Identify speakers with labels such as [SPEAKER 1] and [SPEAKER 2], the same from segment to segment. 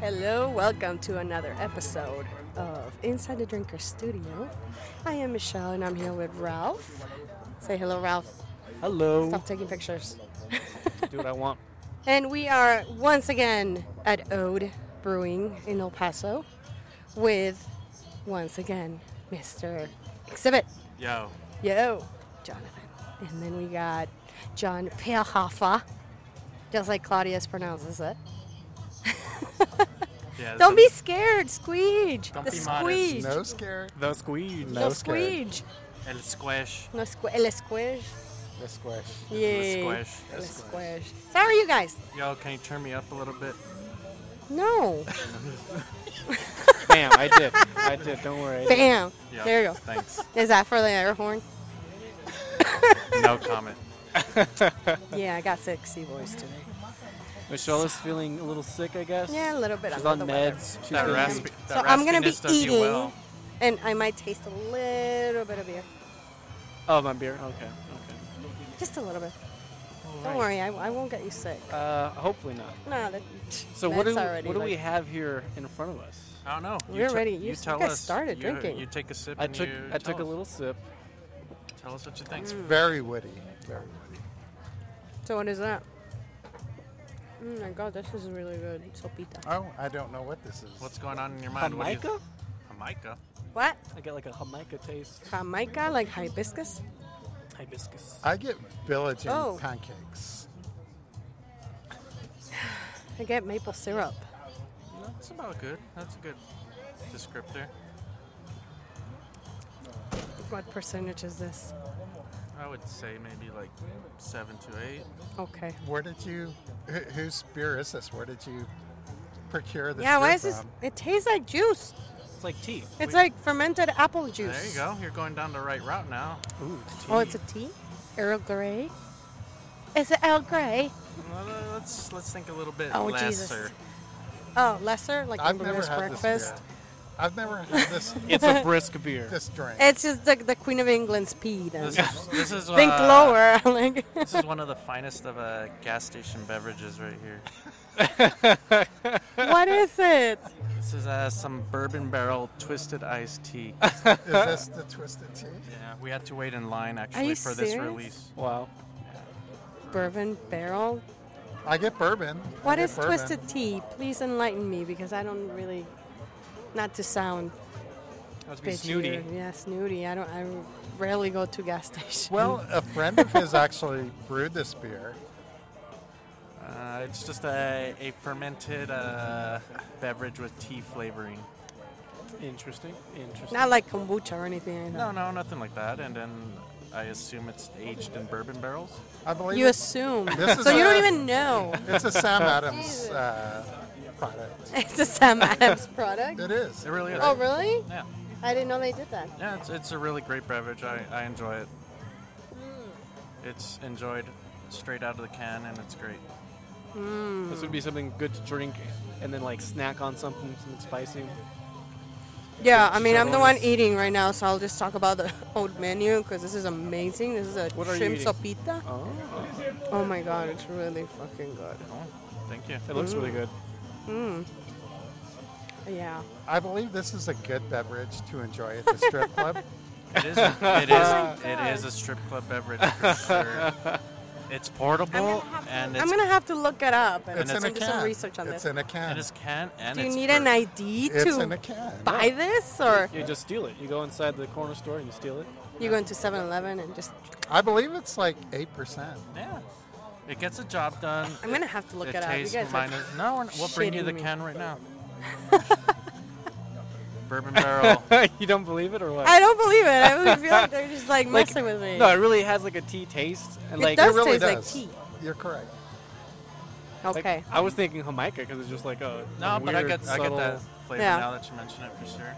[SPEAKER 1] Hello, welcome to another episode of Inside the Drinker Studio. I am Michelle and I'm here with Ralph. Say hello, Ralph.
[SPEAKER 2] Hello.
[SPEAKER 1] Stop taking pictures.
[SPEAKER 2] Do what I want.
[SPEAKER 1] And we are once again at Ode Brewing in El Paso with once again Mr. Exhibit.
[SPEAKER 2] Yo.
[SPEAKER 1] Yo, Jonathan. And then we got John Peahafa, just like Claudius pronounces it.
[SPEAKER 2] Yeah,
[SPEAKER 1] Don't be scared, squeege.
[SPEAKER 2] Don't
[SPEAKER 1] the
[SPEAKER 2] be modest.
[SPEAKER 1] squeege.
[SPEAKER 3] No scare.
[SPEAKER 2] The squeeze.
[SPEAKER 1] No,
[SPEAKER 3] No scared.
[SPEAKER 1] squeege.
[SPEAKER 2] El squish.
[SPEAKER 1] No squ- el squish.
[SPEAKER 3] The squish.
[SPEAKER 1] Yay.
[SPEAKER 2] squish.
[SPEAKER 1] El squish. So how are you guys?
[SPEAKER 2] Yo, can you turn me up a little bit?
[SPEAKER 1] No.
[SPEAKER 2] Bam, I did.
[SPEAKER 3] I did. Don't worry.
[SPEAKER 1] Bam.
[SPEAKER 2] Yeah,
[SPEAKER 1] There you go.
[SPEAKER 2] Thanks.
[SPEAKER 1] Is that for the air horn?
[SPEAKER 2] No comment.
[SPEAKER 1] Yeah, I got sexy voice today.
[SPEAKER 4] Michelle is feeling a little sick, I guess.
[SPEAKER 1] Yeah, a little bit.
[SPEAKER 4] She's
[SPEAKER 1] under
[SPEAKER 4] on
[SPEAKER 1] the weather.
[SPEAKER 4] meds. She's
[SPEAKER 2] That
[SPEAKER 4] feeling-
[SPEAKER 2] raspy.
[SPEAKER 1] So
[SPEAKER 2] That
[SPEAKER 1] I'm gonna be
[SPEAKER 2] raspiness does you
[SPEAKER 1] eating.
[SPEAKER 2] well.
[SPEAKER 1] And I might taste a little bit of beer.
[SPEAKER 4] Oh, my beer. Okay. Okay.
[SPEAKER 1] Just a little bit. Don't
[SPEAKER 4] Alright.
[SPEAKER 1] worry, I, I won't get you sick.
[SPEAKER 4] Uh, hopefully not.
[SPEAKER 1] No, that,
[SPEAKER 4] So what do
[SPEAKER 1] that's
[SPEAKER 4] we,
[SPEAKER 1] already
[SPEAKER 4] what do
[SPEAKER 1] like-
[SPEAKER 4] we have here in front of us?
[SPEAKER 2] I don't know.
[SPEAKER 1] We're
[SPEAKER 2] te-
[SPEAKER 1] ready. You s- you
[SPEAKER 2] tell
[SPEAKER 1] guys
[SPEAKER 2] us.
[SPEAKER 1] started
[SPEAKER 2] You-
[SPEAKER 1] drinking.
[SPEAKER 2] You take a sip.
[SPEAKER 4] I
[SPEAKER 2] and
[SPEAKER 4] took
[SPEAKER 2] you
[SPEAKER 4] I
[SPEAKER 2] tell
[SPEAKER 4] took a
[SPEAKER 2] us-
[SPEAKER 4] little sip.
[SPEAKER 2] Tell us what you think.
[SPEAKER 3] Very witty. Very witty.
[SPEAKER 1] So what is that? Oh my god, this is really good. Sopita.
[SPEAKER 3] Oh, I don't know what this is.
[SPEAKER 2] What's going on in your mind? What do you-
[SPEAKER 4] Jamaica?
[SPEAKER 2] Jamaica.
[SPEAKER 1] What?
[SPEAKER 4] I get like a Jamaica taste.
[SPEAKER 1] Jamaica, like hibiscus?
[SPEAKER 4] Hibiscus.
[SPEAKER 3] I get village and
[SPEAKER 1] Oh.
[SPEAKER 3] pancakes.
[SPEAKER 1] I get maple syrup.
[SPEAKER 2] That's about good. That's a good descriptor.
[SPEAKER 1] What percentage is this?
[SPEAKER 2] I would say maybe like seven to eight.
[SPEAKER 1] Okay.
[SPEAKER 3] Where did you? Wh- whose beer is this? Where did you procure this?
[SPEAKER 1] yeah, why
[SPEAKER 3] beer
[SPEAKER 1] is this?
[SPEAKER 3] from?
[SPEAKER 1] It tastes like juice.
[SPEAKER 4] It's like tea.
[SPEAKER 1] It's like fermented apple juice.
[SPEAKER 2] There you go. You're going down the right route now.
[SPEAKER 3] Ooh,
[SPEAKER 1] Oh, it's a tea? Earl Grey? It's an Earl Grey.
[SPEAKER 2] Well, uh, Let's let's think a little bit
[SPEAKER 1] Oh,
[SPEAKER 2] lesser.
[SPEAKER 1] Jesus. Oh, lesser? Like
[SPEAKER 3] I've never
[SPEAKER 1] English
[SPEAKER 3] had
[SPEAKER 1] breakfast?
[SPEAKER 3] this beer. I've never had this
[SPEAKER 4] It's a brisk beer.
[SPEAKER 3] this drink.
[SPEAKER 1] It's just the, the Queen of England's pee then.
[SPEAKER 2] This is, this is
[SPEAKER 1] Think
[SPEAKER 2] uh,
[SPEAKER 1] lower. like,
[SPEAKER 2] This is one of the finest of uh, gas station beverages right here.
[SPEAKER 1] what is it?
[SPEAKER 2] This is uh, some bourbon barrel twisted iced tea.
[SPEAKER 3] is this the twisted tea?
[SPEAKER 2] yeah, we had to wait in line
[SPEAKER 1] Are
[SPEAKER 2] actually
[SPEAKER 1] you
[SPEAKER 2] for this
[SPEAKER 1] serious?
[SPEAKER 2] release.
[SPEAKER 4] Wow.
[SPEAKER 1] Bourbon barrel?
[SPEAKER 3] I get bourbon. I
[SPEAKER 1] What
[SPEAKER 3] get
[SPEAKER 1] is
[SPEAKER 3] bourbon.
[SPEAKER 1] twisted tea? Please enlighten me because I don't really. Not to sound
[SPEAKER 4] That must be
[SPEAKER 1] bitchy.
[SPEAKER 4] snooty.
[SPEAKER 1] or- Yeah, snooty. I don't. I rarely go to gas stations.
[SPEAKER 3] Well, a friend of his actually brewed this beer.
[SPEAKER 2] Uh, it's just a, a fermented uh, beverage with tea flavoring.
[SPEAKER 4] Interesting. Interesting.
[SPEAKER 1] not like kombucha or anything.
[SPEAKER 2] No,
[SPEAKER 1] Like
[SPEAKER 2] no, nothing like that. And then I assume it's aged in bourbon barrels.
[SPEAKER 3] I believe
[SPEAKER 1] that. You
[SPEAKER 3] it's,
[SPEAKER 1] assume.
[SPEAKER 3] This is
[SPEAKER 1] so you don't
[SPEAKER 3] a-
[SPEAKER 1] even know.
[SPEAKER 3] it's a Sam Adams uh, product.
[SPEAKER 1] it's a Sam Adams product.
[SPEAKER 3] It is.
[SPEAKER 2] It really is.
[SPEAKER 1] Oh, really?
[SPEAKER 2] Yeah,
[SPEAKER 1] I didn't know they did that.
[SPEAKER 2] yeah. It's, it's a really great beverage. I, I enjoy it.
[SPEAKER 1] Mm.
[SPEAKER 2] It's enjoyed straight out of the can, and it's great.
[SPEAKER 4] This would be something good to drink and then like snack on something, something spicy.
[SPEAKER 1] Yeah, I mean, I'm the one
[SPEAKER 2] Chicharrones.
[SPEAKER 1] eating right now, so I'll just talk about the old menu because this is amazing. This is a
[SPEAKER 4] What are you
[SPEAKER 1] shrimp
[SPEAKER 4] eating?
[SPEAKER 1] sopita.
[SPEAKER 4] Oh.
[SPEAKER 1] Oh my god, it's really fucking good.
[SPEAKER 2] Oh, thank you.
[SPEAKER 4] It looks really good.
[SPEAKER 1] Yeah.
[SPEAKER 3] I believe this is a good beverage to enjoy at the strip club.
[SPEAKER 2] It is. A, it is. it is a strip club beverage for sure. It's portable and
[SPEAKER 1] I'm
[SPEAKER 2] it's
[SPEAKER 1] gonna have to look it up and,
[SPEAKER 3] It's in a
[SPEAKER 1] do some
[SPEAKER 3] can.
[SPEAKER 1] research on
[SPEAKER 3] it's
[SPEAKER 1] this.
[SPEAKER 3] in a can.
[SPEAKER 2] and it's can and
[SPEAKER 1] do you
[SPEAKER 2] it's
[SPEAKER 1] need
[SPEAKER 2] per-
[SPEAKER 1] an ID
[SPEAKER 3] It's in
[SPEAKER 1] to
[SPEAKER 3] a can.
[SPEAKER 1] buy this, or
[SPEAKER 4] You just steal it. You go inside the corner store and you steal it.
[SPEAKER 1] you go into 7-Eleven and just?
[SPEAKER 3] I believe it's like eight percent.
[SPEAKER 2] Yeah, it gets the job done.
[SPEAKER 1] I'm gonna have to look
[SPEAKER 2] it
[SPEAKER 1] it, up. You
[SPEAKER 2] tastes
[SPEAKER 1] guys, are,
[SPEAKER 2] minus. No, we're not- we'll bring you
[SPEAKER 1] shitting
[SPEAKER 2] the
[SPEAKER 1] me.
[SPEAKER 2] can right now. Bourbon barrel.
[SPEAKER 4] you don't believe it or what?
[SPEAKER 1] I don't believe it. I really feel like they're just like
[SPEAKER 4] Like,
[SPEAKER 1] messing with me.
[SPEAKER 4] No, it really has like a tea taste. And
[SPEAKER 1] It
[SPEAKER 4] like,
[SPEAKER 1] does
[SPEAKER 3] it really
[SPEAKER 1] taste like
[SPEAKER 3] does.
[SPEAKER 1] tea.
[SPEAKER 3] You're correct.
[SPEAKER 4] like,
[SPEAKER 1] okay.
[SPEAKER 4] I was thinking Jamaica because it's just like a.
[SPEAKER 2] No,
[SPEAKER 4] a
[SPEAKER 2] but I
[SPEAKER 4] weird,
[SPEAKER 2] get I get
[SPEAKER 4] subtle-
[SPEAKER 2] that flavor
[SPEAKER 1] Yeah.
[SPEAKER 2] now that you mention it for sure.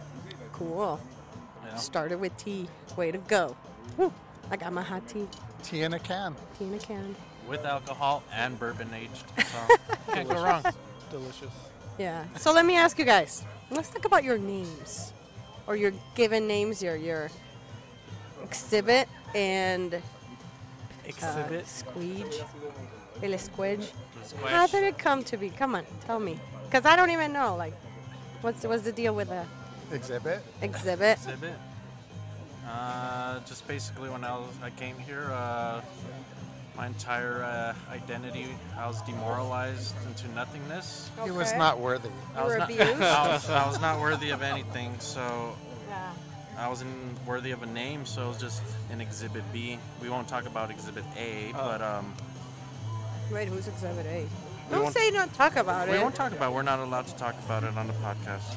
[SPEAKER 1] Cool.
[SPEAKER 2] Yeah.
[SPEAKER 1] Started with tea. Way to go. Woo. I got my hot tea.
[SPEAKER 3] Tea in a can.
[SPEAKER 1] Tea in a can.
[SPEAKER 2] With alcohol and bourbon aged, so can't go wrong.
[SPEAKER 4] Delicious.
[SPEAKER 1] Yeah. So let me ask you guys. Let's talk about your names, or your given names. Your your exhibit and
[SPEAKER 4] Exhibit.
[SPEAKER 1] Uh, squeege. El squidge.
[SPEAKER 2] Just
[SPEAKER 1] How
[SPEAKER 2] squish.
[SPEAKER 1] did it come to be? Come on, tell me. Because I don't even know, like, what's what's the deal with the
[SPEAKER 3] Exhibit.
[SPEAKER 1] exhibit?
[SPEAKER 2] exhibit. Uh, just basically, when I, was, I came here, uh, my entire uh, identity I was demoralized into nothingness.
[SPEAKER 3] He was
[SPEAKER 1] Okay.
[SPEAKER 3] not worthy.
[SPEAKER 2] I
[SPEAKER 1] You
[SPEAKER 2] was
[SPEAKER 1] were
[SPEAKER 2] not,
[SPEAKER 1] abused?
[SPEAKER 2] I was, I was not worthy of anything, so
[SPEAKER 1] Yeah.
[SPEAKER 2] I wasn't worthy of a name, so it was just an exhibit B. We won't talk about exhibit A, but um,
[SPEAKER 1] Wait, who's exhibit A?
[SPEAKER 2] We
[SPEAKER 1] Don't
[SPEAKER 2] won't-
[SPEAKER 1] say don't talk about
[SPEAKER 2] we
[SPEAKER 1] it.
[SPEAKER 2] won't talk about. We're not allowed to talk about it on the podcast.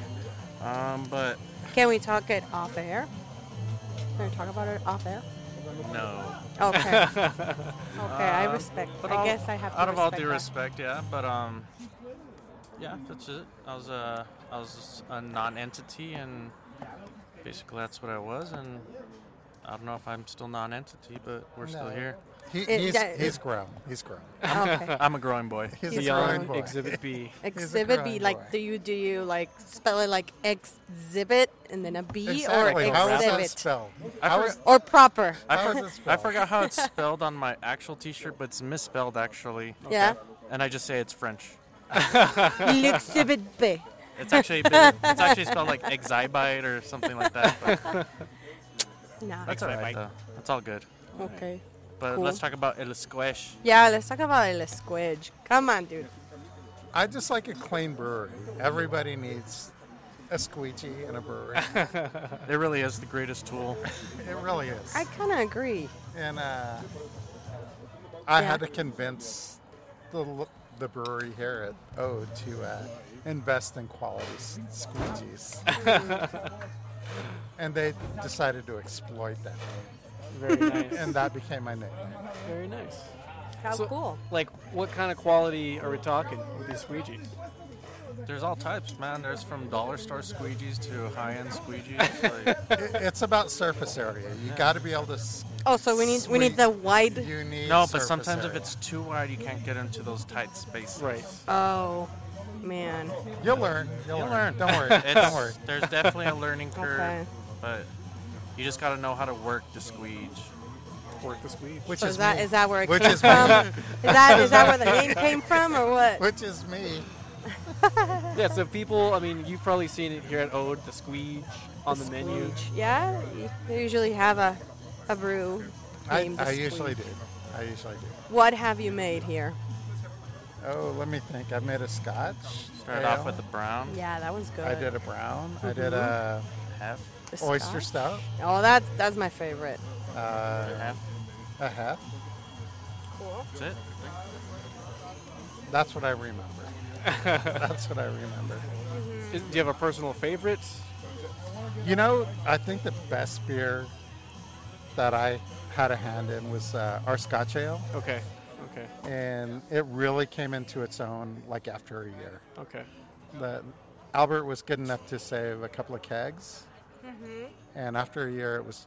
[SPEAKER 2] Um, but
[SPEAKER 1] Can we talk it off air? Can we talk about it off air?
[SPEAKER 2] no.
[SPEAKER 1] Okay. okay, I
[SPEAKER 2] Um,
[SPEAKER 1] respect.
[SPEAKER 2] but
[SPEAKER 1] I
[SPEAKER 2] all-
[SPEAKER 1] guess I have to
[SPEAKER 2] out of all
[SPEAKER 1] respect
[SPEAKER 2] due
[SPEAKER 1] that.
[SPEAKER 2] respect, yeah. But um, yeah, that's it. I was a I was just a non-entity, and basically that's what I was. And I don't know if I'm still non-entity, but we're still
[SPEAKER 3] No.
[SPEAKER 2] here.
[SPEAKER 3] He,
[SPEAKER 1] It-
[SPEAKER 3] he's,
[SPEAKER 1] that-
[SPEAKER 3] he's grown. He's grown.
[SPEAKER 1] Okay.
[SPEAKER 2] I'm a growing boy.
[SPEAKER 3] He's,
[SPEAKER 1] He's
[SPEAKER 3] a growing
[SPEAKER 1] grown.
[SPEAKER 3] boy.
[SPEAKER 4] Exhibit B.
[SPEAKER 1] Exhibit B,
[SPEAKER 3] crying boy.
[SPEAKER 1] like do you do you like spell it like exhibit and then a B
[SPEAKER 3] Exactly.
[SPEAKER 1] or
[SPEAKER 3] How is that
[SPEAKER 1] exhibit
[SPEAKER 3] spelled?
[SPEAKER 2] I
[SPEAKER 3] How
[SPEAKER 2] for-
[SPEAKER 3] is-
[SPEAKER 1] or proper?
[SPEAKER 2] I,
[SPEAKER 3] How
[SPEAKER 2] for-
[SPEAKER 3] is it
[SPEAKER 2] I
[SPEAKER 3] spelled?
[SPEAKER 2] forgot how it's spelled on my actual T-shirt, but it's misspelled actually.
[SPEAKER 1] Yeah,
[SPEAKER 2] And I just say it's French.
[SPEAKER 1] exhibit B.
[SPEAKER 2] It's actually it's actually spelled like exibite or something like that. But
[SPEAKER 1] Nah.
[SPEAKER 2] that's all right, though. That's all good.
[SPEAKER 1] Okay.
[SPEAKER 2] But
[SPEAKER 1] Cool.
[SPEAKER 2] let's talk about El Squish.
[SPEAKER 1] Yeah, let's talk about El Squidge. Come on, dude.
[SPEAKER 3] I just like a clean brewery. Everybody needs a squeegee and a brewery.
[SPEAKER 2] It really is the greatest tool.
[SPEAKER 3] it really is.
[SPEAKER 1] I kind of agree.
[SPEAKER 3] and uh, I
[SPEAKER 1] Yeah.
[SPEAKER 3] had to convince the l- the brewery here at O to uh, invest in quality s- squeegees, and they decided to exploit that,
[SPEAKER 4] Very nice.
[SPEAKER 3] and that became my nickname.
[SPEAKER 4] Very nice.
[SPEAKER 1] How
[SPEAKER 4] So,
[SPEAKER 1] cool.
[SPEAKER 4] Like, what kind of quality are we talking with these squeegees?
[SPEAKER 2] There's all types, man. There's from dollar store squeegees to high-end squeegees. Like,
[SPEAKER 3] It, it's about surface area. You got to be able to. s-
[SPEAKER 1] Oh, so we need we need
[SPEAKER 3] sweet.
[SPEAKER 1] the wide.
[SPEAKER 3] You need
[SPEAKER 2] no, but
[SPEAKER 3] surface
[SPEAKER 2] sometimes if
[SPEAKER 3] area.
[SPEAKER 2] it's too wide, you can't get into those tight spaces.
[SPEAKER 4] Right.
[SPEAKER 1] Oh, man.
[SPEAKER 3] you'll learn. You'll,
[SPEAKER 2] You'll
[SPEAKER 3] learn.
[SPEAKER 2] learn.
[SPEAKER 3] Don't worry.
[SPEAKER 2] It's,
[SPEAKER 3] Don't worry.
[SPEAKER 2] There's definitely a learning curve,
[SPEAKER 1] Okay.
[SPEAKER 2] but you just got to know how to work the squeege.
[SPEAKER 4] Work the squeege.
[SPEAKER 3] Which
[SPEAKER 1] So
[SPEAKER 3] is
[SPEAKER 1] is that
[SPEAKER 3] me.
[SPEAKER 1] is that where it
[SPEAKER 3] Which
[SPEAKER 1] came
[SPEAKER 3] is me.
[SPEAKER 1] from? is that is that where the name came from or what?
[SPEAKER 3] Which is me.
[SPEAKER 4] Yeah, so people, I mean, you've probably seen it here at Ode, the squeege on the, menu.
[SPEAKER 1] Squeege. Yeah, they usually have a a brew.
[SPEAKER 3] I,
[SPEAKER 1] named the
[SPEAKER 3] I usually
[SPEAKER 1] Squeege.
[SPEAKER 3] do. I usually do.
[SPEAKER 1] What have you made here?
[SPEAKER 3] Oh, let me think. I made a scotch.
[SPEAKER 2] Start
[SPEAKER 3] ale.
[SPEAKER 2] off with the brown
[SPEAKER 1] Yeah, that one's good.
[SPEAKER 3] I did a brown. I did a
[SPEAKER 2] half,
[SPEAKER 1] The
[SPEAKER 3] oyster
[SPEAKER 1] scotch.
[SPEAKER 3] stout.
[SPEAKER 1] Oh, that's that's my favorite.
[SPEAKER 3] Uh,
[SPEAKER 2] half.
[SPEAKER 3] a half.
[SPEAKER 1] Cool.
[SPEAKER 2] That's it.
[SPEAKER 3] That's what I remember. That's what I remember.
[SPEAKER 4] Is, do you have a personal favorite?
[SPEAKER 3] You know, I think the best beer that I had a hand in was uh, our Scotch ale,
[SPEAKER 4] Okay, okay,
[SPEAKER 3] and it really came into its own like after a year.
[SPEAKER 4] okay.
[SPEAKER 3] The, Albert was good enough to save a couple of kegs,
[SPEAKER 1] Mm-hmm.
[SPEAKER 3] and after a year, it was,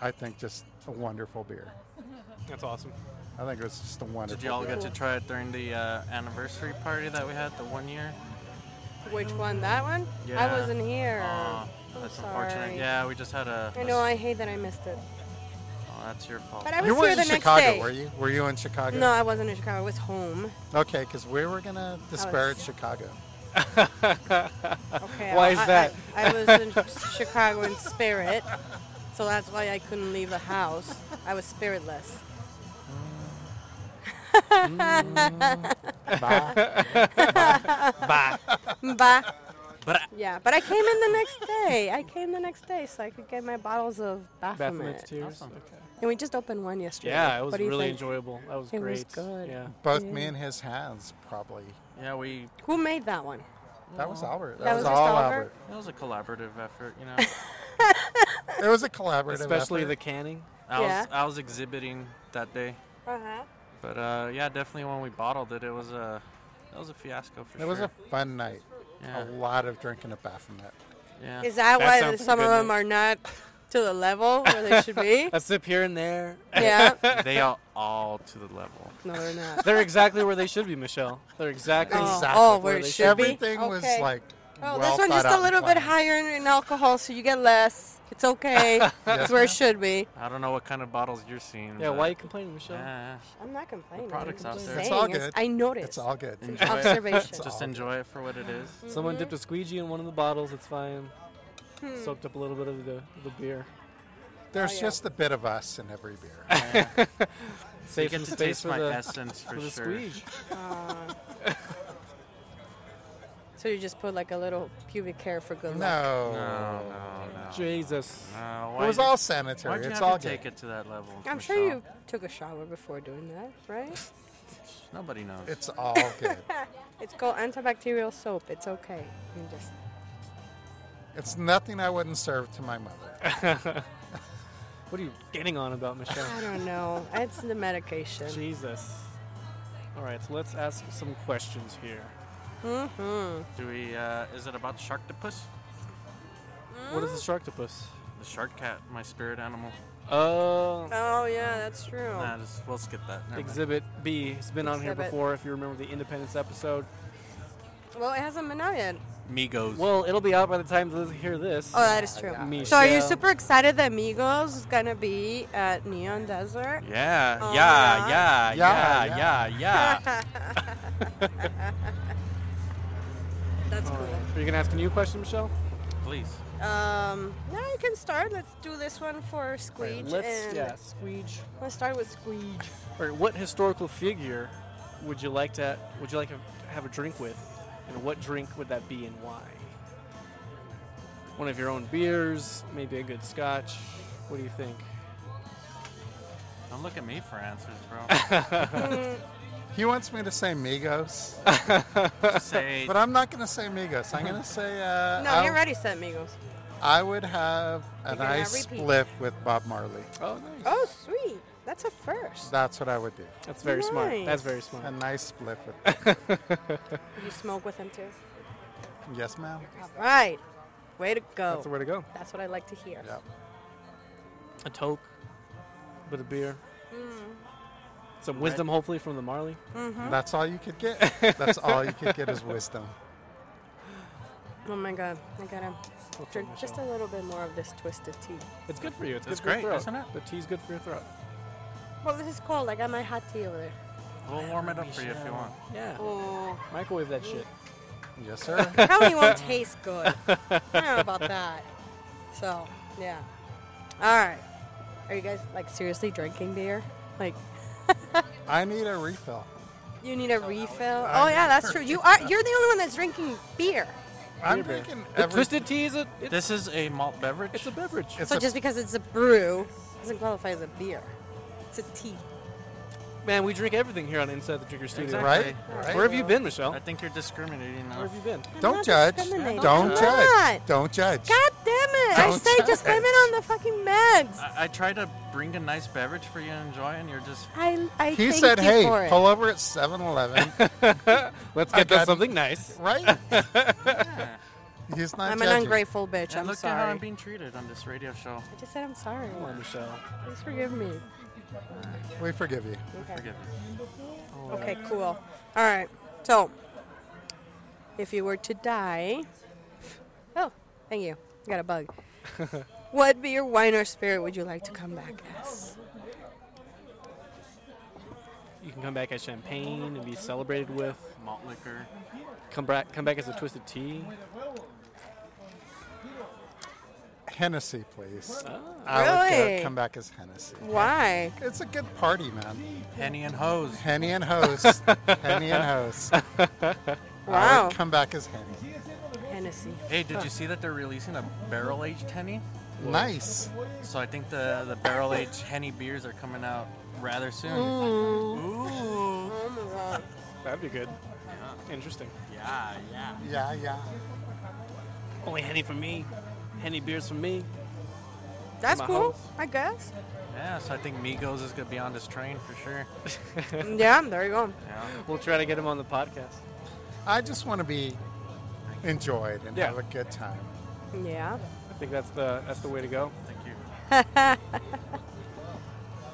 [SPEAKER 3] I think, just a wonderful beer.
[SPEAKER 4] That's awesome.
[SPEAKER 3] I think it was just a wonderful.
[SPEAKER 2] Did you all
[SPEAKER 3] beer.
[SPEAKER 2] get to try it during the uh, anniversary party that we had the one year?
[SPEAKER 1] Which one? That one?
[SPEAKER 2] Yeah.
[SPEAKER 1] I wasn't here.
[SPEAKER 3] Ah.
[SPEAKER 2] Aw,
[SPEAKER 1] I'm
[SPEAKER 2] that's
[SPEAKER 1] sorry.
[SPEAKER 2] unfortunate. Yeah, we just had a.
[SPEAKER 1] I know. I hate that I missed it.
[SPEAKER 2] Oh, that's your fault.
[SPEAKER 1] But I was
[SPEAKER 3] you
[SPEAKER 1] here
[SPEAKER 3] weren't
[SPEAKER 1] the
[SPEAKER 3] in
[SPEAKER 1] next
[SPEAKER 3] Chicago,
[SPEAKER 1] day.
[SPEAKER 3] were you? Were you in Chicago?
[SPEAKER 1] No, I wasn't in Chicago. I was home.
[SPEAKER 3] Okay, because we were gonna disparage Chicago.
[SPEAKER 1] Okay.
[SPEAKER 4] Why
[SPEAKER 1] I-
[SPEAKER 4] is
[SPEAKER 1] I-
[SPEAKER 4] that?
[SPEAKER 1] I, I was in Chicago in spirit, so that's why I couldn't leave the house. I was spiritless.
[SPEAKER 4] Mm.
[SPEAKER 3] Bye.
[SPEAKER 1] But
[SPEAKER 2] But
[SPEAKER 1] yeah, but I came in the next day. I came the next day so I could get my bottles of Baphomet.
[SPEAKER 4] Baphomet's Tears.
[SPEAKER 2] Awesome.
[SPEAKER 4] Okay.
[SPEAKER 1] And we just opened one yesterday.
[SPEAKER 4] Yeah, it was
[SPEAKER 1] What do you
[SPEAKER 4] really
[SPEAKER 1] think?
[SPEAKER 4] enjoyable. That was
[SPEAKER 1] It
[SPEAKER 4] great.
[SPEAKER 1] was good.
[SPEAKER 4] Yeah.
[SPEAKER 3] Both
[SPEAKER 1] Yeah.
[SPEAKER 3] me and his hands probably.
[SPEAKER 2] yeah, we
[SPEAKER 1] Who made that one?
[SPEAKER 3] That was Albert. That,
[SPEAKER 1] That
[SPEAKER 3] was,
[SPEAKER 1] was just
[SPEAKER 3] all
[SPEAKER 1] Albert?
[SPEAKER 3] Albert.
[SPEAKER 2] It was a collaborative effort, you know.
[SPEAKER 3] It was a collaborative,
[SPEAKER 4] Especially the
[SPEAKER 3] effort.
[SPEAKER 4] canning.
[SPEAKER 2] I
[SPEAKER 1] Yeah.
[SPEAKER 2] was I was exhibiting that day,
[SPEAKER 1] Uh
[SPEAKER 4] Uh-huh.
[SPEAKER 1] huh.
[SPEAKER 2] but uh, yeah, definitely when we bottled it, it was a that was a fiasco for
[SPEAKER 3] It
[SPEAKER 2] sure.
[SPEAKER 3] was a oh. fun night.
[SPEAKER 2] yeah,
[SPEAKER 3] A lot of drinking of Baphomet.
[SPEAKER 2] yeah.
[SPEAKER 1] Is that,
[SPEAKER 4] That
[SPEAKER 1] why
[SPEAKER 4] sounds
[SPEAKER 1] some of
[SPEAKER 4] good,
[SPEAKER 1] them
[SPEAKER 4] Nick.
[SPEAKER 1] are not to the level where they should be?
[SPEAKER 4] A sip here and there.
[SPEAKER 1] yeah.
[SPEAKER 2] they are all to the level.
[SPEAKER 1] No, they're not.
[SPEAKER 4] They're exactly where they should be, Michelle. They're exactly.
[SPEAKER 1] Oh,
[SPEAKER 3] Exactly.
[SPEAKER 1] oh, where it
[SPEAKER 4] they
[SPEAKER 1] should be.
[SPEAKER 3] Everything was
[SPEAKER 1] Okay.
[SPEAKER 3] like.
[SPEAKER 1] Oh,
[SPEAKER 3] well
[SPEAKER 1] this one's
[SPEAKER 3] thought
[SPEAKER 1] just
[SPEAKER 3] out
[SPEAKER 1] a
[SPEAKER 3] and
[SPEAKER 1] little bit
[SPEAKER 3] planned.
[SPEAKER 1] higher in, in alcohol, so you get less. It's okay. It's where it should be.
[SPEAKER 2] I don't know what kind of bottles you're seeing.
[SPEAKER 4] Yeah,
[SPEAKER 2] but-
[SPEAKER 4] why are you complaining, Michelle?
[SPEAKER 2] Yeah,
[SPEAKER 1] I'm not complaining.
[SPEAKER 2] product's
[SPEAKER 1] I'm
[SPEAKER 2] out
[SPEAKER 1] just
[SPEAKER 2] there.
[SPEAKER 1] saying.
[SPEAKER 3] It's all good.
[SPEAKER 1] I noticed.
[SPEAKER 3] It's all good.
[SPEAKER 2] Enjoy it.
[SPEAKER 1] observation.
[SPEAKER 3] It's
[SPEAKER 2] just
[SPEAKER 3] all
[SPEAKER 2] enjoy it for what it is.
[SPEAKER 4] Someone dipped a squeegee in one of the bottles. It's fine.
[SPEAKER 1] Hmm.
[SPEAKER 4] Soaked up a little bit of the, the beer.
[SPEAKER 3] There's
[SPEAKER 1] Oh, yeah.
[SPEAKER 3] just a bit of us in every beer.
[SPEAKER 2] You
[SPEAKER 4] Save
[SPEAKER 2] get
[SPEAKER 4] some
[SPEAKER 2] to
[SPEAKER 4] space
[SPEAKER 2] taste
[SPEAKER 4] for
[SPEAKER 2] my
[SPEAKER 4] the,
[SPEAKER 2] essence
[SPEAKER 4] for
[SPEAKER 2] for
[SPEAKER 4] the
[SPEAKER 2] sure. Oh,
[SPEAKER 4] squeege.
[SPEAKER 1] so you just put like a little pubic hair for good luck.
[SPEAKER 3] no.
[SPEAKER 2] No, no, no.
[SPEAKER 4] Jesus.
[SPEAKER 2] No,
[SPEAKER 3] It
[SPEAKER 2] why
[SPEAKER 3] was
[SPEAKER 2] you-
[SPEAKER 3] all
[SPEAKER 2] Why'd
[SPEAKER 3] sanitary.
[SPEAKER 2] you
[SPEAKER 3] It's
[SPEAKER 2] have
[SPEAKER 3] all
[SPEAKER 2] to
[SPEAKER 3] good.
[SPEAKER 2] take it to that level?
[SPEAKER 1] I'm sure
[SPEAKER 2] Michelle?
[SPEAKER 1] you took a shower before doing that, right?
[SPEAKER 2] Nobody knows.
[SPEAKER 3] It's all good.
[SPEAKER 1] It's called antibacterial soap. It's okay. You just
[SPEAKER 3] it's nothing I wouldn't serve to my mother.
[SPEAKER 4] What are you getting on about, Michelle?
[SPEAKER 1] I don't know. It's the medication.
[SPEAKER 4] Jesus. All right, so let's ask some questions here.
[SPEAKER 1] Mm-hmm.
[SPEAKER 2] Do we? Uh, is it about sharktopus?
[SPEAKER 4] What is
[SPEAKER 1] Hmm?
[SPEAKER 4] the sharktopus?
[SPEAKER 2] The shark cat, my spirit animal.
[SPEAKER 4] Uh,
[SPEAKER 1] Oh yeah, that's true.
[SPEAKER 2] Nah, just, we'll skip that. Never mind.
[SPEAKER 4] Exhibit B. It's been on here
[SPEAKER 1] Exhibit.
[SPEAKER 4] before. If you remember the Independence episode,
[SPEAKER 1] Well, it hasn't been out yet.
[SPEAKER 2] Migos.
[SPEAKER 4] well, it'll be out by the time you hear this.
[SPEAKER 1] Oh, that is true.
[SPEAKER 4] yeah.
[SPEAKER 1] So are you
[SPEAKER 4] Michelle.
[SPEAKER 1] super excited that Migos is gonna be at Neon Desert?
[SPEAKER 2] yeah,
[SPEAKER 1] Oh,
[SPEAKER 2] yeah, yeah,
[SPEAKER 3] yeah.
[SPEAKER 2] yeah,
[SPEAKER 3] Yeah,
[SPEAKER 2] yeah, yeah,
[SPEAKER 1] That's
[SPEAKER 4] All right.
[SPEAKER 1] cool.
[SPEAKER 4] Are you gonna ask a new question, Michelle?
[SPEAKER 2] Please.
[SPEAKER 1] Um, now you can start. Let's do this one for Squeege.
[SPEAKER 4] Let's
[SPEAKER 1] and
[SPEAKER 4] yeah, squeege.
[SPEAKER 1] Let's start with Squeege.
[SPEAKER 4] All right, what historical figure would you like to would you like to have a drink with, and what drink would that be and why? One of your own beers, maybe a good scotch. What do you think?
[SPEAKER 2] Don't look at me for answers, bro.
[SPEAKER 3] He wants me to say Migos,
[SPEAKER 2] Just say
[SPEAKER 3] but I'm not going to say Migos. I'm going to say uh,
[SPEAKER 1] No,
[SPEAKER 3] I,
[SPEAKER 1] you already said Migos.
[SPEAKER 3] I would have a
[SPEAKER 1] cannot
[SPEAKER 3] nice
[SPEAKER 1] repeat.
[SPEAKER 3] spliff with Bob Marley.
[SPEAKER 4] Oh, nice.
[SPEAKER 1] Oh, sweet. That's a first.
[SPEAKER 3] That's what I would do.
[SPEAKER 4] That's very smart.
[SPEAKER 1] Nice.
[SPEAKER 4] That's very
[SPEAKER 3] A
[SPEAKER 4] smart.
[SPEAKER 3] nice spliff with.
[SPEAKER 1] You smoke with him too.
[SPEAKER 3] yes, ma'am.
[SPEAKER 1] All right. Way to go.
[SPEAKER 4] That's the way to go.
[SPEAKER 1] That's what I like to hear.
[SPEAKER 3] Yep.
[SPEAKER 4] A toke with a beer. Some wisdom, hopefully, from the Marley.
[SPEAKER 3] Mm-hmm. That's all you could get. That's all you could get is wisdom.
[SPEAKER 1] Oh my god, I gotta
[SPEAKER 4] What's
[SPEAKER 1] drink
[SPEAKER 4] up,
[SPEAKER 1] just a
[SPEAKER 4] Michelle?
[SPEAKER 1] little bit more of this twisted tea.
[SPEAKER 4] It's good for you. It's,
[SPEAKER 2] It's
[SPEAKER 4] good for your
[SPEAKER 2] great, isn't
[SPEAKER 4] throat.
[SPEAKER 2] it?
[SPEAKER 4] The tea's good for your throat.
[SPEAKER 1] Well, this is cold. I got my hot tea over there.
[SPEAKER 2] we'll warm it up for you if you want.
[SPEAKER 4] Yeah.
[SPEAKER 1] Oh,
[SPEAKER 4] Microwave that shit.
[SPEAKER 3] Yes, sir.
[SPEAKER 1] probably won't taste good. I don't know about that. So, yeah. All right. Are you guys like seriously drinking beer? Like,
[SPEAKER 3] I need a refill.
[SPEAKER 1] you need a refill? Oh yeah, that's true. You are. You're the only one that's drinking beer.
[SPEAKER 3] I'm
[SPEAKER 4] Beer beer.
[SPEAKER 3] drinking
[SPEAKER 4] The
[SPEAKER 3] every.
[SPEAKER 4] twisted tea is a it's,
[SPEAKER 2] This is a malt beverage.
[SPEAKER 4] it's a beverage.
[SPEAKER 3] It's
[SPEAKER 1] So
[SPEAKER 3] a-
[SPEAKER 1] just because it's a brew doesn't qualify as a beer. It's a tea.
[SPEAKER 4] Man, we drink everything here on Inside the Drinker Studio.
[SPEAKER 2] Exactly.
[SPEAKER 3] right.
[SPEAKER 1] Right.
[SPEAKER 4] Where have you been,
[SPEAKER 2] I
[SPEAKER 4] Michelle?
[SPEAKER 2] think you're discriminating now.
[SPEAKER 4] Where have you been?
[SPEAKER 1] I'm
[SPEAKER 3] Don't
[SPEAKER 1] not
[SPEAKER 3] judge.
[SPEAKER 1] discriminating.
[SPEAKER 3] Don't
[SPEAKER 1] Come
[SPEAKER 3] judge.
[SPEAKER 1] on.
[SPEAKER 3] Don't judge.
[SPEAKER 1] God damn it! I
[SPEAKER 3] Don't
[SPEAKER 1] say just
[SPEAKER 3] judge.
[SPEAKER 1] women on the fucking meds.
[SPEAKER 2] I, I try to bring a nice beverage for you to enjoy, and you're just
[SPEAKER 1] I, I
[SPEAKER 3] He
[SPEAKER 1] thank
[SPEAKER 3] said,
[SPEAKER 1] you
[SPEAKER 3] "Hey,
[SPEAKER 1] for it.
[SPEAKER 3] pull over at 7-Eleven.
[SPEAKER 4] Let's
[SPEAKER 3] I
[SPEAKER 4] get them
[SPEAKER 3] got-
[SPEAKER 4] something nice.
[SPEAKER 3] right? He's not.
[SPEAKER 1] I'm an
[SPEAKER 3] judging.
[SPEAKER 1] ungrateful bitch.
[SPEAKER 2] and
[SPEAKER 1] I'm
[SPEAKER 2] look
[SPEAKER 1] sorry.
[SPEAKER 2] at how I'm being treated on this radio show.
[SPEAKER 1] I just said I'm sorry.
[SPEAKER 4] Come on, Michelle.
[SPEAKER 1] Please forgive me.
[SPEAKER 3] We forgive you.
[SPEAKER 2] Forgive me.
[SPEAKER 1] Okay, cool. All right. So, if you were to die, oh, thank you. I got a bug. what beer, wine, or spirit would you like to come back as?
[SPEAKER 4] You can come back as champagne and be celebrated with.
[SPEAKER 2] Malt liquor.
[SPEAKER 4] Come back, come back as a twisted tea.
[SPEAKER 3] Hennessy, please.
[SPEAKER 4] Ah,
[SPEAKER 3] I would
[SPEAKER 1] Really?
[SPEAKER 3] go, come back as Hennessy.
[SPEAKER 1] Why?
[SPEAKER 3] It's a good party, man.
[SPEAKER 2] Henny and hose.
[SPEAKER 3] Henny and host. Henny and host. I
[SPEAKER 1] Wow.
[SPEAKER 3] would come back as Henny.
[SPEAKER 1] Hennessy.
[SPEAKER 2] Hey, did you see that they're releasing a barrel aged henny?
[SPEAKER 3] Nice.
[SPEAKER 2] So I think the the barrel aged henny beers are coming out rather soon. Ooh.
[SPEAKER 1] Oh my god.
[SPEAKER 4] that'd be good. Interesting.
[SPEAKER 2] Yeah, yeah.
[SPEAKER 3] Yeah, yeah.
[SPEAKER 4] Only henny from me. Henny beers from me.
[SPEAKER 1] That's
[SPEAKER 4] My
[SPEAKER 1] cool,
[SPEAKER 4] house.
[SPEAKER 1] I guess.
[SPEAKER 2] Yeah, so I think Migos is gonna be on this train for sure.
[SPEAKER 1] yeah, there you go.
[SPEAKER 2] Yeah.
[SPEAKER 4] We'll try to get him on the podcast.
[SPEAKER 3] I just want to be enjoyed and
[SPEAKER 4] Yeah.
[SPEAKER 3] have a good time.
[SPEAKER 1] Yeah.
[SPEAKER 4] I think that's the that's the way to go.
[SPEAKER 2] Thank you.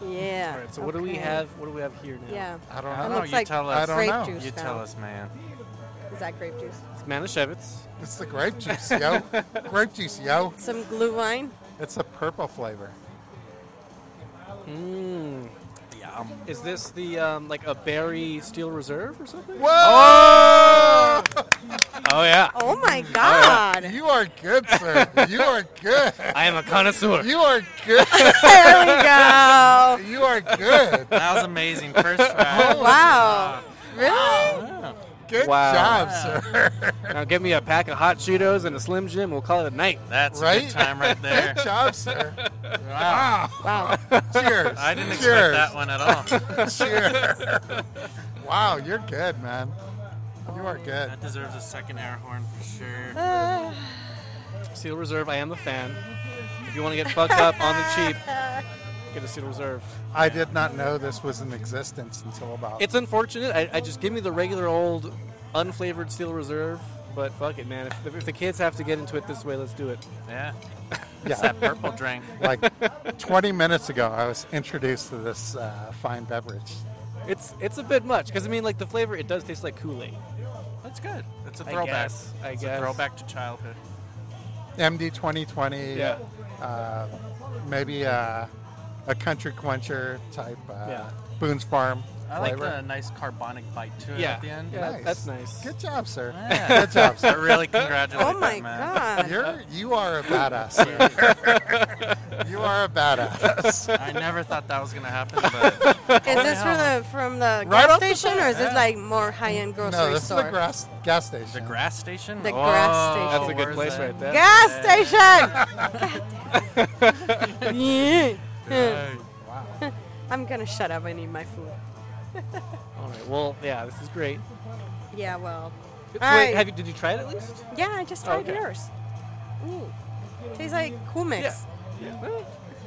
[SPEAKER 1] Yeah.
[SPEAKER 4] All right. So what do we
[SPEAKER 1] Okay.
[SPEAKER 4] have? What do we have here now?
[SPEAKER 1] Yeah.
[SPEAKER 3] I don't
[SPEAKER 2] I
[SPEAKER 1] It
[SPEAKER 2] don't
[SPEAKER 3] know.
[SPEAKER 2] know.
[SPEAKER 1] looks
[SPEAKER 2] You
[SPEAKER 1] like
[SPEAKER 2] tell us.
[SPEAKER 3] I don't
[SPEAKER 1] grape
[SPEAKER 3] know.
[SPEAKER 1] juice.
[SPEAKER 2] You
[SPEAKER 1] now.
[SPEAKER 2] tell us, man.
[SPEAKER 1] Is that grape juice?
[SPEAKER 4] It's Manischewitz.
[SPEAKER 3] It's the grape juice, yo. grape juice, yo.
[SPEAKER 1] Some glue wine.
[SPEAKER 3] It's a purple flavor.
[SPEAKER 4] Mmm. Is this the um, like a berry steel reserve or something?
[SPEAKER 3] Whoa!
[SPEAKER 4] Oh yeah,
[SPEAKER 1] Oh my God!
[SPEAKER 3] You are good, sir. You are good.
[SPEAKER 4] I am a connoisseur.
[SPEAKER 3] You are good.
[SPEAKER 1] There we go.
[SPEAKER 3] You are good.
[SPEAKER 2] That was amazing. First round.
[SPEAKER 1] Wow. Really?
[SPEAKER 2] Oh, Yeah.
[SPEAKER 3] Good
[SPEAKER 4] Wow.
[SPEAKER 3] job, sir.
[SPEAKER 4] Now give me a pack of hot Cheetos and a Slim Jim. We'll call it a night.
[SPEAKER 2] That's a
[SPEAKER 3] Right?
[SPEAKER 2] good time right there.
[SPEAKER 3] Good job, sir. Wow.
[SPEAKER 1] Wow.
[SPEAKER 3] Cheers.
[SPEAKER 2] I didn't expect
[SPEAKER 3] Cheers.
[SPEAKER 2] that one at all.
[SPEAKER 3] Cheers. wow, you're good, man. You are good.
[SPEAKER 2] That deserves a second air horn for sure.
[SPEAKER 1] Uh,
[SPEAKER 4] Steel Reserve. I am a fan. If you want to get fucked up on the cheap, get a Steel Reserve.
[SPEAKER 3] I did not know this was in existence until about.
[SPEAKER 4] It's unfortunate. I, I just give me the regular old, unflavored Steel Reserve. But fuck it, man. If, if the kids have to get into it this way, let's do it.
[SPEAKER 2] Yeah.
[SPEAKER 3] yeah,
[SPEAKER 2] Purple drink.
[SPEAKER 3] like 20 minutes ago, I was introduced to this uh, fine beverage.
[SPEAKER 4] It's it's a bit much because I mean, like the flavor, it does taste like Kool Aid.
[SPEAKER 2] That's good. It's a
[SPEAKER 4] I
[SPEAKER 2] throwback.
[SPEAKER 4] guess, I
[SPEAKER 2] it's
[SPEAKER 4] guess.
[SPEAKER 2] a throwback to childhood.
[SPEAKER 3] MD 2020. Uh, maybe uh, a country quencher type. Uh,
[SPEAKER 4] Yeah.
[SPEAKER 3] Boone's Farm
[SPEAKER 2] I like
[SPEAKER 3] flavor.
[SPEAKER 2] the nice carbonic bite to it
[SPEAKER 4] Yeah.
[SPEAKER 2] at the end.
[SPEAKER 4] Yeah. that's nice.
[SPEAKER 3] Good job, sir.
[SPEAKER 2] Yeah.
[SPEAKER 3] Good job,
[SPEAKER 2] I
[SPEAKER 3] sir.
[SPEAKER 2] really congratulate
[SPEAKER 1] oh my
[SPEAKER 2] that man.
[SPEAKER 1] God.
[SPEAKER 3] You're you are a badass. Sir. you are a badass.
[SPEAKER 2] I never thought that was gonna happen, but
[SPEAKER 1] Is this from the from the
[SPEAKER 3] Right
[SPEAKER 1] gas
[SPEAKER 3] off the
[SPEAKER 1] station, or is this
[SPEAKER 2] bat.
[SPEAKER 1] like more high-end grocery
[SPEAKER 3] no, this
[SPEAKER 1] store?
[SPEAKER 3] is the grass gas station.
[SPEAKER 2] the grass station. Oh,
[SPEAKER 1] The grass station.
[SPEAKER 4] That's a
[SPEAKER 2] where
[SPEAKER 4] good
[SPEAKER 2] is
[SPEAKER 4] place
[SPEAKER 2] that?
[SPEAKER 4] right there.
[SPEAKER 1] Gas station. God damn. Yeah.
[SPEAKER 2] Right.
[SPEAKER 3] Wow.
[SPEAKER 1] I'm gonna shut up. I need my food.
[SPEAKER 4] All right. Well, yeah, this is great.
[SPEAKER 1] Yeah. Well.
[SPEAKER 4] Wait,
[SPEAKER 1] right.
[SPEAKER 4] have you? Did you try it at least?
[SPEAKER 1] Yeah. I just tried
[SPEAKER 4] Okay.
[SPEAKER 1] yours. Ooh. Tastes like cool mix.
[SPEAKER 4] Yeah.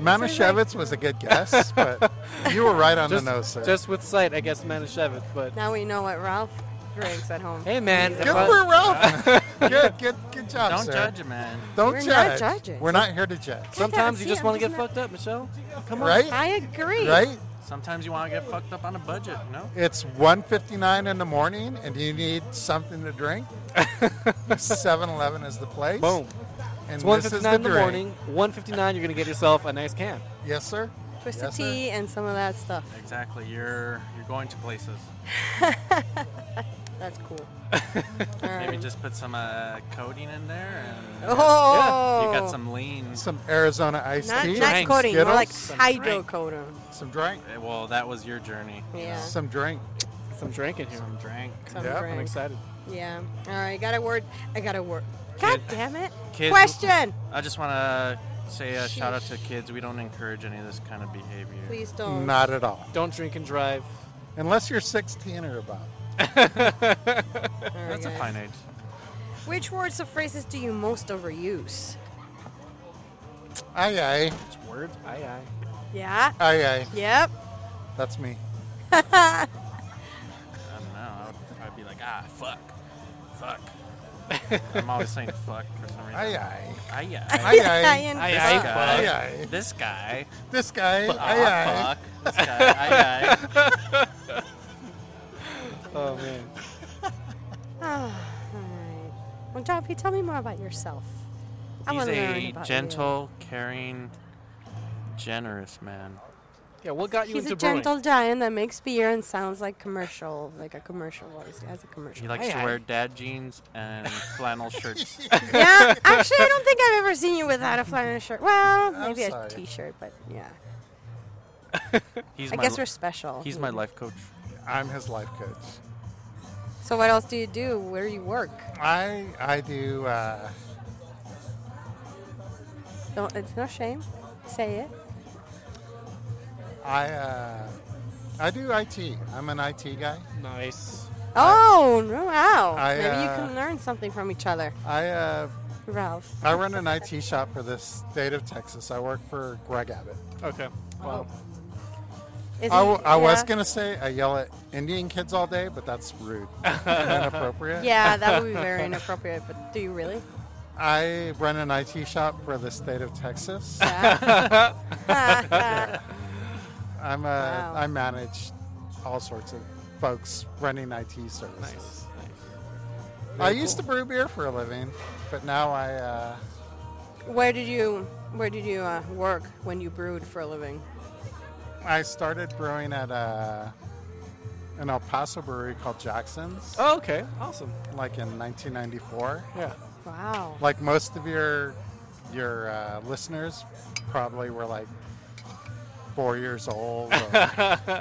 [SPEAKER 3] Manischewitz was a good guess, but you were right on
[SPEAKER 4] Just,
[SPEAKER 3] the nose, sir.
[SPEAKER 4] just with sight, I guess Manischewitz. But
[SPEAKER 1] Now we know what Ralph drinks at home.
[SPEAKER 4] hey, man,
[SPEAKER 3] good
[SPEAKER 4] if I-
[SPEAKER 3] for Ralph. good, good, good job,
[SPEAKER 2] Don't
[SPEAKER 3] sir.
[SPEAKER 2] judge it, man.
[SPEAKER 3] Don't
[SPEAKER 1] We're not
[SPEAKER 3] judge.
[SPEAKER 1] judges.
[SPEAKER 3] We're not here to judge,
[SPEAKER 4] sometimes you
[SPEAKER 1] See,
[SPEAKER 4] just
[SPEAKER 1] I'm
[SPEAKER 4] want to
[SPEAKER 1] just
[SPEAKER 4] get
[SPEAKER 1] not-
[SPEAKER 4] fucked up, Michelle. Come on.
[SPEAKER 3] right?
[SPEAKER 1] I agree.
[SPEAKER 3] Right?
[SPEAKER 2] Sometimes you want to get fucked up on a budget, you know?
[SPEAKER 3] It's 1.59 in the morning, and you need something to drink. 7-Eleven is the place.
[SPEAKER 4] Boom.
[SPEAKER 3] And
[SPEAKER 4] It's
[SPEAKER 3] this is
[SPEAKER 4] 1:59 in the
[SPEAKER 3] drink.
[SPEAKER 4] morning. 1:59, you're gonna get yourself a nice can.
[SPEAKER 3] Yes, sir.
[SPEAKER 1] Twisted
[SPEAKER 3] yes, sir.
[SPEAKER 1] tea and some of that stuff.
[SPEAKER 2] Exactly. You're you're going to places.
[SPEAKER 1] That's cool.
[SPEAKER 2] Maybe
[SPEAKER 1] Alright.
[SPEAKER 2] just put some uh, coating in there, and
[SPEAKER 1] Oh.
[SPEAKER 2] you got some lean.
[SPEAKER 3] Some Arizona iced
[SPEAKER 1] Not,
[SPEAKER 3] tea.
[SPEAKER 1] not
[SPEAKER 4] Drinks,
[SPEAKER 1] coating, more like
[SPEAKER 3] Skittles,
[SPEAKER 1] hydrocodone.
[SPEAKER 3] Some drink.
[SPEAKER 2] Eh, Well, that was your journey.
[SPEAKER 1] Yeah.
[SPEAKER 3] Some drink.
[SPEAKER 4] Some drinking here.
[SPEAKER 2] Some drink.
[SPEAKER 1] Some
[SPEAKER 3] Yeah, I'm
[SPEAKER 4] I'm
[SPEAKER 1] drink.
[SPEAKER 4] excited.
[SPEAKER 1] Yeah. All right. Got a word. I got a word. God
[SPEAKER 2] Kid-
[SPEAKER 1] damn it.
[SPEAKER 2] kids-
[SPEAKER 1] Question.
[SPEAKER 2] I just want to say a shout out to kids. We don't encourage any of this kind of behavior.
[SPEAKER 1] Please don't.
[SPEAKER 3] Not at all.
[SPEAKER 4] Don't drink and drive.
[SPEAKER 3] Unless you're 16 or above.
[SPEAKER 1] All right,
[SPEAKER 2] That's a
[SPEAKER 1] guys.
[SPEAKER 2] fine age.
[SPEAKER 1] Which words or phrases do you most overuse?
[SPEAKER 3] Aye, aye.
[SPEAKER 4] It's words. Aye aye.
[SPEAKER 1] Yeah.
[SPEAKER 3] Aye, aye.
[SPEAKER 1] Yep.
[SPEAKER 3] That's me.
[SPEAKER 2] I don't know. I would probably be like, ah, fuck, fuck. I'm always saying fuck for some reason.
[SPEAKER 3] Aye, aye.
[SPEAKER 2] Aye,
[SPEAKER 3] Aye,
[SPEAKER 2] aye.
[SPEAKER 3] aye.
[SPEAKER 1] Ian
[SPEAKER 4] Aye,
[SPEAKER 1] Fisher.
[SPEAKER 2] aye,
[SPEAKER 4] fuck.
[SPEAKER 3] Aye,
[SPEAKER 2] fuck.
[SPEAKER 3] aye.
[SPEAKER 2] This guy.
[SPEAKER 3] This guy.
[SPEAKER 2] Ah,
[SPEAKER 3] Aye, aye.
[SPEAKER 2] fuck. This guy. Aye, aye.
[SPEAKER 4] Oh man.
[SPEAKER 1] Ah, all right. Well, Joppy, tell me more about yourself. I
[SPEAKER 2] He's
[SPEAKER 1] want to learn
[SPEAKER 2] a
[SPEAKER 1] about
[SPEAKER 2] gentle, caring, generous man.
[SPEAKER 4] Yeah. What got
[SPEAKER 1] You.
[SPEAKER 4] you
[SPEAKER 1] He's a
[SPEAKER 4] into brewing?
[SPEAKER 1] gentle giant that makes beer and sounds like commercial, like a commercial voice. He has a commercial.
[SPEAKER 2] He likes
[SPEAKER 4] Aye,
[SPEAKER 2] to
[SPEAKER 4] aye.
[SPEAKER 2] wear dad jeans and flannel shirts.
[SPEAKER 1] yeah, actually, I don't think I've ever seen you without a flannel shirt. Well,
[SPEAKER 3] I'm
[SPEAKER 1] maybe a
[SPEAKER 3] sorry.
[SPEAKER 1] t-shirt, but yeah.
[SPEAKER 2] He's
[SPEAKER 1] I
[SPEAKER 2] my
[SPEAKER 1] guess
[SPEAKER 2] li-
[SPEAKER 1] we're special.
[SPEAKER 2] he's my life coach.
[SPEAKER 3] I'm his life coach.
[SPEAKER 1] So what else do you do? Where do you work?
[SPEAKER 3] I I do. Uh,
[SPEAKER 1] Don't, it's no shame. Say it.
[SPEAKER 3] I uh, I do IT. I'm an IT guy.
[SPEAKER 4] Nice.
[SPEAKER 1] Oh, no, wow.
[SPEAKER 3] I,
[SPEAKER 1] Maybe you
[SPEAKER 3] uh,
[SPEAKER 1] can learn something from each other.
[SPEAKER 3] I uh,
[SPEAKER 1] Ralph.
[SPEAKER 3] I run an IT shop for the state of Texas. I work for Greg Abbott.
[SPEAKER 4] Okay. Wow.
[SPEAKER 1] Is
[SPEAKER 3] I,
[SPEAKER 1] he-
[SPEAKER 3] w- I was
[SPEAKER 1] yeah.
[SPEAKER 3] gonna say I yell at Indian kids all day, but that's rude, and inappropriate.
[SPEAKER 1] Yeah, that would be very inappropriate, but do you really?
[SPEAKER 3] I run an IT shop for the state of Texas.
[SPEAKER 1] Yeah.
[SPEAKER 3] I'm a
[SPEAKER 1] Wow.
[SPEAKER 3] I manage all sorts of folks running IT services.
[SPEAKER 4] Nice. Nice.
[SPEAKER 3] I used to brew beer for a living, but now I uh,
[SPEAKER 1] Where did you Where did you uh, work when you brewed for a living?
[SPEAKER 3] I started brewing at a, an El Paso brewery called Jackson's,
[SPEAKER 4] Oh, okay. Awesome.
[SPEAKER 3] like in 1994.
[SPEAKER 4] Yeah.
[SPEAKER 1] Wow.
[SPEAKER 3] Like most of your your uh, listeners, probably were like four years old or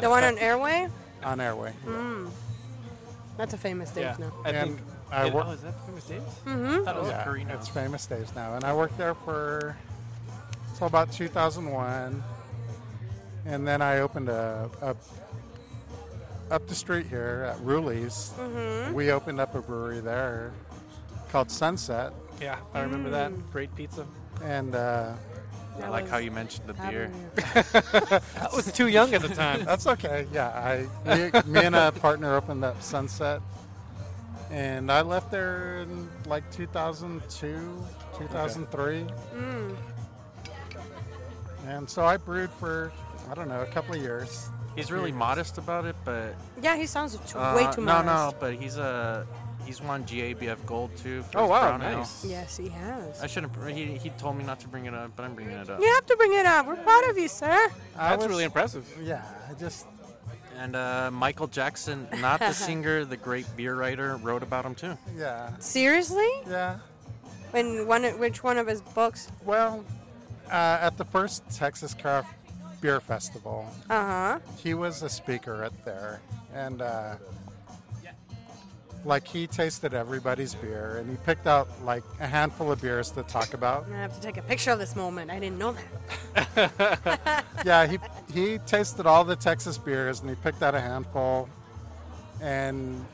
[SPEAKER 1] The one on Airway?
[SPEAKER 3] on airway.
[SPEAKER 1] That's a famous
[SPEAKER 4] yeah.
[SPEAKER 1] Dave Mm-hmm. now.
[SPEAKER 4] I
[SPEAKER 3] and
[SPEAKER 4] think.
[SPEAKER 3] I
[SPEAKER 4] it-
[SPEAKER 3] worked.
[SPEAKER 4] oh, is that famous Davis?
[SPEAKER 2] I thought it
[SPEAKER 4] Oh,
[SPEAKER 2] was
[SPEAKER 3] yeah,
[SPEAKER 2] Carino.
[SPEAKER 3] it's famous days now. And I worked there for till about 2001, and then I opened a, a up the street here at Ruley's. We opened up a brewery there called Sunset,
[SPEAKER 4] Yeah, I remember
[SPEAKER 1] Mm.
[SPEAKER 4] that. Great pizza.
[SPEAKER 3] and uh,
[SPEAKER 2] I
[SPEAKER 1] That
[SPEAKER 2] like how
[SPEAKER 1] was
[SPEAKER 2] you mentioned the beer.
[SPEAKER 1] Avenue.
[SPEAKER 4] I was too young at the time.
[SPEAKER 3] that's okay. Yeah, I me, me and a partner opened up Sunset, and I left there in like 2002, 2003.
[SPEAKER 4] Mm.
[SPEAKER 3] And so I brewed for I don't know a couple of years.
[SPEAKER 2] He's really modest about it, but
[SPEAKER 1] Yeah, he sounds too,
[SPEAKER 2] uh,
[SPEAKER 1] way too
[SPEAKER 2] no,
[SPEAKER 1] modest.
[SPEAKER 2] no. But he's a he's won GABF Gold too. For
[SPEAKER 4] Oh,
[SPEAKER 2] his
[SPEAKER 4] wow,
[SPEAKER 2] brown ale.
[SPEAKER 4] nice.
[SPEAKER 1] Yes, he has.
[SPEAKER 2] I shouldn't. br- He, he told me not to bring it up, but I'm bringing it up.
[SPEAKER 1] you have to bring it up. We're proud of you, sir.
[SPEAKER 3] I
[SPEAKER 4] That's
[SPEAKER 3] was-
[SPEAKER 4] really impressive.
[SPEAKER 3] Yeah, I just
[SPEAKER 2] And uh, Michael Jackson, not the singer, the great beer writer, wrote about him too.
[SPEAKER 3] yeah
[SPEAKER 1] Seriously?
[SPEAKER 3] yeah.
[SPEAKER 1] In one, of- which one of his books?
[SPEAKER 3] Well, uh, at the first Texas Craft Beer Festival,
[SPEAKER 1] Uh huh.
[SPEAKER 3] he was a speaker at there, and uh, like he tasted everybody's beer, and he picked out like a handful of beers to talk about.
[SPEAKER 1] I'm gonna have to take a picture of this moment. I didn't know that.
[SPEAKER 3] yeah, he he tasted all the Texas beers, and he picked out a handful, and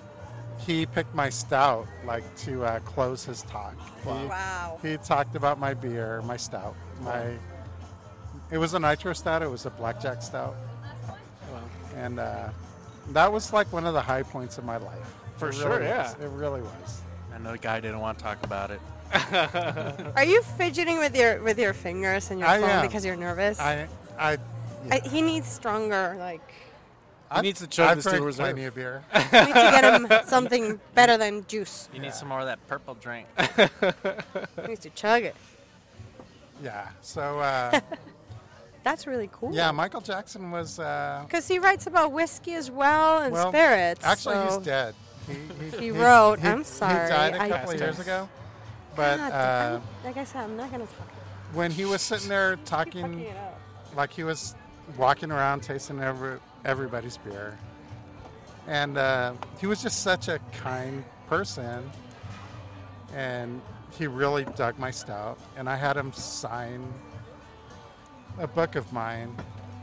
[SPEAKER 3] he picked my stout like to uh, close his talk. He-
[SPEAKER 1] Wow.
[SPEAKER 3] He talked about my beer, my stout, my. It was a nitro stout. It was a blackjack stout,
[SPEAKER 4] Wow.
[SPEAKER 3] and uh, that was like one of the high points of my life.
[SPEAKER 4] For
[SPEAKER 3] It really
[SPEAKER 4] sure, yeah.
[SPEAKER 3] was. it really was.
[SPEAKER 2] I know the guy didn't want to talk about it.
[SPEAKER 1] Are you fidgeting with your with your fingers and your
[SPEAKER 3] I
[SPEAKER 1] phone
[SPEAKER 3] am.
[SPEAKER 1] because you're nervous?
[SPEAKER 3] I, I,
[SPEAKER 1] I, he needs stronger. Like
[SPEAKER 3] I
[SPEAKER 4] needs to chug
[SPEAKER 3] I
[SPEAKER 4] this to
[SPEAKER 3] drank
[SPEAKER 4] a reserve.
[SPEAKER 3] plenty of beer.
[SPEAKER 1] we need to get him something better than juice.
[SPEAKER 2] You need some more of that purple drink.
[SPEAKER 1] He needs to chug it.
[SPEAKER 3] yeah. So, uh,
[SPEAKER 1] That's really cool.
[SPEAKER 3] yeah, Michael Jackson was. Uh,
[SPEAKER 1] Because he writes about whiskey as well and
[SPEAKER 3] well,
[SPEAKER 1] spirits.
[SPEAKER 3] Actually,
[SPEAKER 1] so.
[SPEAKER 3] he's dead. He, he,
[SPEAKER 1] He wrote,
[SPEAKER 3] he-
[SPEAKER 1] "I'm
[SPEAKER 3] He
[SPEAKER 1] sorry,
[SPEAKER 3] died a
[SPEAKER 1] I-
[SPEAKER 3] couple of years ago. But
[SPEAKER 1] God,
[SPEAKER 3] uh,
[SPEAKER 1] I'm- like I said, I'm not gonna talk.
[SPEAKER 3] when he was sitting there
[SPEAKER 1] Keep fucking
[SPEAKER 3] talking
[SPEAKER 1] it up.
[SPEAKER 3] like he was walking around tasting every, everybody's beer and uh, he was just such a kind person and he really dug my stout and i had him sign a book of mine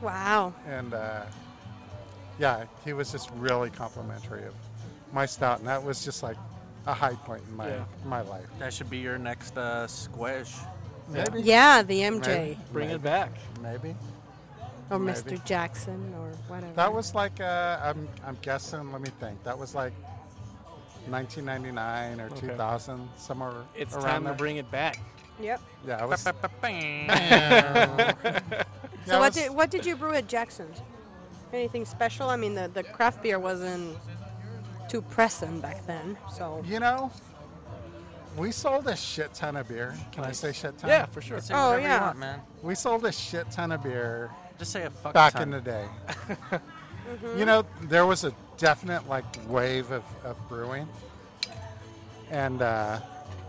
[SPEAKER 1] Wow.
[SPEAKER 3] and uh, yeah he was just really complimentary of my stout and that was just like a high point in my
[SPEAKER 4] Yeah.
[SPEAKER 3] my life
[SPEAKER 2] That should be your next uh, squish.
[SPEAKER 3] maybe
[SPEAKER 1] Yeah, the MJ
[SPEAKER 4] Bring it back.
[SPEAKER 3] maybe
[SPEAKER 1] or
[SPEAKER 3] Maybe.
[SPEAKER 1] Mr. Jackson or whatever.
[SPEAKER 3] That was like uh, I'm I'm guessing. Let me think. That was like 1999 or
[SPEAKER 4] Okay.
[SPEAKER 3] 2000, somewhere
[SPEAKER 4] It's
[SPEAKER 3] around
[SPEAKER 4] time
[SPEAKER 3] there.
[SPEAKER 4] to bring it back.
[SPEAKER 1] Yep.
[SPEAKER 3] yeah, it was.
[SPEAKER 1] So what did what did you brew at Jackson's? Anything special? I mean, the, the craft beer wasn't too pressing back then. So
[SPEAKER 3] you know? We sold a shit ton of beer. Can I say shit ton?
[SPEAKER 4] Yeah, for sure.
[SPEAKER 2] Say
[SPEAKER 1] Oh,
[SPEAKER 2] whatever
[SPEAKER 1] yeah.
[SPEAKER 2] you want, man.
[SPEAKER 3] We sold a shit ton of beer
[SPEAKER 2] Just say a fuck
[SPEAKER 3] back
[SPEAKER 2] ton.
[SPEAKER 3] in the day.
[SPEAKER 1] Mm-hmm.
[SPEAKER 3] You know, there was a definite like wave of, of brewing, and uh,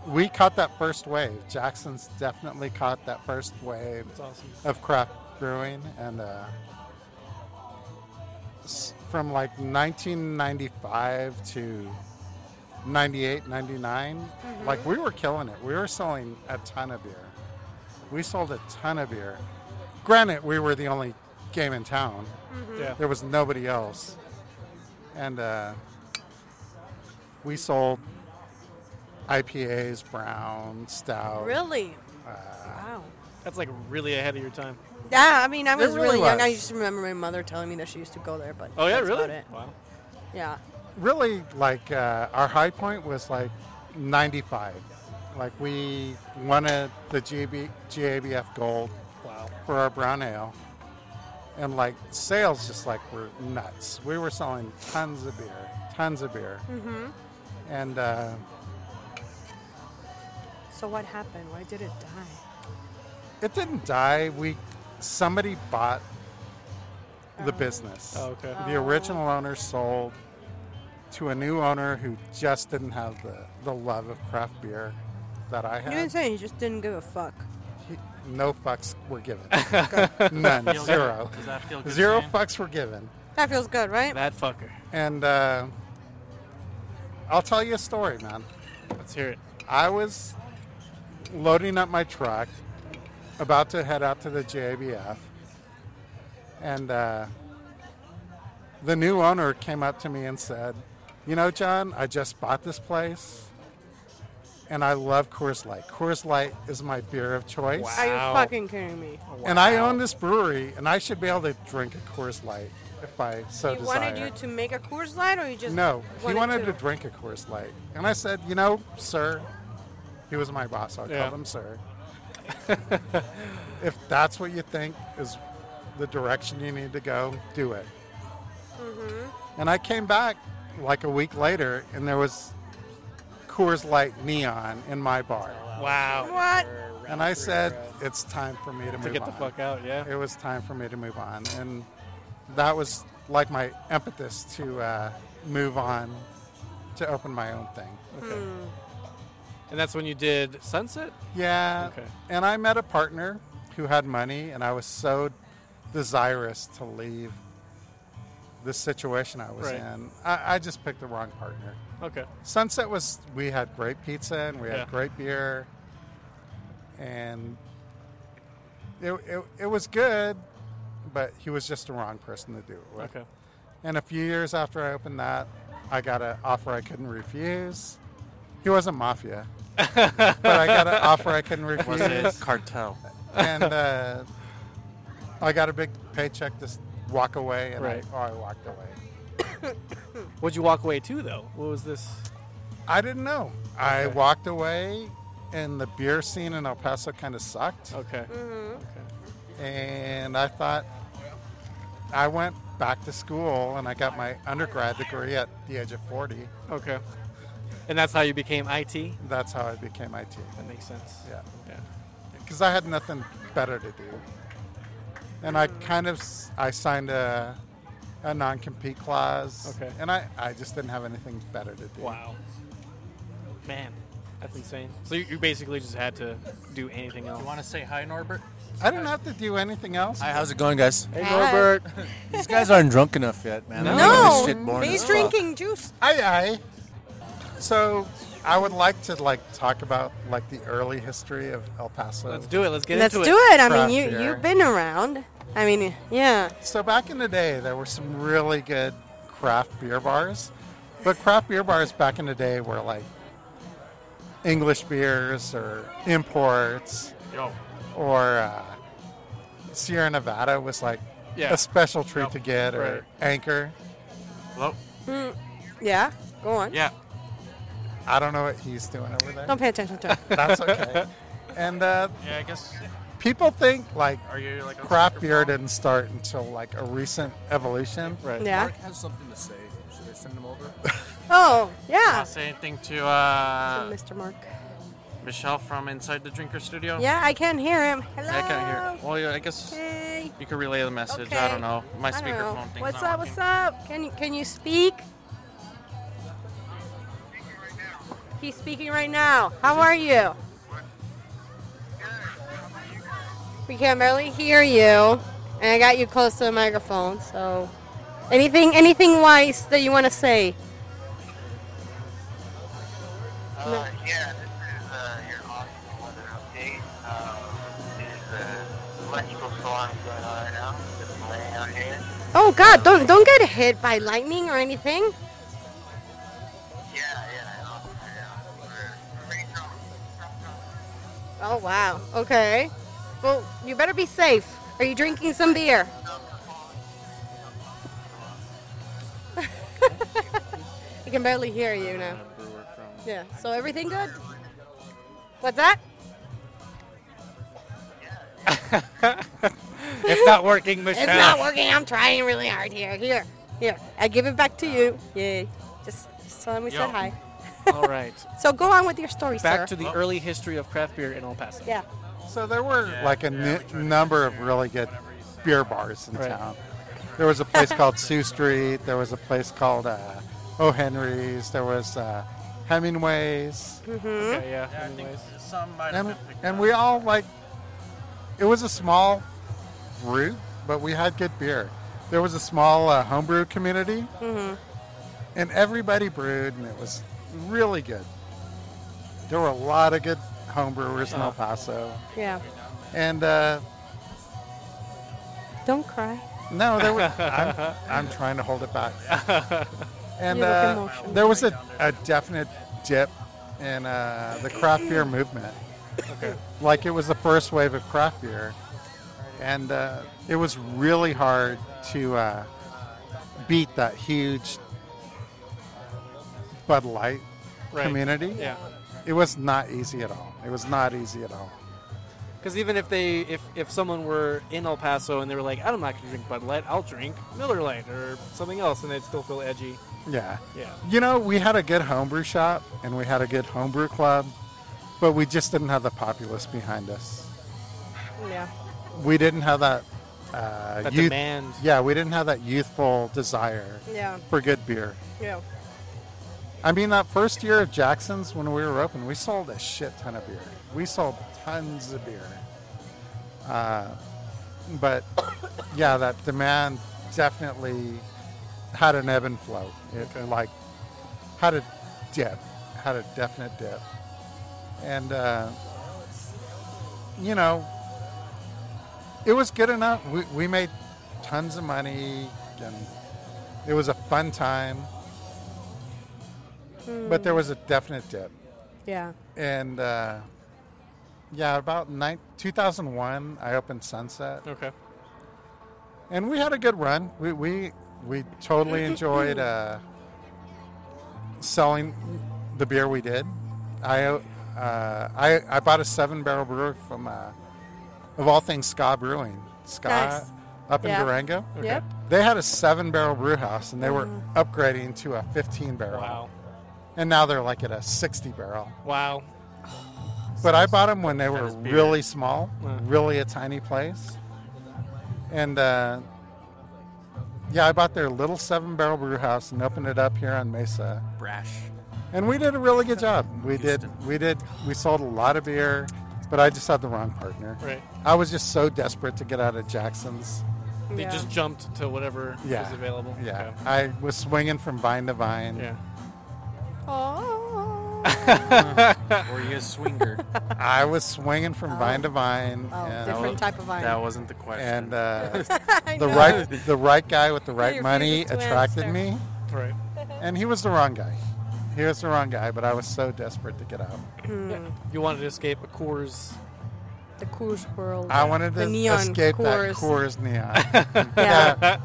[SPEAKER 3] we caught that first wave. Jackson's definitely caught that first wave.
[SPEAKER 4] It's awesome.
[SPEAKER 3] of craft brewing and uh, s- from like 1995 to 98 99 like we were killing it we were selling a ton of beer we sold a ton of beer granted we were the only game in town
[SPEAKER 1] Mm-hmm.
[SPEAKER 4] Yeah.
[SPEAKER 3] there was nobody else and uh, we sold ipas brown stout
[SPEAKER 1] really, wow.
[SPEAKER 4] That's like really ahead of your time.
[SPEAKER 1] Yeah, I mean, I was
[SPEAKER 3] really
[SPEAKER 1] really young. I
[SPEAKER 3] was.
[SPEAKER 1] just remember my mother telling me that she used to go there, but
[SPEAKER 4] Oh yeah,
[SPEAKER 1] that's
[SPEAKER 4] really?
[SPEAKER 1] about it.
[SPEAKER 4] Wow.
[SPEAKER 1] Yeah.
[SPEAKER 3] really like uh, our high point was like 95 like we won a, the GB, gabf gold
[SPEAKER 4] Wow.
[SPEAKER 3] for our brown ale and like sales just like were nuts we were selling tons of beer tons of beer mm-hmm. and uh,
[SPEAKER 1] So what happened? Why did it die?
[SPEAKER 3] It didn't die. We somebody bought the business.
[SPEAKER 4] Oh, okay.
[SPEAKER 1] Uh,
[SPEAKER 3] The original owner sold to a new owner who just didn't have the, the love of craft beer that I
[SPEAKER 1] You didn't
[SPEAKER 3] had.
[SPEAKER 1] say you just didn't give a fuck.
[SPEAKER 3] He- no fucks were given.
[SPEAKER 1] Good.
[SPEAKER 3] None.
[SPEAKER 2] Feel good?
[SPEAKER 3] Zero.
[SPEAKER 2] Does that feel good?
[SPEAKER 3] Zero
[SPEAKER 2] Shane?
[SPEAKER 3] fucks were given.
[SPEAKER 1] That feels good, right?
[SPEAKER 4] That fucker.
[SPEAKER 3] And uh, I'll tell you a story, man.
[SPEAKER 4] Let's hear it.
[SPEAKER 3] I was loading up my truck, about to head out to the JBF, and uh, the new owner came up to me and said, "You know, John, I just bought this place, and I love Coors Light. Coors Light is my beer of choice,
[SPEAKER 1] Are you
[SPEAKER 4] Wow.
[SPEAKER 1] fucking kidding me?
[SPEAKER 3] and I
[SPEAKER 4] Wow.
[SPEAKER 3] own this brewery, and I should be able to drink a Coors Light if I so
[SPEAKER 1] he
[SPEAKER 3] desire."
[SPEAKER 1] wanted you to make a Coors Light, or you just
[SPEAKER 3] No, he wanted
[SPEAKER 1] to
[SPEAKER 3] to drink a Coors Light, and I said, you know, sir, he was my boss. so I
[SPEAKER 4] Yeah.
[SPEAKER 3] called him sir. if that's what you think is the direction you need to go, do it.
[SPEAKER 4] Mm-hmm.
[SPEAKER 3] And I came back like a week later, and there was Coors Light neon in my bar,
[SPEAKER 4] Wow.
[SPEAKER 1] What?
[SPEAKER 3] and I said, it's time for me to,
[SPEAKER 4] To
[SPEAKER 3] move
[SPEAKER 4] get the
[SPEAKER 3] on.
[SPEAKER 4] fuck out, yeah.
[SPEAKER 3] It was time for me to move on, and that was like my impetus to uh, move on to open my own thing.
[SPEAKER 1] Hmm.
[SPEAKER 4] Okay. And that's when you did Sunset?
[SPEAKER 3] Yeah.
[SPEAKER 4] Okay.
[SPEAKER 3] And I met a partner who had money, and I was so desirous to leave the situation I was
[SPEAKER 4] Right.
[SPEAKER 3] in. I, I just picked the wrong partner.
[SPEAKER 4] Okay.
[SPEAKER 3] Sunset was, we had great pizza and we had
[SPEAKER 4] Yeah.
[SPEAKER 3] great beer, and it, it, it was good, but he was just the wrong person to do it with.
[SPEAKER 4] Okay.
[SPEAKER 3] And a few years after I opened that, I got an offer I couldn't refuse. He wasn't mafia, but I got an offer I couldn't
[SPEAKER 2] Was it
[SPEAKER 3] refuse,
[SPEAKER 2] cartel?
[SPEAKER 3] and uh, I got a big paycheck to s- walk away, and
[SPEAKER 4] Right.
[SPEAKER 3] I, or I walked away.
[SPEAKER 4] What'd you walk away to, though? What was this?
[SPEAKER 3] I didn't know. I
[SPEAKER 4] Okay.
[SPEAKER 3] walked away, and the beer scene in El Paso kind of sucked,
[SPEAKER 4] Okay. Okay.
[SPEAKER 1] Mm-hmm.
[SPEAKER 3] and I thought I went back to school and I got my undergrad degree at the age of forty.
[SPEAKER 4] Okay. And that's how you became IT? That
[SPEAKER 3] That's how I became IT.
[SPEAKER 4] makes sense.
[SPEAKER 3] Yeah.
[SPEAKER 4] Yeah.
[SPEAKER 3] because I had nothing better to do, and I kind of s- I signed a a non compete clause,
[SPEAKER 4] Okay.
[SPEAKER 3] and I I just didn't have anything better to do.
[SPEAKER 4] Wow. Man, that's insane. So you, you basically just had to do anything else.
[SPEAKER 2] You want to say hi, Norbert?
[SPEAKER 3] I didn't have to do anything else.
[SPEAKER 5] Hi, how's it going, guys?
[SPEAKER 4] Hey,
[SPEAKER 1] Hi.
[SPEAKER 4] Norbert.
[SPEAKER 5] These guys aren't drunk enough yet, man. I'm making this
[SPEAKER 1] No,
[SPEAKER 5] shit boring
[SPEAKER 1] he's
[SPEAKER 5] as fuck.
[SPEAKER 1] drinking juice.
[SPEAKER 3] Aye aye. So I would like to like talk about like the early history of El Paso.
[SPEAKER 4] Let's do it. Let's get
[SPEAKER 1] Let's
[SPEAKER 4] into
[SPEAKER 1] do it. I
[SPEAKER 3] Craft
[SPEAKER 1] mean, you
[SPEAKER 3] beer.
[SPEAKER 1] you've been around. I mean, yeah.
[SPEAKER 3] So back in the day, there were some really good craft beer bars, but craft beer bars back in the day were like English beers or imports.
[SPEAKER 2] Yo.
[SPEAKER 3] or uh, Sierra Nevada was like
[SPEAKER 4] Yeah.
[SPEAKER 3] a special treat to get, or
[SPEAKER 4] Right.
[SPEAKER 3] Anchor.
[SPEAKER 2] Hello?
[SPEAKER 1] Yeah. Go on.
[SPEAKER 2] Yeah.
[SPEAKER 3] I don't know what he's doing over there.
[SPEAKER 1] Don't pay attention to him.
[SPEAKER 3] That's okay. and uh,
[SPEAKER 2] Yeah, I guess.
[SPEAKER 3] people think like
[SPEAKER 2] Are you like on
[SPEAKER 3] craft
[SPEAKER 2] speakerphone?
[SPEAKER 3] beer didn't start until like a recent evolution.
[SPEAKER 4] Right.
[SPEAKER 1] Yeah.
[SPEAKER 5] Mark has something to say. Should I send him over?
[SPEAKER 1] Oh, yeah.
[SPEAKER 2] Wanna say anything to uh,
[SPEAKER 1] Mr. Mark.
[SPEAKER 2] Michelle from Inside the Drinker Studio?
[SPEAKER 1] Yeah, I can hear him. Hello.
[SPEAKER 2] Yeah, I can't hear. Well, yeah, I guess
[SPEAKER 1] Hey.
[SPEAKER 2] you could relay the message.
[SPEAKER 1] Okay.
[SPEAKER 2] I don't know. My
[SPEAKER 1] I don't know.
[SPEAKER 2] speakerphone thing.
[SPEAKER 1] What's up? What's up? Can you can you speak? He's speaking right now. How are you? We can barely hear you, and I got you close to the microphone. So, anything anything wise that you want to say?
[SPEAKER 6] Uh, yeah, this is uh, your awesome weather update. Um, there's an electrical uh, storm going on right now. Just laying out here.
[SPEAKER 1] Oh God! Don't don't get hit by lightning or anything.
[SPEAKER 6] Yeah, yeah, I know. I know. We're pretty strong.
[SPEAKER 1] Oh wow. Okay. Well, you better be safe. Are you drinking some beer? I can barely hear you now. Yeah. So everything good? What's that?
[SPEAKER 4] It's not working, Michelle.
[SPEAKER 1] It's not working. I'm trying really hard here. Here. Here. I give it back to you. Yay. Just, just tell him we
[SPEAKER 2] Yo.
[SPEAKER 1] said hi.
[SPEAKER 4] All right.
[SPEAKER 1] So go on with your story,
[SPEAKER 4] Back
[SPEAKER 1] sir.
[SPEAKER 4] to the early history of craft beer in El Paso.
[SPEAKER 1] yeah.
[SPEAKER 3] So there were
[SPEAKER 2] Yeah,
[SPEAKER 3] like a
[SPEAKER 2] yeah,
[SPEAKER 3] n-
[SPEAKER 2] we tried to
[SPEAKER 3] number
[SPEAKER 2] do
[SPEAKER 3] of really good
[SPEAKER 2] whatever you said.
[SPEAKER 3] beer bars in
[SPEAKER 4] Right.
[SPEAKER 3] town. There was a place called Sioux Street. There was a place called uh, O. Henry's. There was uh, Hemingway's,
[SPEAKER 4] Okay, yeah.
[SPEAKER 2] Yeah, I think
[SPEAKER 4] anyways.
[SPEAKER 2] some might have
[SPEAKER 3] and
[SPEAKER 2] been picked
[SPEAKER 3] and
[SPEAKER 2] up.
[SPEAKER 3] we all like. It was a small route, but we had good beer. There was a small uh, homebrew community,
[SPEAKER 1] Mm-hmm.
[SPEAKER 3] and everybody brewed, and it was really good. There were a lot of good homebrewers in El Paso,
[SPEAKER 1] Yeah.
[SPEAKER 3] and uh,
[SPEAKER 1] Don't cry.
[SPEAKER 3] No, there were, I'm, I'm trying to hold it back. And
[SPEAKER 1] You look
[SPEAKER 3] uh,
[SPEAKER 1] emotional.
[SPEAKER 3] there was a, a definite dip in uh, the craft beer movement. Like it was the first wave of craft beer. And uh, it was really hard to uh, beat that huge Bud Light
[SPEAKER 4] Right.
[SPEAKER 3] community.
[SPEAKER 4] Yeah.
[SPEAKER 3] It was not easy at all. It was not easy at all.
[SPEAKER 4] Because even if they, if, if someone were in El Paso and they were like, I'm not going to drink Bud Light, I'll drink Miller Lite or something else, and they'd still feel edgy.
[SPEAKER 3] Yeah.
[SPEAKER 4] Yeah.
[SPEAKER 3] You know, we had a good homebrew shop and we had a good homebrew club, but we just didn't have the populace behind us.
[SPEAKER 1] Yeah.
[SPEAKER 3] We didn't have that, uh,
[SPEAKER 4] That
[SPEAKER 3] youth-
[SPEAKER 4] demand.
[SPEAKER 3] Yeah, we didn't have that youthful desire
[SPEAKER 1] Yeah.
[SPEAKER 3] for good beer.
[SPEAKER 1] Yeah.
[SPEAKER 3] I mean, that first year of Jackson's when we were open, we sold a shit ton of beer. We sold tons of beer. Uh, but yeah, that demand definitely had an ebb and flow. It like had a dip, had a definite dip. And, uh, you know, it was good enough. We, we made tons of money and it was a fun time but
[SPEAKER 1] Mm.
[SPEAKER 3] there was a definite dip.
[SPEAKER 1] Yeah.
[SPEAKER 3] And uh, yeah, about nine, 2001, I opened Sunset,
[SPEAKER 4] Okay.
[SPEAKER 3] and we had a good run. We we we totally
[SPEAKER 1] Mm-hmm.
[SPEAKER 3] enjoyed uh, selling the beer we did. I uh, I I bought a seven barrel brewer from uh, of all things Ska Brewing, Ska
[SPEAKER 1] Nice.
[SPEAKER 3] up in
[SPEAKER 1] Yeah. Mm.
[SPEAKER 3] Durango.
[SPEAKER 1] Yep.
[SPEAKER 3] They had a seven barrel brew house, and they were upgrading to a fifteen barrel,
[SPEAKER 4] Wow.
[SPEAKER 3] and now they're like at a sixty barrel.
[SPEAKER 4] Wow.
[SPEAKER 3] But I bought them when they were
[SPEAKER 2] is beer.
[SPEAKER 3] really small,
[SPEAKER 4] Yeah.
[SPEAKER 3] really a tiny place. And uh, yeah, I bought their little seven barrel brew house and opened it up here on Mesa.
[SPEAKER 2] brash.
[SPEAKER 3] And we did a really good job. We did,
[SPEAKER 2] Houston.
[SPEAKER 3] we did, we sold a lot of beer, but I just had the wrong partner.
[SPEAKER 4] Right.
[SPEAKER 3] I was just so desperate to get out of Jackson's.
[SPEAKER 4] They
[SPEAKER 1] yeah.
[SPEAKER 4] just jumped to whatever
[SPEAKER 3] Yeah.
[SPEAKER 4] was available.
[SPEAKER 3] Yeah. I was swinging from vine to vine.
[SPEAKER 4] Okay. Yeah.
[SPEAKER 1] Oh.
[SPEAKER 2] Were you a swinger?
[SPEAKER 3] I was swinging from vine to vine.
[SPEAKER 1] Oh,
[SPEAKER 3] and I
[SPEAKER 1] different type of vine.
[SPEAKER 2] that wasn't the question.
[SPEAKER 3] and uh,
[SPEAKER 1] I
[SPEAKER 3] the
[SPEAKER 1] know.
[SPEAKER 3] right the right guy with the
[SPEAKER 1] He
[SPEAKER 3] right money
[SPEAKER 1] refuses to
[SPEAKER 3] attracted
[SPEAKER 1] answer.
[SPEAKER 3] me,
[SPEAKER 4] Right.
[SPEAKER 3] and he was the wrong guy. He was the wrong guy, but I was so desperate to get out.
[SPEAKER 4] You wanted to escape a Coors.
[SPEAKER 1] The Coors world.
[SPEAKER 3] I wanted
[SPEAKER 1] the
[SPEAKER 3] to
[SPEAKER 1] neon
[SPEAKER 3] escape that
[SPEAKER 1] Coors.
[SPEAKER 3] Coors neon.
[SPEAKER 1] Yeah.
[SPEAKER 3] Yeah.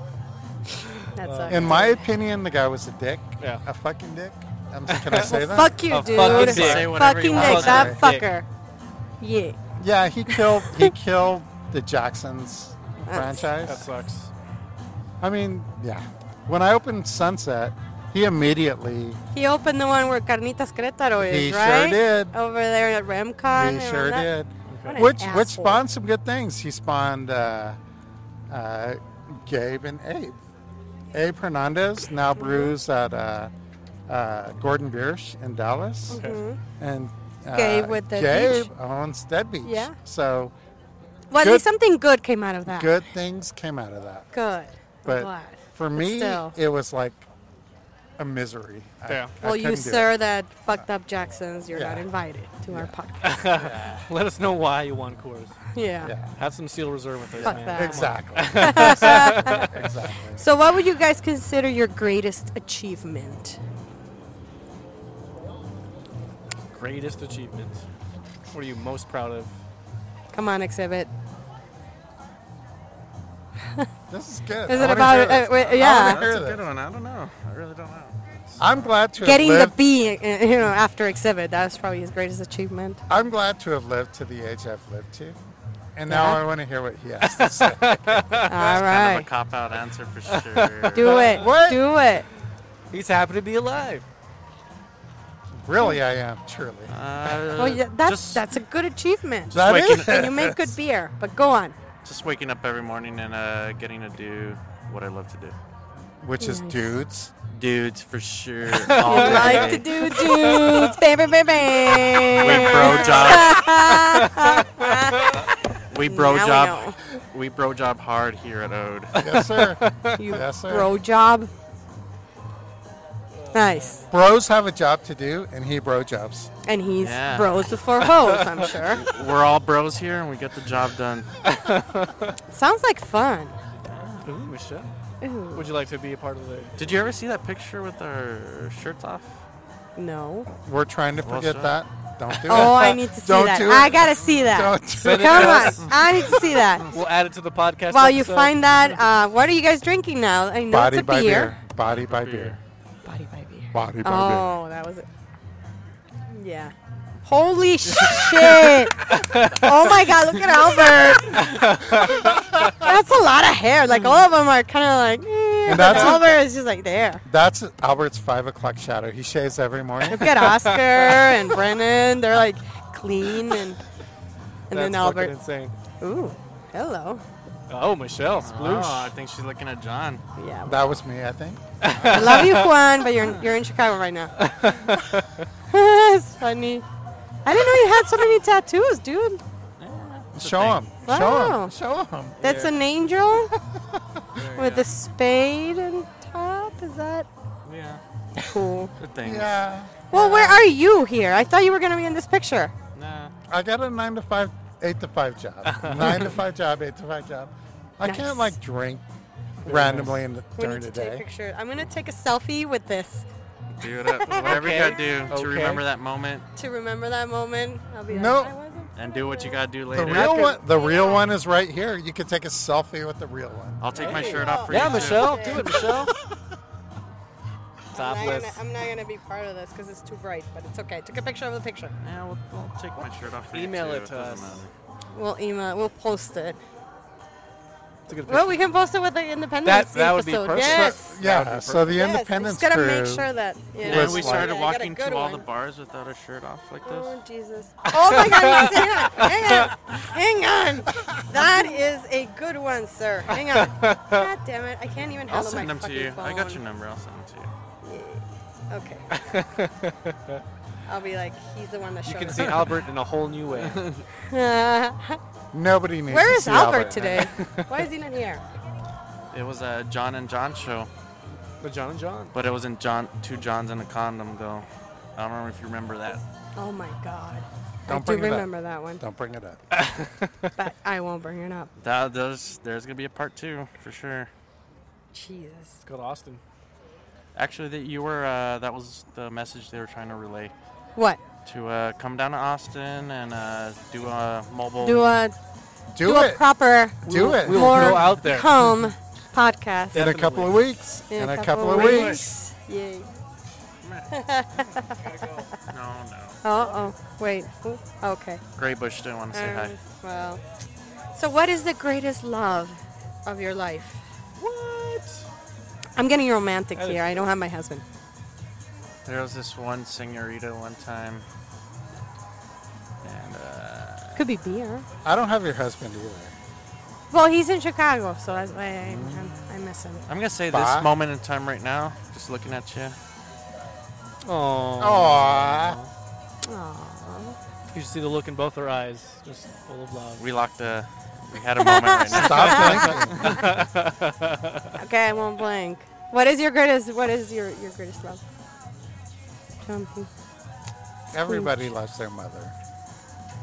[SPEAKER 1] That sucks.
[SPEAKER 3] In my opinion, the guy was a dick.
[SPEAKER 4] Yeah.
[SPEAKER 3] A fucking dick. I'm, can I say that?
[SPEAKER 1] Fuck you,
[SPEAKER 4] A
[SPEAKER 1] dude.
[SPEAKER 4] fucking dick.
[SPEAKER 2] Say whatever Oh, you
[SPEAKER 1] Fucking
[SPEAKER 2] want.
[SPEAKER 1] dick. That
[SPEAKER 4] Fucking dick.
[SPEAKER 1] fucker. Yeah.
[SPEAKER 3] Yeah, he killed he killed the Jacksons franchise.
[SPEAKER 4] That sucks.
[SPEAKER 3] I mean, yeah. When I opened Sunset, he immediately
[SPEAKER 1] He opened the one where Carnitas Querétaro is,
[SPEAKER 3] He sure
[SPEAKER 1] right?
[SPEAKER 3] did.
[SPEAKER 1] Over there at Ramcon.
[SPEAKER 3] He
[SPEAKER 1] and
[SPEAKER 3] sure
[SPEAKER 1] all that.
[SPEAKER 3] did.
[SPEAKER 1] What an
[SPEAKER 3] Which
[SPEAKER 1] asshole.
[SPEAKER 3] which spawned some good things. He spawned uh, uh, Gabe and Abe. Abe Hernandez now
[SPEAKER 1] Mm-hmm.
[SPEAKER 3] brews at uh, uh, Gordon Biersch in Dallas, and uh,
[SPEAKER 1] Mm-hmm. Gabe with Dead
[SPEAKER 3] Gabe
[SPEAKER 1] Beach.
[SPEAKER 3] owns Dead Beach.
[SPEAKER 1] Yeah.
[SPEAKER 3] So
[SPEAKER 1] Well, at
[SPEAKER 3] Good-
[SPEAKER 1] least something good came out of that.
[SPEAKER 3] good things came out of that.
[SPEAKER 1] Good.
[SPEAKER 3] But
[SPEAKER 1] I'm glad.
[SPEAKER 3] for me,
[SPEAKER 1] still.
[SPEAKER 3] it was like a misery. I-
[SPEAKER 4] Yeah.
[SPEAKER 3] I
[SPEAKER 1] Well, you
[SPEAKER 3] couldn't do
[SPEAKER 1] sir
[SPEAKER 3] it.
[SPEAKER 1] that fucked up Jacksons, you're
[SPEAKER 3] Yeah.
[SPEAKER 1] not invited to our podcast.
[SPEAKER 4] Let us know why you won Coors.
[SPEAKER 1] Yeah.
[SPEAKER 3] Yeah.
[SPEAKER 4] Have some seal reserve with us,
[SPEAKER 1] Fuck
[SPEAKER 4] man.
[SPEAKER 1] that.
[SPEAKER 3] Exactly. exactly.
[SPEAKER 1] So, what would you guys consider your greatest achievement?
[SPEAKER 4] Greatest achievement. What are you most proud of?
[SPEAKER 1] Come on, exhibit.
[SPEAKER 3] This is good.
[SPEAKER 1] Is
[SPEAKER 3] I
[SPEAKER 1] it
[SPEAKER 3] wanna
[SPEAKER 1] about?
[SPEAKER 3] hear
[SPEAKER 1] Uh,
[SPEAKER 3] this.
[SPEAKER 1] wait,
[SPEAKER 2] That's
[SPEAKER 1] yeah,
[SPEAKER 3] hear
[SPEAKER 2] a good
[SPEAKER 3] this.
[SPEAKER 2] one. I don't know. I really don't know.
[SPEAKER 3] I'm glad to have
[SPEAKER 1] getting the
[SPEAKER 3] lived-
[SPEAKER 1] B, uh, you know, after exhibit. That was probably his greatest achievement.
[SPEAKER 3] I'm glad to have lived to the age I've lived to. And now
[SPEAKER 1] Yeah.
[SPEAKER 3] I want to hear what he has to say.
[SPEAKER 1] All
[SPEAKER 2] Kind of a
[SPEAKER 1] right,
[SPEAKER 2] cop out answer for sure.
[SPEAKER 1] do it.
[SPEAKER 3] What? Uh,
[SPEAKER 1] Do it.
[SPEAKER 4] He's happy to be alive.
[SPEAKER 3] Really, I am, truly.
[SPEAKER 2] Uh,
[SPEAKER 1] Well, yeah, that's
[SPEAKER 2] just,
[SPEAKER 1] that's a good achievement.
[SPEAKER 2] just
[SPEAKER 3] That
[SPEAKER 2] waking,
[SPEAKER 3] is-
[SPEAKER 1] and you make good beer, but go on.
[SPEAKER 2] just waking up every morning and uh, getting to do what I love to do.
[SPEAKER 3] Which is
[SPEAKER 1] Nice.
[SPEAKER 3] dudes.
[SPEAKER 2] Dudes for sure.
[SPEAKER 1] You like to do dudes, baby, baby.
[SPEAKER 2] We bro job. we bro
[SPEAKER 1] Now we
[SPEAKER 2] job. We bro job hard here at Ode.
[SPEAKER 3] Yes, sir.
[SPEAKER 1] You
[SPEAKER 3] Yes, sir.
[SPEAKER 1] bro job. Nice.
[SPEAKER 3] Bros have a job to do, and he bro jobs.
[SPEAKER 1] And he's
[SPEAKER 2] Yeah.
[SPEAKER 1] bros before hoes, I'm sure.
[SPEAKER 2] We're all bros here, and we get the job done.
[SPEAKER 1] Sounds like fun.
[SPEAKER 4] Ooh, Michelle.
[SPEAKER 1] Ooh,
[SPEAKER 4] Would you like to be a part of the?
[SPEAKER 2] Did you ever see that picture with our shirts off?
[SPEAKER 1] no.
[SPEAKER 3] We're trying to
[SPEAKER 2] Well
[SPEAKER 3] forget
[SPEAKER 2] said.
[SPEAKER 3] that. Don't do
[SPEAKER 1] Oh,
[SPEAKER 3] it.
[SPEAKER 1] I need to see
[SPEAKER 3] Don't
[SPEAKER 1] that.
[SPEAKER 3] do it.
[SPEAKER 1] I gotta see that.
[SPEAKER 3] Don't do it.
[SPEAKER 1] Come on, I need to see that.
[SPEAKER 4] We'll add it to the podcast.
[SPEAKER 1] While you
[SPEAKER 4] episode.
[SPEAKER 1] find that, uh, what are you guys drinking now? I know
[SPEAKER 3] Body
[SPEAKER 1] it's a
[SPEAKER 3] by
[SPEAKER 1] beer.
[SPEAKER 3] beer. Body by
[SPEAKER 2] Beer.
[SPEAKER 3] beer.
[SPEAKER 1] Body by beer.
[SPEAKER 3] Body by beer.
[SPEAKER 1] Oh, that was it. Yeah. Holy shit! oh my god, look at Albert. That's a lot of hair. Like all of them are kind of like. Eh,
[SPEAKER 3] And that's
[SPEAKER 1] but
[SPEAKER 3] a-
[SPEAKER 1] Albert is just like there.
[SPEAKER 3] That's Albert's five o'clock shadow. He shaves every morning.
[SPEAKER 1] Look at Oscar and Brennan. They're like clean and and
[SPEAKER 4] That's
[SPEAKER 1] then
[SPEAKER 4] fucking
[SPEAKER 1] Albert.
[SPEAKER 4] Insane.
[SPEAKER 1] Ooh, hello.
[SPEAKER 4] Oh, Michelle,
[SPEAKER 2] Oh,
[SPEAKER 4] sploosh.
[SPEAKER 2] I think she's looking at John.
[SPEAKER 1] Yeah.
[SPEAKER 3] that was me, I think.
[SPEAKER 1] I love you, Juan, but you're you're in Chicago right now. it's funny. I didn't know you had so many tattoos, dude.
[SPEAKER 3] Show him. Show
[SPEAKER 1] Wow.
[SPEAKER 3] him. Show him.
[SPEAKER 1] That's an angel with a spade on top. Is that
[SPEAKER 2] Yeah,
[SPEAKER 1] cool?
[SPEAKER 2] good things.
[SPEAKER 3] Yeah.
[SPEAKER 1] Well, where are you here? I thought you were gonna be in this picture.
[SPEAKER 2] Nah.
[SPEAKER 3] I got a nine to five, eight to five job. nine to five job, eight to five job. I
[SPEAKER 1] Nice.
[SPEAKER 3] can't like drink randomly in the,
[SPEAKER 1] We
[SPEAKER 3] during
[SPEAKER 1] need
[SPEAKER 3] the
[SPEAKER 1] to take
[SPEAKER 3] day.
[SPEAKER 1] pictures. I'm gonna take a selfie with this
[SPEAKER 2] Do it up. Whatever you gotta do to
[SPEAKER 4] Okay.
[SPEAKER 2] remember that moment,
[SPEAKER 1] to remember that moment. I'll be like,
[SPEAKER 3] No.
[SPEAKER 1] I wasn't
[SPEAKER 2] and do what you gotta do
[SPEAKER 3] The
[SPEAKER 2] later.
[SPEAKER 3] real one, the real one is right here. You could take a selfie with the real one.
[SPEAKER 2] I'll take my shirt off for
[SPEAKER 4] yeah,
[SPEAKER 2] you
[SPEAKER 4] Michelle,
[SPEAKER 1] Okay.
[SPEAKER 4] do it, Michelle.
[SPEAKER 1] I'm not, gonna,
[SPEAKER 4] Topless.
[SPEAKER 1] I'm not gonna be part of this because it's too bright, but it's okay. Take a picture of the picture.
[SPEAKER 2] too. Yeah, we'll, we'll take my shirt off for
[SPEAKER 4] Email
[SPEAKER 2] you too.
[SPEAKER 4] it to
[SPEAKER 2] doesn't
[SPEAKER 4] us.
[SPEAKER 2] matter.
[SPEAKER 1] We'll email. We'll post it.
[SPEAKER 4] It's a good
[SPEAKER 1] Well,
[SPEAKER 4] picture.
[SPEAKER 1] we can post it with the Independence
[SPEAKER 4] That- that would be
[SPEAKER 1] episode.
[SPEAKER 4] perfect.
[SPEAKER 1] Yes.
[SPEAKER 3] Yeah. So the
[SPEAKER 1] yes.
[SPEAKER 3] Independence
[SPEAKER 1] Just gotta
[SPEAKER 3] crew.
[SPEAKER 1] make sure that. Yeah.
[SPEAKER 2] And
[SPEAKER 3] Let's
[SPEAKER 2] we
[SPEAKER 3] like-
[SPEAKER 2] started
[SPEAKER 1] Yeah, I got a
[SPEAKER 2] walking
[SPEAKER 1] good
[SPEAKER 2] to all the
[SPEAKER 1] one.
[SPEAKER 2] bars without a shirt off like this.
[SPEAKER 1] Oh Jesus! Oh my God! Hang on! Hang on! Hang on! That is a good one, sir. Hang on. God damn it! I can't even
[SPEAKER 2] I'll
[SPEAKER 1] handle my
[SPEAKER 2] send them to
[SPEAKER 1] fucking
[SPEAKER 2] you.
[SPEAKER 1] phone.
[SPEAKER 2] I got your number. I'll send them to you.
[SPEAKER 1] Okay. I'll be like, he's the one that showed
[SPEAKER 4] you can
[SPEAKER 1] us.
[SPEAKER 4] see Albert in a whole new way.
[SPEAKER 3] Nobody needs.
[SPEAKER 1] Where
[SPEAKER 3] to
[SPEAKER 1] is
[SPEAKER 3] see
[SPEAKER 1] Albert, today? Why is he not here?
[SPEAKER 2] It was a John and John show,
[SPEAKER 4] the John and John.
[SPEAKER 2] but it was in John two Johns and a condom though. I don't remember if you remember that.
[SPEAKER 1] Oh my God!
[SPEAKER 3] Don't
[SPEAKER 1] I
[SPEAKER 3] bring
[SPEAKER 1] do
[SPEAKER 3] it up.
[SPEAKER 1] remember that one,
[SPEAKER 3] Don't bring it up.
[SPEAKER 1] Uh, but I won't bring it up.
[SPEAKER 2] That there's there's gonna be a part two for sure.
[SPEAKER 1] Jesus.
[SPEAKER 4] It's called Austin.
[SPEAKER 2] Actually, that you were uh, that was the message they were trying to relay
[SPEAKER 1] What?
[SPEAKER 2] to uh, come down to Austin and uh, do a mobile.
[SPEAKER 1] Do a
[SPEAKER 3] Do,
[SPEAKER 1] do a
[SPEAKER 3] it.
[SPEAKER 1] proper
[SPEAKER 3] do it.
[SPEAKER 4] We will
[SPEAKER 1] More
[SPEAKER 4] go out there.
[SPEAKER 1] calm podcast.
[SPEAKER 3] in a
[SPEAKER 4] Definitely.
[SPEAKER 3] couple of weeks. In, a couple of weeks.
[SPEAKER 1] Yay.
[SPEAKER 2] no, no.
[SPEAKER 1] Uh oh. Wait. Ooh, Okay.
[SPEAKER 2] Gray Bush didn't want to say hi.
[SPEAKER 1] Um, well. So, what is the greatest love of your life?
[SPEAKER 4] What?
[SPEAKER 1] I'm getting romantic
[SPEAKER 4] That is-
[SPEAKER 1] here. I don't have my husband.
[SPEAKER 2] There was this one senorita one time, and uh,
[SPEAKER 1] Could be beer.
[SPEAKER 3] I don't have your husband either.
[SPEAKER 1] Well, he's in Chicago, so that's why I, I'm, I miss him.
[SPEAKER 2] I'm gonna say
[SPEAKER 3] Bye.
[SPEAKER 2] this moment in time right now, just looking at you.
[SPEAKER 4] Oh.
[SPEAKER 3] Aww.
[SPEAKER 1] Aww.
[SPEAKER 4] You see the look in both her eyes, just full of love.
[SPEAKER 2] We locked a. We had a moment right now.
[SPEAKER 3] Stop blinking.
[SPEAKER 1] Okay, I won't blank. What is your greatest? What is your, your greatest love? Jumpy.
[SPEAKER 3] Everybody loves their mother.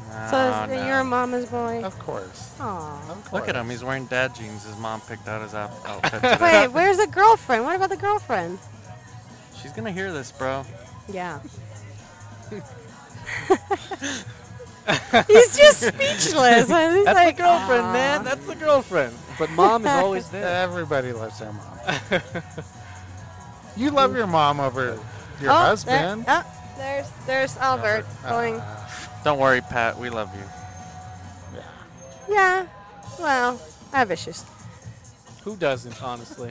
[SPEAKER 2] No,
[SPEAKER 1] so is-
[SPEAKER 2] Oh, no.
[SPEAKER 1] you're a mama's boy.
[SPEAKER 3] Of course.
[SPEAKER 1] Aww.
[SPEAKER 3] Of course.
[SPEAKER 2] Look at him. He's wearing dad jeans. His mom picked out his out- outfit. Today.
[SPEAKER 1] Wait, where's the girlfriend? What about the girlfriend?
[SPEAKER 2] She's gonna hear this, bro.
[SPEAKER 1] Yeah. He's just speechless. I was
[SPEAKER 4] That's
[SPEAKER 1] like,
[SPEAKER 4] the girlfriend,
[SPEAKER 1] "Aw."
[SPEAKER 4] man. That's the girlfriend. But mom is always there.
[SPEAKER 3] Everybody loves their mom. you love your mom over your
[SPEAKER 1] Oh,
[SPEAKER 3] husband.
[SPEAKER 1] There, oh, there's there's Albert going.
[SPEAKER 3] Uh,
[SPEAKER 2] Don't worry, Pat. We love you.
[SPEAKER 1] Yeah. Well, I have issues.
[SPEAKER 4] Who doesn't, honestly?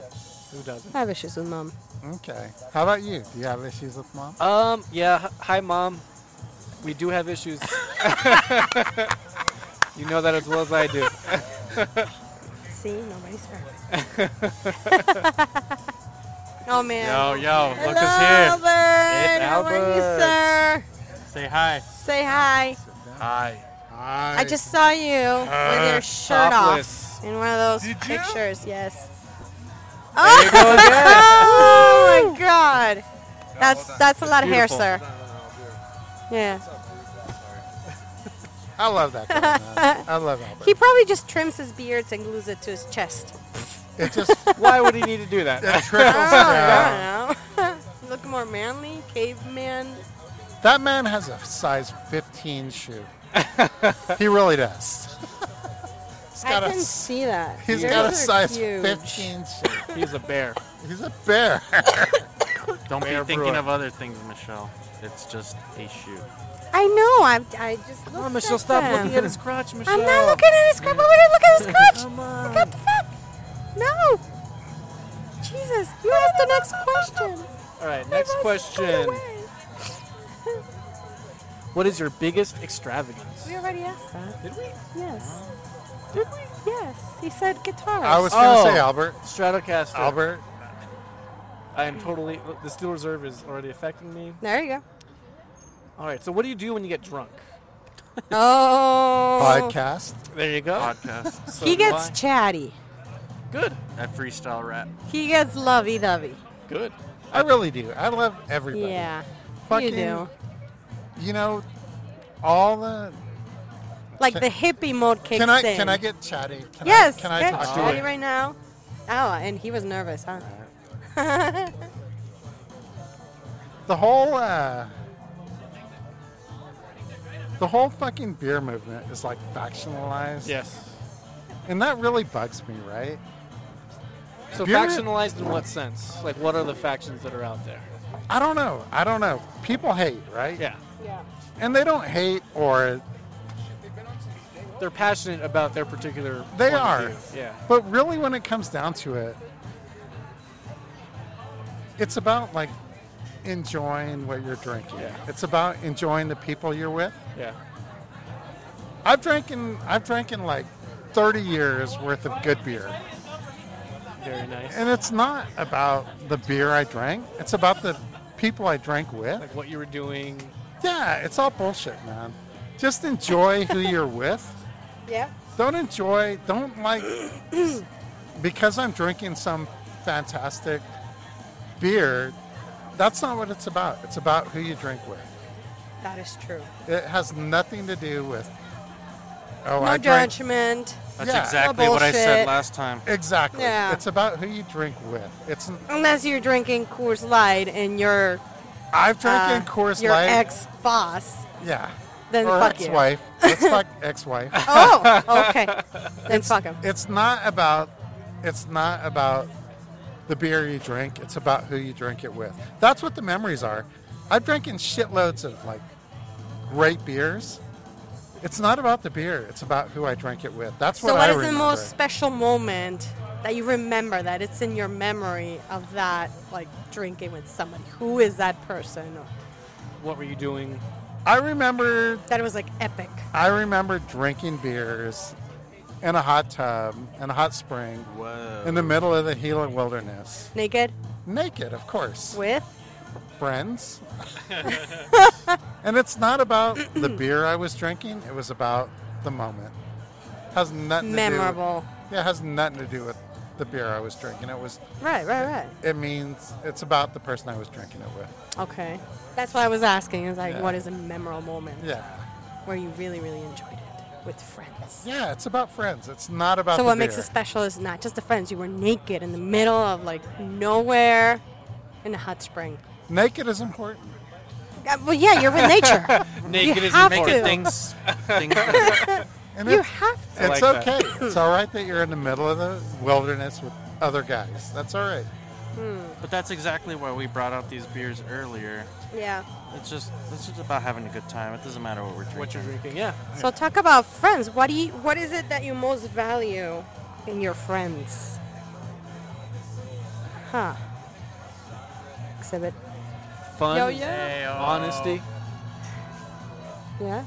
[SPEAKER 4] Who doesn't?
[SPEAKER 1] I have issues with mom.
[SPEAKER 3] Okay. How about you? Do you have issues with mom?
[SPEAKER 4] Um, yeah. h- Hi, mom. We do have issues. you know that as well as I do.
[SPEAKER 1] See, nobody's perfect. oh man.
[SPEAKER 2] Yo, yo,
[SPEAKER 1] Hello,
[SPEAKER 2] look us here.
[SPEAKER 1] Albert.
[SPEAKER 4] It's
[SPEAKER 1] How are you,
[SPEAKER 4] Albert.
[SPEAKER 1] sir?
[SPEAKER 2] Say hi.
[SPEAKER 1] Say hi.
[SPEAKER 2] Hi.
[SPEAKER 1] I just saw you with your shirt
[SPEAKER 4] topless.
[SPEAKER 1] off in one of those
[SPEAKER 3] Uh, Did you?
[SPEAKER 1] pictures. Yes. Oh, oh my God. That's that's a lot of
[SPEAKER 4] Beautiful.
[SPEAKER 1] hair, sir. Yeah.
[SPEAKER 3] I love that. guy, man. I love Albert.
[SPEAKER 1] He probably just trims his beards and glues it to his chest.
[SPEAKER 3] it just it
[SPEAKER 4] Why would he need to do
[SPEAKER 1] Oh,
[SPEAKER 4] that?
[SPEAKER 3] trickles down.
[SPEAKER 1] I don't know. Look more manly, caveman.
[SPEAKER 3] That man has a size 15 shoe. he really does. he's
[SPEAKER 1] I
[SPEAKER 3] got a
[SPEAKER 1] can
[SPEAKER 3] s-
[SPEAKER 1] see that.
[SPEAKER 3] he's
[SPEAKER 1] Yours
[SPEAKER 3] got
[SPEAKER 1] are
[SPEAKER 3] a size
[SPEAKER 1] huge.
[SPEAKER 3] 15 shoe.
[SPEAKER 4] He's a bear.
[SPEAKER 3] He's a bear.
[SPEAKER 2] Don't be
[SPEAKER 4] Mayor
[SPEAKER 2] thinking
[SPEAKER 4] Brewer.
[SPEAKER 2] of other things, Michelle. It's just a shoe.
[SPEAKER 1] I know. I, I just looked
[SPEAKER 4] Oh,
[SPEAKER 1] at
[SPEAKER 4] Michelle, stop
[SPEAKER 1] them.
[SPEAKER 4] looking at his crotch, Michelle.
[SPEAKER 1] I'm not looking at his crotch. Over here, look at his crotch. Look at the fuck. No. Jesus, you asked the next question.
[SPEAKER 4] All right, next
[SPEAKER 1] They've all
[SPEAKER 4] question.
[SPEAKER 1] scuttled away.
[SPEAKER 4] What is your biggest extravagance?
[SPEAKER 1] We already asked that.
[SPEAKER 4] Did we?
[SPEAKER 1] Yes. Did we? Yes. He said guitars.
[SPEAKER 3] I was going to say
[SPEAKER 4] Oh.
[SPEAKER 3] Albert.
[SPEAKER 4] Stratocaster.
[SPEAKER 3] Albert,
[SPEAKER 4] I am totally. The steel reserve is already affecting me.
[SPEAKER 1] There you go.
[SPEAKER 4] All right. So what do you do when you get drunk?
[SPEAKER 1] Oh.
[SPEAKER 3] podcast.
[SPEAKER 4] There you go.
[SPEAKER 2] Podcast.
[SPEAKER 4] Uh, So
[SPEAKER 1] He
[SPEAKER 4] do
[SPEAKER 1] gets
[SPEAKER 4] I.
[SPEAKER 1] chatty.
[SPEAKER 4] good.
[SPEAKER 2] That freestyle rap.
[SPEAKER 1] He gets lovey-dovey.
[SPEAKER 4] Good.
[SPEAKER 3] I really do. I love everybody.
[SPEAKER 1] Yeah.
[SPEAKER 3] Fucking-
[SPEAKER 1] you do.
[SPEAKER 3] You know, all the.
[SPEAKER 1] Like
[SPEAKER 3] Can-
[SPEAKER 1] the hippie mode kicks
[SPEAKER 3] Can I
[SPEAKER 1] in.
[SPEAKER 3] can I get chatty? Can
[SPEAKER 1] yes.
[SPEAKER 3] I, can I
[SPEAKER 1] get
[SPEAKER 3] talk
[SPEAKER 1] chatty
[SPEAKER 3] to you?
[SPEAKER 1] right now? Oh, and he was nervous, huh?
[SPEAKER 3] The whole. Uh, the whole fucking beer movement is like factionalized.
[SPEAKER 4] Yes.
[SPEAKER 3] And that really bugs me, right?
[SPEAKER 4] So
[SPEAKER 3] Beer-
[SPEAKER 4] factionalized in what sense? Like what are the factions that are out there?
[SPEAKER 3] I don't know. I don't know. People hate, right?
[SPEAKER 4] Yeah.
[SPEAKER 1] Yeah.
[SPEAKER 3] And they don't hate or
[SPEAKER 4] They're passionate about their particular.
[SPEAKER 3] They
[SPEAKER 4] point of
[SPEAKER 3] are.
[SPEAKER 4] view. Yeah.
[SPEAKER 3] but really when it comes down to it it's about like enjoying what you're drinking.
[SPEAKER 4] Yeah.
[SPEAKER 3] It's about enjoying the people you're with.
[SPEAKER 4] Yeah.
[SPEAKER 3] I've drank in I've drank in like 30 years worth of good beer.
[SPEAKER 4] Very nice.
[SPEAKER 3] And it's not about the beer I drank. It's about the people I drank with.
[SPEAKER 4] Like what you were doing.
[SPEAKER 3] Yeah, it's all bullshit, man. Just enjoy who you're with.
[SPEAKER 1] Yeah.
[SPEAKER 3] don't enjoy don't like because i'm drinking some fantastic beer that's not what it's about it's about who you drink with
[SPEAKER 1] That is true.
[SPEAKER 3] it has nothing to do with oh
[SPEAKER 1] no
[SPEAKER 3] i drank
[SPEAKER 1] judgment.
[SPEAKER 2] That's
[SPEAKER 3] Yeah.
[SPEAKER 2] exactly what I
[SPEAKER 1] Bullshit.
[SPEAKER 2] said last time.
[SPEAKER 3] exactly
[SPEAKER 1] Yeah.
[SPEAKER 3] it's about who you drink with it's
[SPEAKER 1] Unless you're drinking Coors Light and you're
[SPEAKER 3] i've
[SPEAKER 1] uh,
[SPEAKER 3] drank in coors
[SPEAKER 1] your
[SPEAKER 3] light
[SPEAKER 1] ex boss.
[SPEAKER 3] yeah
[SPEAKER 1] Then
[SPEAKER 3] or
[SPEAKER 1] fuck you.
[SPEAKER 3] ex-wife it's like ex-wife
[SPEAKER 1] Oh, okay. then fuck him.
[SPEAKER 3] it's not about it's not about the beer you drink it's about who you drink it with that's what the memories are i've drank in shitloads of like great beers it's not about the beer it's about who i drank it with that's what
[SPEAKER 1] So, what
[SPEAKER 3] i
[SPEAKER 1] is the
[SPEAKER 3] remember
[SPEAKER 1] most special moment that you remember that it's in your memory of that, like drinking with somebody? Who is that person? Or-
[SPEAKER 4] What were you doing?
[SPEAKER 3] i remember
[SPEAKER 1] That was like epic.
[SPEAKER 3] i remember drinking beers in a hot tub in a hot spring
[SPEAKER 2] Whoa.
[SPEAKER 3] in the middle of the gila wilderness
[SPEAKER 1] Naked
[SPEAKER 3] naked of course
[SPEAKER 1] with?
[SPEAKER 3] friends. and it's not about the beer I was drinking, it was about the moment. Has nothing
[SPEAKER 1] Memorable.
[SPEAKER 3] To do with, yeah, it has nothing to do with the beer I was drinking. It was
[SPEAKER 1] Right, right, right.
[SPEAKER 3] it means it's about the person I was drinking it with.
[SPEAKER 1] Okay. That's what I was asking. Is like,
[SPEAKER 3] Yeah.
[SPEAKER 1] what is a memorable moment
[SPEAKER 3] Yeah.
[SPEAKER 1] where you really, really enjoyed it with friends?
[SPEAKER 3] Yeah, it's about friends. It's not about
[SPEAKER 1] So
[SPEAKER 3] the
[SPEAKER 1] what makes
[SPEAKER 3] beer.
[SPEAKER 1] it special is not just the friends. You were naked in the middle of like nowhere in a hot spring.
[SPEAKER 3] naked is important.
[SPEAKER 1] Uh, well, yeah, you're with nature.
[SPEAKER 4] Naked
[SPEAKER 1] you
[SPEAKER 4] is
[SPEAKER 1] have
[SPEAKER 4] important.
[SPEAKER 1] to.
[SPEAKER 2] Things, things
[SPEAKER 3] And
[SPEAKER 1] You
[SPEAKER 3] it's,
[SPEAKER 1] have to.
[SPEAKER 3] it's
[SPEAKER 4] like
[SPEAKER 3] okay. it's all right that you're in the middle of the wilderness with other guys. That's all right.
[SPEAKER 2] But that's exactly why we brought out these beers earlier.
[SPEAKER 1] Yeah.
[SPEAKER 2] It's just it's just about having a good time. It doesn't matter what we're drinking.
[SPEAKER 4] What you're drinking? Yeah.
[SPEAKER 1] So talk about friends. What do you, What is it that you most value in your friends? Huh. exhibit.
[SPEAKER 4] Fun,
[SPEAKER 1] Yo, yeah.
[SPEAKER 4] honesty.
[SPEAKER 1] Yeah.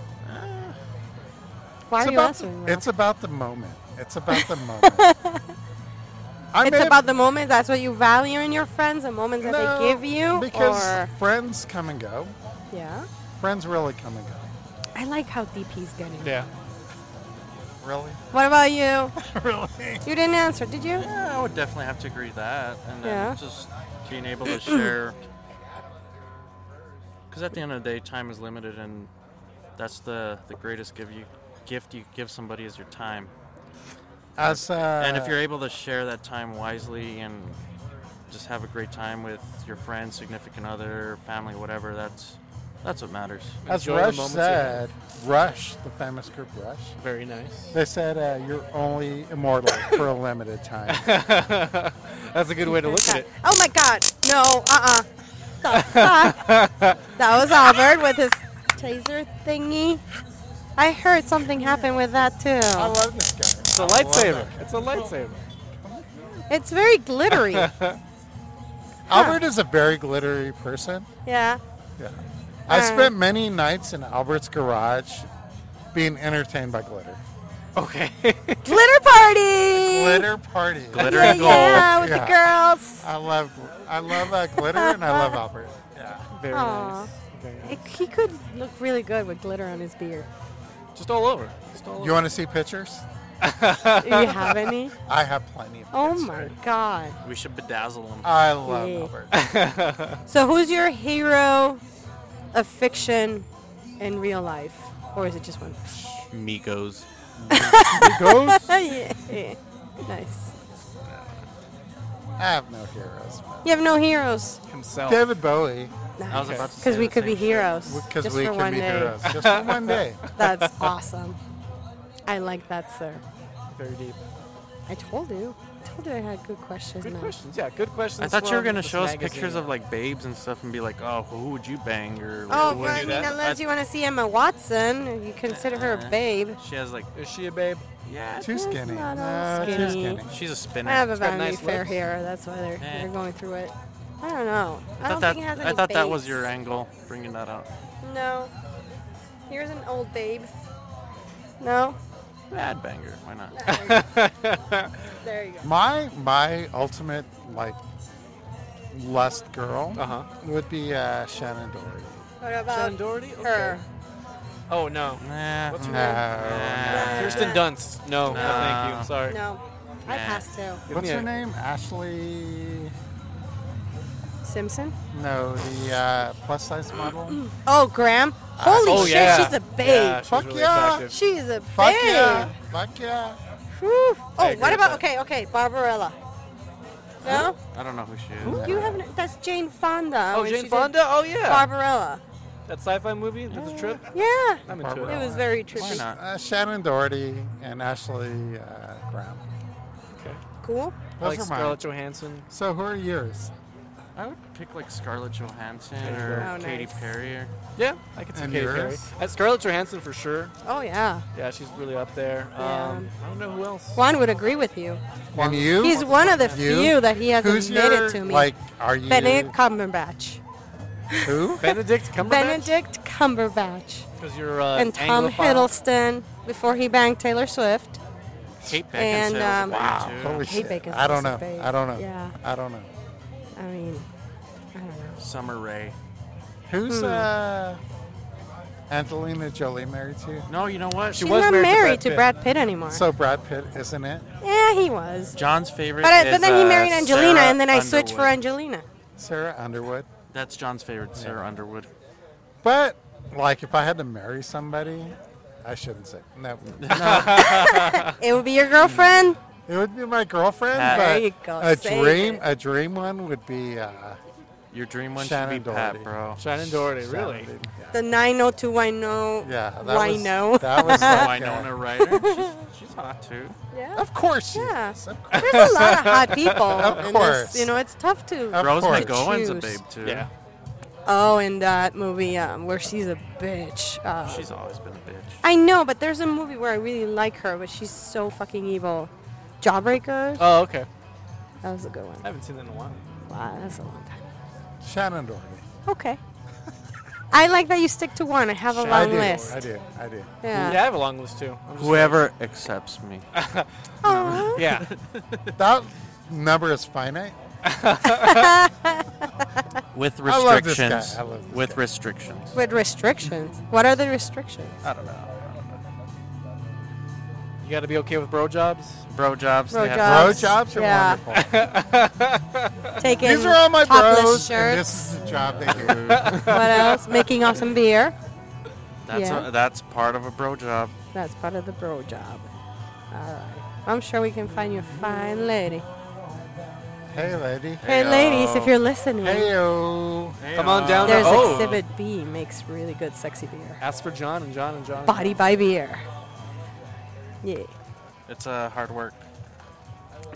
[SPEAKER 1] Why
[SPEAKER 3] It's
[SPEAKER 1] are you
[SPEAKER 3] about
[SPEAKER 1] answering?
[SPEAKER 3] the,
[SPEAKER 1] Ralph?
[SPEAKER 3] It's about the moment. It's about the moment. I
[SPEAKER 1] It's
[SPEAKER 3] may have-
[SPEAKER 1] about the moment. That's what you value in your friends, the moments that
[SPEAKER 3] No,
[SPEAKER 1] they give you.
[SPEAKER 3] because
[SPEAKER 1] or,
[SPEAKER 3] friends come and go.
[SPEAKER 1] yeah.
[SPEAKER 3] Friends really come and go.
[SPEAKER 1] I like how deep he's getting.
[SPEAKER 4] Yeah.
[SPEAKER 3] Really?
[SPEAKER 1] What about you?
[SPEAKER 3] really?
[SPEAKER 1] You didn't answer, did you?
[SPEAKER 2] Yeah, I would definitely have to agree with that, and then
[SPEAKER 1] Yeah.
[SPEAKER 2] just being able to share. Because at the end of the day, time is limited, and that's the the greatest give you gift you give somebody is your time.
[SPEAKER 3] As uh,
[SPEAKER 2] and if you're able to share that time wisely and just have a great time with your friends, significant other, family, whatever, that's that's what matters.
[SPEAKER 3] as
[SPEAKER 4] Enjoy the
[SPEAKER 3] Rush
[SPEAKER 4] moments you
[SPEAKER 3] said,
[SPEAKER 4] have.
[SPEAKER 3] Rush, the famous group Rush,
[SPEAKER 4] Very nice.
[SPEAKER 3] they said uh, you're only immortal for a limited time.
[SPEAKER 4] That's a good way to look at it.
[SPEAKER 1] Oh my God! No, uh-uh. The fuck? that was Albert with his taser thingy. I heard something happen with that
[SPEAKER 3] I
[SPEAKER 1] too.
[SPEAKER 3] love this guy.
[SPEAKER 4] It's a lightsaber. It's a lightsaber.
[SPEAKER 1] It's very glittery.
[SPEAKER 3] Albert is a very glittery person.
[SPEAKER 1] yeah.
[SPEAKER 3] Yeah. I
[SPEAKER 1] Uh.
[SPEAKER 3] spent many nights in Albert's garage being entertained by glitter.
[SPEAKER 4] Okay.
[SPEAKER 1] Glitter party.
[SPEAKER 3] Glitter party.
[SPEAKER 2] Glitter
[SPEAKER 1] Yeah,
[SPEAKER 2] and gold.
[SPEAKER 1] yeah, with the girls.
[SPEAKER 3] I love I love uh, glitter and I love Albert.
[SPEAKER 4] Very
[SPEAKER 1] Aw.
[SPEAKER 4] nice. Very nice.
[SPEAKER 1] It- he could look really good with glitter on his beard.
[SPEAKER 4] Just all over. Just all
[SPEAKER 3] You
[SPEAKER 4] over.
[SPEAKER 3] want to see pictures?
[SPEAKER 1] Do you have any?
[SPEAKER 3] I have plenty of
[SPEAKER 1] Oh
[SPEAKER 3] pictures.
[SPEAKER 1] my God.
[SPEAKER 2] We should bedazzle them.
[SPEAKER 3] I love
[SPEAKER 1] Yeah.
[SPEAKER 3] Albert.
[SPEAKER 1] So, who's your hero of fiction in real life? Or is it just one?
[SPEAKER 2] Migos.
[SPEAKER 4] Ghost?
[SPEAKER 1] yeah. Nice.
[SPEAKER 3] I have no heroes.
[SPEAKER 1] You have no heroes.
[SPEAKER 4] Himself.
[SPEAKER 3] David Bowie,
[SPEAKER 2] I was about to
[SPEAKER 1] Because
[SPEAKER 2] say
[SPEAKER 1] we
[SPEAKER 2] the
[SPEAKER 1] could be
[SPEAKER 2] same thing.
[SPEAKER 1] heroes.
[SPEAKER 3] because
[SPEAKER 1] just
[SPEAKER 3] we
[SPEAKER 1] for
[SPEAKER 3] can
[SPEAKER 1] one
[SPEAKER 3] be
[SPEAKER 1] day.
[SPEAKER 3] heroes. Just for one day.
[SPEAKER 1] That's awesome. I like that, sir.
[SPEAKER 4] Very deep.
[SPEAKER 1] I told you. I told you I had good questions.
[SPEAKER 4] Good
[SPEAKER 1] now.
[SPEAKER 4] questions. Yeah, good questions.
[SPEAKER 2] I thought you were
[SPEAKER 4] from
[SPEAKER 2] gonna
[SPEAKER 4] this
[SPEAKER 2] show us
[SPEAKER 4] magazine.
[SPEAKER 2] pictures of like babes and stuff and be like, oh, who would you bang
[SPEAKER 1] Oh,
[SPEAKER 2] or? what
[SPEAKER 1] well, I
[SPEAKER 2] would
[SPEAKER 1] mean,
[SPEAKER 2] you do?"
[SPEAKER 1] unless
[SPEAKER 2] I-
[SPEAKER 1] you want to see Emma Watson, you consider her a
[SPEAKER 2] Uh,
[SPEAKER 1] babe.
[SPEAKER 2] She has like,
[SPEAKER 4] Is she a babe?
[SPEAKER 2] yeah,
[SPEAKER 3] Too skinny.
[SPEAKER 1] not
[SPEAKER 3] No,
[SPEAKER 1] all
[SPEAKER 3] too
[SPEAKER 1] skinny.
[SPEAKER 3] skinny.
[SPEAKER 2] she's a spinner.
[SPEAKER 1] I have a
[SPEAKER 4] got
[SPEAKER 1] vanity
[SPEAKER 4] nice
[SPEAKER 1] fair
[SPEAKER 4] lips.
[SPEAKER 1] here. That's why they're,
[SPEAKER 2] Eh.
[SPEAKER 1] they're going through it. I don't know. I,
[SPEAKER 2] I
[SPEAKER 1] don't
[SPEAKER 2] thought that
[SPEAKER 1] think it has any
[SPEAKER 2] I thought that was
[SPEAKER 1] babes.
[SPEAKER 2] your angle, bringing that up.
[SPEAKER 1] No. Here's an old babe. No.
[SPEAKER 2] Bad banger, why not?
[SPEAKER 1] There you go.
[SPEAKER 3] My my ultimate like lust girl
[SPEAKER 4] Uh-huh.
[SPEAKER 3] would be uh, Shannon Doherty.
[SPEAKER 1] What about
[SPEAKER 4] John Doherty? Okay.
[SPEAKER 1] her?
[SPEAKER 4] Oh, no.
[SPEAKER 2] Nah,
[SPEAKER 4] What's her
[SPEAKER 3] No.
[SPEAKER 2] nah.
[SPEAKER 4] name? Kirsten Dunst. No, no, thank you. Sorry.
[SPEAKER 1] Uh, No. I
[SPEAKER 2] Nah.
[SPEAKER 1] passed too.
[SPEAKER 4] Give
[SPEAKER 3] What's
[SPEAKER 4] me
[SPEAKER 3] her
[SPEAKER 4] a-
[SPEAKER 3] name? Ashley.
[SPEAKER 1] Simpson?
[SPEAKER 3] No, the uh, plus size model.
[SPEAKER 1] Oh, Graham. Holy
[SPEAKER 4] Oh,
[SPEAKER 1] shit,
[SPEAKER 4] yeah.
[SPEAKER 1] she's a babe.
[SPEAKER 4] Yeah, she's
[SPEAKER 3] Fuck
[SPEAKER 4] really
[SPEAKER 3] yeah.
[SPEAKER 4] attractive.
[SPEAKER 1] She's a
[SPEAKER 3] Fuck
[SPEAKER 1] babe.
[SPEAKER 3] yeah! Fuck yeah!
[SPEAKER 1] Whew. Oh,
[SPEAKER 4] agree
[SPEAKER 1] what
[SPEAKER 4] with
[SPEAKER 1] about
[SPEAKER 4] that.
[SPEAKER 1] okay, okay, Barbarella. No?
[SPEAKER 2] I don't know who she is.
[SPEAKER 1] You haven't that's Jane Fonda.
[SPEAKER 4] Oh,
[SPEAKER 1] when she
[SPEAKER 4] Jane
[SPEAKER 1] did
[SPEAKER 4] Fonda? Oh, yeah.
[SPEAKER 1] Barbarella.
[SPEAKER 4] That sci fi movie? That's a trip?
[SPEAKER 1] Yeah.
[SPEAKER 4] I'm into
[SPEAKER 3] Barbara.
[SPEAKER 4] it.
[SPEAKER 1] It was very
[SPEAKER 2] Why
[SPEAKER 1] trippy.
[SPEAKER 2] not?
[SPEAKER 3] Uh, Shannon Doherty and Ashley uh, Graham.
[SPEAKER 4] Okay.
[SPEAKER 1] Cool.
[SPEAKER 3] Those
[SPEAKER 4] I like
[SPEAKER 3] are mine.
[SPEAKER 4] Scarlett Johansson.
[SPEAKER 3] So who are yours?
[SPEAKER 2] I would pick like Scarlett Johansson
[SPEAKER 4] There
[SPEAKER 2] or
[SPEAKER 1] you go. Oh,
[SPEAKER 2] Katy
[SPEAKER 1] nice.
[SPEAKER 2] Perry. Or,
[SPEAKER 4] Yeah, I could see
[SPEAKER 3] And
[SPEAKER 4] Katy Perry.
[SPEAKER 3] yours?
[SPEAKER 4] Uh, Scarlett Johansson for sure.
[SPEAKER 1] Oh yeah.
[SPEAKER 4] Yeah, she's really up there.
[SPEAKER 1] Yeah.
[SPEAKER 4] Um, I don't know who else.
[SPEAKER 1] Juan would agree with you.
[SPEAKER 3] And you?
[SPEAKER 1] He's one of the
[SPEAKER 3] You?
[SPEAKER 1] few that he hasn't
[SPEAKER 3] Who's
[SPEAKER 1] admitted
[SPEAKER 3] your
[SPEAKER 1] to me.
[SPEAKER 3] like? Are you
[SPEAKER 1] Benedict Cumberbatch.
[SPEAKER 3] who?
[SPEAKER 4] Benedict Cumberbatch.
[SPEAKER 1] Benedict Cumberbatch.
[SPEAKER 4] Because you're uh,
[SPEAKER 1] and Tom
[SPEAKER 4] Anglophile.
[SPEAKER 1] Hiddleston before he banged Taylor Swift.
[SPEAKER 2] Kate Beckinsale.
[SPEAKER 1] And, um,
[SPEAKER 2] wow.
[SPEAKER 3] Holy
[SPEAKER 1] Hey,
[SPEAKER 3] shit!
[SPEAKER 1] Bacon's
[SPEAKER 3] I don't
[SPEAKER 1] also
[SPEAKER 3] know.
[SPEAKER 1] big.
[SPEAKER 3] I don't know.
[SPEAKER 1] Yeah.
[SPEAKER 3] I don't know.
[SPEAKER 1] I mean, I don't know.
[SPEAKER 2] Summer Rae.
[SPEAKER 1] Hmm.
[SPEAKER 3] Who's uh, Angelina Jolie married to?
[SPEAKER 2] No, you know what?
[SPEAKER 4] She
[SPEAKER 1] She's
[SPEAKER 4] was
[SPEAKER 1] not
[SPEAKER 4] married to
[SPEAKER 1] married
[SPEAKER 4] Brad
[SPEAKER 1] to
[SPEAKER 4] Pitt.
[SPEAKER 1] Brad Pitt anymore.
[SPEAKER 3] So Brad Pitt, isn't it?
[SPEAKER 1] yeah, he was.
[SPEAKER 2] John's favorite.
[SPEAKER 1] But, I,
[SPEAKER 2] is,
[SPEAKER 1] but then he
[SPEAKER 2] uh,
[SPEAKER 1] married Angelina,
[SPEAKER 2] Sarah
[SPEAKER 1] and then I switched for
[SPEAKER 2] Underwood.
[SPEAKER 1] Angelina.
[SPEAKER 3] Sarah Underwood.
[SPEAKER 2] That's John's favorite, Sarah Underwood.
[SPEAKER 3] But like, if I had to marry somebody, I shouldn't say no.
[SPEAKER 1] It would be your girlfriend.
[SPEAKER 3] it would be my girlfriend.
[SPEAKER 2] Pat.
[SPEAKER 3] but
[SPEAKER 1] There you go,
[SPEAKER 3] A
[SPEAKER 1] say
[SPEAKER 3] dream,
[SPEAKER 1] it.
[SPEAKER 3] a dream one would be uh,
[SPEAKER 2] Your dream one
[SPEAKER 3] Shannon
[SPEAKER 2] should be Pat,
[SPEAKER 3] Doherty.
[SPEAKER 2] bro.
[SPEAKER 4] Shannon Doherty, really?
[SPEAKER 3] Saturday. Yeah.
[SPEAKER 1] The 90210.
[SPEAKER 3] Yeah, that
[SPEAKER 1] Wino.
[SPEAKER 3] was that was like,
[SPEAKER 2] Winona
[SPEAKER 3] uh,
[SPEAKER 2] Ryder. She's, she's hot too.
[SPEAKER 1] Yeah.
[SPEAKER 3] Of course, she
[SPEAKER 1] Yeah.
[SPEAKER 3] is. Of course.
[SPEAKER 1] There's a lot of hot people.
[SPEAKER 3] Of
[SPEAKER 1] in
[SPEAKER 3] course.
[SPEAKER 1] This, you know, it's tough to.
[SPEAKER 3] Of
[SPEAKER 2] Rose
[SPEAKER 3] course.
[SPEAKER 2] McGowan's a
[SPEAKER 1] Choose.
[SPEAKER 2] babe too.
[SPEAKER 4] Yeah.
[SPEAKER 1] Oh, in that movie um, where she's a bitch. Uh,
[SPEAKER 2] She's always been a bitch.
[SPEAKER 1] I know, but there's a movie where I really like her, but she's so fucking evil. Jawbreaker.
[SPEAKER 4] Oh, okay.
[SPEAKER 1] That was a good one.
[SPEAKER 4] I haven't seen that in a while.
[SPEAKER 1] Wow, that's a long time.
[SPEAKER 3] Shannon Doherty.
[SPEAKER 1] Okay. I like that you stick to one. I have a
[SPEAKER 3] I
[SPEAKER 1] long
[SPEAKER 3] do.
[SPEAKER 1] list.
[SPEAKER 3] I do. I do.
[SPEAKER 1] Yeah.
[SPEAKER 4] Yeah, I have a long list too. I'm just-
[SPEAKER 2] Whoever accepts me.
[SPEAKER 1] Aw.
[SPEAKER 4] Yeah.
[SPEAKER 3] That number is finite.
[SPEAKER 2] With
[SPEAKER 3] I love this guy. I
[SPEAKER 2] restrictions.
[SPEAKER 3] love this
[SPEAKER 2] With
[SPEAKER 3] guy.
[SPEAKER 2] restrictions.
[SPEAKER 1] With restrictions. What are the restrictions?
[SPEAKER 2] I don't know. I don't know.
[SPEAKER 4] You got to be okay with bro jobs.
[SPEAKER 2] Bro jobs.
[SPEAKER 1] Bro
[SPEAKER 2] they have
[SPEAKER 1] jobs.
[SPEAKER 3] Bro jobs are
[SPEAKER 1] Yeah.
[SPEAKER 3] wonderful.
[SPEAKER 1] Taking
[SPEAKER 3] Uh, These are all my
[SPEAKER 1] topless
[SPEAKER 3] bros, and
[SPEAKER 1] shirts.
[SPEAKER 3] this is the job they do.
[SPEAKER 1] what else? Making awesome beer.
[SPEAKER 2] That's
[SPEAKER 1] Yeah.
[SPEAKER 2] a, that's part of a bro job.
[SPEAKER 1] That's part of the bro job. All right. I'm sure we can find you a fine lady.
[SPEAKER 3] hey, um, lady.
[SPEAKER 1] Hey, ladies, if
[SPEAKER 2] Heyo.
[SPEAKER 1] you're listening,
[SPEAKER 3] Heyo.
[SPEAKER 4] Come on down.
[SPEAKER 1] there's
[SPEAKER 3] uh,
[SPEAKER 4] to, oh,
[SPEAKER 1] Exhibit B makes really good sexy beer.
[SPEAKER 4] Ask for John and John and John.
[SPEAKER 1] Body by beer. Yeah.
[SPEAKER 2] It's a uh, hard work.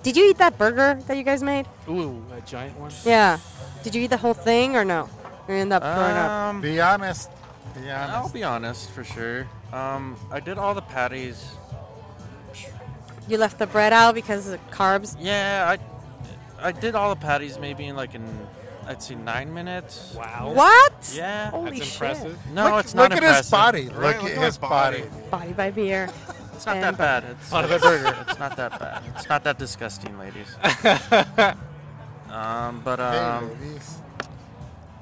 [SPEAKER 1] Did you eat that burger that you guys made?
[SPEAKER 4] Ooh, a giant one.
[SPEAKER 1] Yeah. Did you eat the whole thing or no? You end up throwing up.
[SPEAKER 2] Um,
[SPEAKER 3] Be honest. Be
[SPEAKER 2] I'll
[SPEAKER 3] honest.
[SPEAKER 2] be honest for sure. Um, I did all the patties.
[SPEAKER 1] You left the bread out because of carbs.
[SPEAKER 2] Yeah, I I did all the patties maybe in like in I'd say nine minutes.
[SPEAKER 4] Wow.
[SPEAKER 1] What?
[SPEAKER 2] Oh, Yeah.
[SPEAKER 1] Holy
[SPEAKER 4] That's
[SPEAKER 1] shit.
[SPEAKER 4] impressive.
[SPEAKER 2] No,
[SPEAKER 3] Oh, look,
[SPEAKER 2] it's not
[SPEAKER 3] look at
[SPEAKER 2] impressive.
[SPEAKER 3] his body. Look
[SPEAKER 5] Right,
[SPEAKER 3] at
[SPEAKER 5] look at
[SPEAKER 3] his
[SPEAKER 5] his body.
[SPEAKER 3] body.
[SPEAKER 1] Body by beer.
[SPEAKER 2] It's not
[SPEAKER 1] And-
[SPEAKER 2] that bad. It's
[SPEAKER 4] Out of a burger.
[SPEAKER 2] It's not that bad. It's not that disgusting, ladies. um, but um,
[SPEAKER 3] hey, ladies.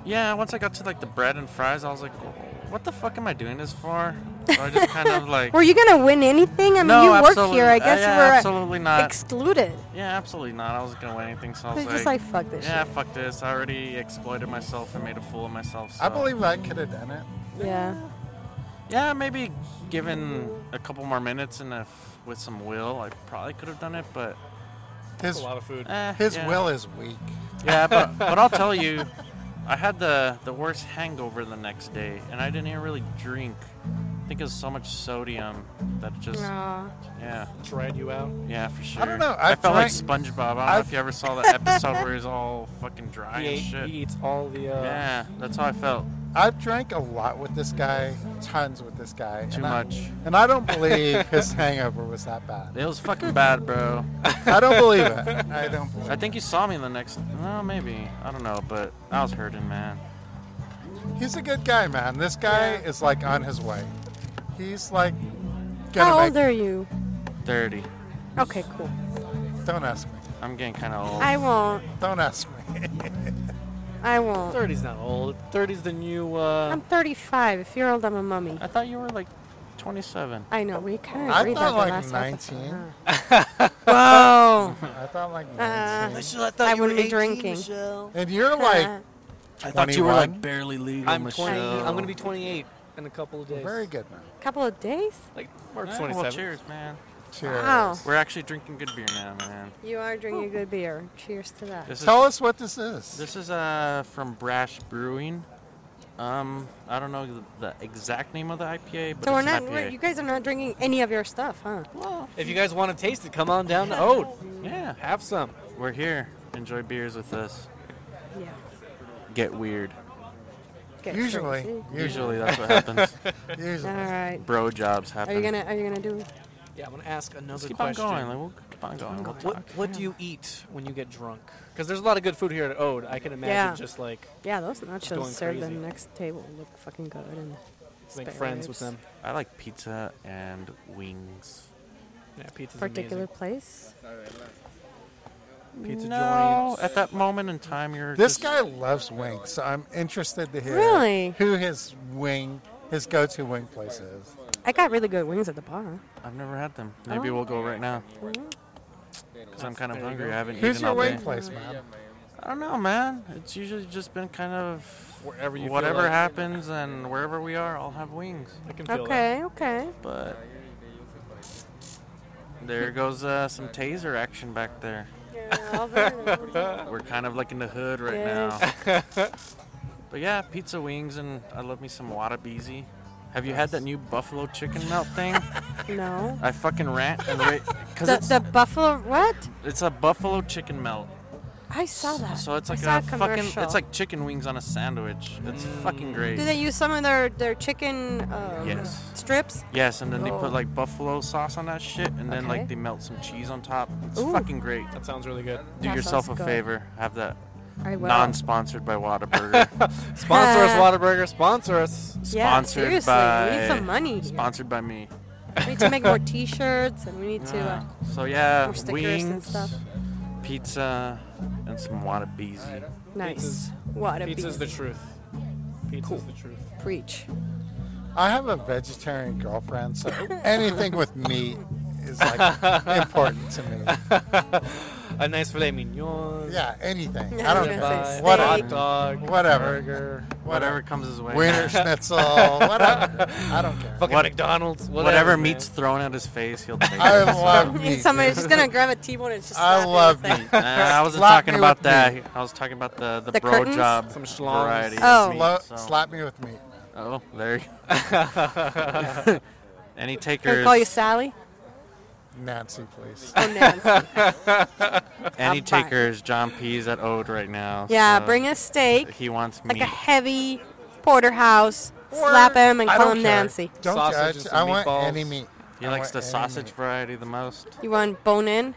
[SPEAKER 2] yeah. Once I got to like the bread and fries, I was like, "What the fuck am I doing this for?" So I just kind of like.
[SPEAKER 1] Were you gonna win anything? I mean,
[SPEAKER 2] no,
[SPEAKER 1] you work
[SPEAKER 2] absolutely-
[SPEAKER 1] here. I
[SPEAKER 2] uh,
[SPEAKER 1] guess
[SPEAKER 2] yeah,
[SPEAKER 1] we're
[SPEAKER 2] absolutely not.
[SPEAKER 1] excluded.
[SPEAKER 2] yeah, absolutely not. I wasn't gonna win anything, so I was
[SPEAKER 1] They're
[SPEAKER 2] like,
[SPEAKER 1] just like, fuck this
[SPEAKER 2] "Yeah, fuck this. I already exploited myself and made a fool of myself." So.
[SPEAKER 3] I believe I could have done it.
[SPEAKER 1] shit. Yeah.
[SPEAKER 2] Yeah, maybe given a couple more minutes and if with some will, I probably could have done it, but
[SPEAKER 4] That's
[SPEAKER 3] His
[SPEAKER 4] a lot of food.
[SPEAKER 2] eh,
[SPEAKER 3] his
[SPEAKER 2] yeah.
[SPEAKER 3] will is weak.
[SPEAKER 2] Yeah, but, but I'll tell you, I had the the worst hangover the next day, and I didn't even really drink. I think it was so much sodium that it just
[SPEAKER 1] Aw.
[SPEAKER 2] yeah
[SPEAKER 4] Tried you out.
[SPEAKER 2] yeah for sure.
[SPEAKER 3] I don't know,
[SPEAKER 2] I,
[SPEAKER 3] I've
[SPEAKER 2] felt like
[SPEAKER 3] drank-
[SPEAKER 2] SpongeBob. I don't know
[SPEAKER 3] I've-
[SPEAKER 2] if you ever saw that episode where he's all fucking dry
[SPEAKER 4] He,
[SPEAKER 2] and
[SPEAKER 4] ate,
[SPEAKER 2] shit.
[SPEAKER 4] he eats all the. Uh,
[SPEAKER 2] Yeah, that's how I felt.
[SPEAKER 3] I've drank a lot with this guy, tons with this guy.
[SPEAKER 2] Too
[SPEAKER 3] and I-
[SPEAKER 2] much.
[SPEAKER 3] and I don't believe his hangover was that bad.
[SPEAKER 2] It was fucking bad, bro.
[SPEAKER 3] I don't believe it. I don't believe
[SPEAKER 2] I think you saw me the next. No, maybe I don't know, but I was hurting, man.
[SPEAKER 3] it. He's a good guy, man. This guy
[SPEAKER 1] Yeah.
[SPEAKER 3] is like on his way. He's like gonna
[SPEAKER 1] How
[SPEAKER 3] make.
[SPEAKER 1] old are you?
[SPEAKER 2] Dirty.
[SPEAKER 1] Okay, cool.
[SPEAKER 3] Don't ask me.
[SPEAKER 2] I'm getting kind of old.
[SPEAKER 1] I won't.
[SPEAKER 3] Don't ask me.
[SPEAKER 1] I won't.
[SPEAKER 4] 30's not old. 30's the new. Uh,
[SPEAKER 1] I'm 35. If you're old, I'm a mummy.
[SPEAKER 2] I thought you were like 27.
[SPEAKER 1] I know. We kind of
[SPEAKER 3] I
[SPEAKER 1] agreed that
[SPEAKER 3] thought
[SPEAKER 1] the
[SPEAKER 3] like
[SPEAKER 1] last
[SPEAKER 3] 19.
[SPEAKER 1] episode. Whoa.
[SPEAKER 3] I thought like
[SPEAKER 1] Uh,
[SPEAKER 3] 19.
[SPEAKER 1] I wouldn't be drinking.
[SPEAKER 3] and you're like
[SPEAKER 5] I thought you were
[SPEAKER 3] 21?
[SPEAKER 5] like barely legal,
[SPEAKER 4] I'm 20.
[SPEAKER 5] Michelle.
[SPEAKER 4] I'm gonna be 28 in a couple of days.
[SPEAKER 3] very good, man.
[SPEAKER 1] couple of days?
[SPEAKER 4] Like March
[SPEAKER 2] Yeah,
[SPEAKER 4] 27.
[SPEAKER 2] Well, cheers, man.
[SPEAKER 3] Cheers.
[SPEAKER 1] Wow.
[SPEAKER 2] We're actually drinking good beer now, man.
[SPEAKER 1] You are drinking good beer. Cheers to that.
[SPEAKER 2] This is
[SPEAKER 3] Tell us what this is.
[SPEAKER 2] this is uh from Brash Brewing. Um, I don't know the, the exact name of the IPA, but
[SPEAKER 1] So we're
[SPEAKER 2] it's
[SPEAKER 1] not.
[SPEAKER 2] an
[SPEAKER 1] We're,
[SPEAKER 2] IPA.
[SPEAKER 1] you guys are not drinking any of your stuff, huh?
[SPEAKER 4] If you guys want to taste it, come on down to Ode.
[SPEAKER 2] yeah,
[SPEAKER 4] Have some.
[SPEAKER 2] we're here. Enjoy beers with us.
[SPEAKER 1] Yeah.
[SPEAKER 2] Get weird.
[SPEAKER 1] Get
[SPEAKER 3] usually,
[SPEAKER 1] crazy.
[SPEAKER 2] Usually that's what happens.
[SPEAKER 3] usually,
[SPEAKER 1] All
[SPEAKER 3] usually.
[SPEAKER 1] right.
[SPEAKER 2] Bro jobs
[SPEAKER 1] Are
[SPEAKER 2] happen.
[SPEAKER 1] you gonna Are you gonna do?
[SPEAKER 4] Yeah, I'm gonna ask another
[SPEAKER 2] Let's keep
[SPEAKER 4] question. Oh
[SPEAKER 2] on going. Like, we'll keep on going. We'll
[SPEAKER 4] What
[SPEAKER 2] talk.
[SPEAKER 4] What do you eat when you get drunk? Because there's a lot of good food here at Ode. I can imagine
[SPEAKER 1] Yeah.
[SPEAKER 4] just like
[SPEAKER 1] Yeah, those
[SPEAKER 4] going
[SPEAKER 1] nachos served at the
[SPEAKER 4] crazy.
[SPEAKER 1] next table look fucking good and.
[SPEAKER 4] make
[SPEAKER 1] spare
[SPEAKER 4] friends with
[SPEAKER 1] ribs.
[SPEAKER 4] them.
[SPEAKER 2] I like pizza and wings.
[SPEAKER 4] Yeah, pizza's
[SPEAKER 1] Particular
[SPEAKER 4] amazing.
[SPEAKER 1] place.
[SPEAKER 4] pizza
[SPEAKER 2] no,
[SPEAKER 4] joints.
[SPEAKER 2] at that moment in time, you're
[SPEAKER 3] This
[SPEAKER 2] just-
[SPEAKER 3] guy loves wings, so I'm interested to hear
[SPEAKER 1] Really?
[SPEAKER 3] who his wing, his go-to wing place is.
[SPEAKER 1] I got really good wings at the bar.
[SPEAKER 2] I've never had them. Maybe
[SPEAKER 1] Oh.
[SPEAKER 2] we'll go right now. Because I'm kind of
[SPEAKER 4] There you
[SPEAKER 2] hungry.
[SPEAKER 4] go.
[SPEAKER 2] I haven't
[SPEAKER 3] Who's
[SPEAKER 2] eaten
[SPEAKER 3] your
[SPEAKER 2] all
[SPEAKER 3] wing
[SPEAKER 2] day.
[SPEAKER 3] place, man?
[SPEAKER 2] I don't know, man. It's usually just been kind of
[SPEAKER 4] Wherever you feel
[SPEAKER 2] whatever
[SPEAKER 4] like.
[SPEAKER 2] happens and wherever we are, I'll have wings.
[SPEAKER 4] I can feel that.
[SPEAKER 1] Okay, okay.
[SPEAKER 2] But there goes uh, some taser action back there. We're kind of like in the hood right
[SPEAKER 1] Yes.
[SPEAKER 2] now. but yeah, pizza wings and I love me some Wadabeezy. Have you had that new buffalo chicken melt thing?
[SPEAKER 1] no.
[SPEAKER 2] I fucking rant and rate because
[SPEAKER 1] The,
[SPEAKER 2] it's
[SPEAKER 1] the buffalo what?
[SPEAKER 2] it's a buffalo chicken melt.
[SPEAKER 1] I saw that.
[SPEAKER 2] So it's
[SPEAKER 1] I
[SPEAKER 2] like
[SPEAKER 1] saw
[SPEAKER 2] a fucking
[SPEAKER 1] commercial. Mm.
[SPEAKER 2] it's like chicken wings on a sandwich. It's fucking great.
[SPEAKER 1] Do they use some of their their chicken um,
[SPEAKER 2] Yes.
[SPEAKER 1] strips?
[SPEAKER 2] Yes, and then they
[SPEAKER 1] Oh.
[SPEAKER 2] put like buffalo sauce on that shit, and then
[SPEAKER 1] Okay.
[SPEAKER 2] like they melt some cheese on top. It's
[SPEAKER 1] Ooh.
[SPEAKER 2] fucking great.
[SPEAKER 4] That sounds really good.
[SPEAKER 2] Do
[SPEAKER 1] That
[SPEAKER 2] yourself a
[SPEAKER 1] sounds good.
[SPEAKER 2] favor, have that.
[SPEAKER 1] I will.
[SPEAKER 2] non-sponsored by Whataburger.
[SPEAKER 4] Sponsor us, Whataburger. Sponsor us.
[SPEAKER 1] yeah,
[SPEAKER 2] sponsored
[SPEAKER 1] seriously, we
[SPEAKER 2] by-
[SPEAKER 1] need some money. here.
[SPEAKER 2] sponsored by me.
[SPEAKER 1] We need to make more T-shirts, and we need to. Uh,
[SPEAKER 3] Ah.
[SPEAKER 2] Yeah. Ah. so yeah,
[SPEAKER 1] more stickers
[SPEAKER 2] wings,
[SPEAKER 1] and stuff.
[SPEAKER 2] pizza, and some Whatabeezy.
[SPEAKER 1] nice.
[SPEAKER 4] Pizza's-
[SPEAKER 1] What a
[SPEAKER 4] Pizza's the
[SPEAKER 1] beast.
[SPEAKER 4] truth. Pizza's the truth.
[SPEAKER 1] preach.
[SPEAKER 3] I have a vegetarian girlfriend, so anything with meat is like important to me.
[SPEAKER 4] A nice filet mignon.
[SPEAKER 3] Yeah, anything.
[SPEAKER 1] Yeah,
[SPEAKER 3] I
[SPEAKER 1] I was
[SPEAKER 3] don't
[SPEAKER 1] gonna
[SPEAKER 3] know.
[SPEAKER 1] say
[SPEAKER 3] What-
[SPEAKER 4] hot
[SPEAKER 1] steak.
[SPEAKER 4] dog.
[SPEAKER 3] Whatever.
[SPEAKER 4] Burger.
[SPEAKER 2] Whatever comes his way.
[SPEAKER 3] Wiener schnitzel. Whatever. I don't care.
[SPEAKER 4] Fucking
[SPEAKER 2] What-
[SPEAKER 4] McDonald's. Whatever,
[SPEAKER 2] Whatever
[SPEAKER 4] man.
[SPEAKER 2] meat's thrown at his face, he'll take it.
[SPEAKER 3] I love
[SPEAKER 1] And
[SPEAKER 3] meat.
[SPEAKER 1] somebody's just gonna grab a T-bone and just. slap
[SPEAKER 3] I
[SPEAKER 1] it
[SPEAKER 3] love
[SPEAKER 1] with it.
[SPEAKER 3] meat.
[SPEAKER 2] Nah, Uh, I wasn't
[SPEAKER 3] Slap
[SPEAKER 2] talking
[SPEAKER 3] me
[SPEAKER 2] about
[SPEAKER 3] with
[SPEAKER 2] that.
[SPEAKER 3] meat.
[SPEAKER 2] I was talking about the the,
[SPEAKER 1] The
[SPEAKER 2] bro
[SPEAKER 1] curtains?
[SPEAKER 2] job
[SPEAKER 4] Some schlongs.
[SPEAKER 2] variety. of
[SPEAKER 1] Oh.
[SPEAKER 2] meat,
[SPEAKER 3] Lo-
[SPEAKER 2] so-
[SPEAKER 3] Slap me with meat.
[SPEAKER 2] Oh, there you go.
[SPEAKER 1] Can I
[SPEAKER 2] Any takers?
[SPEAKER 1] call you Sally?
[SPEAKER 3] Nancy, please.
[SPEAKER 1] Oh, Nancy.
[SPEAKER 2] Any
[SPEAKER 1] I'm fine.
[SPEAKER 2] takers? John P's at Ode right now.
[SPEAKER 1] yeah,
[SPEAKER 3] Uh,
[SPEAKER 2] so
[SPEAKER 1] bring a steak,
[SPEAKER 2] He wants
[SPEAKER 1] like
[SPEAKER 2] meat.
[SPEAKER 1] a heavy porterhouse. slap him and
[SPEAKER 3] I
[SPEAKER 1] call
[SPEAKER 3] don't
[SPEAKER 1] him
[SPEAKER 3] care.
[SPEAKER 1] Nancy.
[SPEAKER 3] Don't
[SPEAKER 4] Sausage and
[SPEAKER 3] judge.
[SPEAKER 4] some
[SPEAKER 3] I want
[SPEAKER 4] meatballs.
[SPEAKER 3] any meat.
[SPEAKER 2] he
[SPEAKER 3] I
[SPEAKER 2] likes
[SPEAKER 3] want
[SPEAKER 2] the
[SPEAKER 3] any
[SPEAKER 2] sausage
[SPEAKER 3] meat.
[SPEAKER 2] variety the most.
[SPEAKER 1] You want bone in?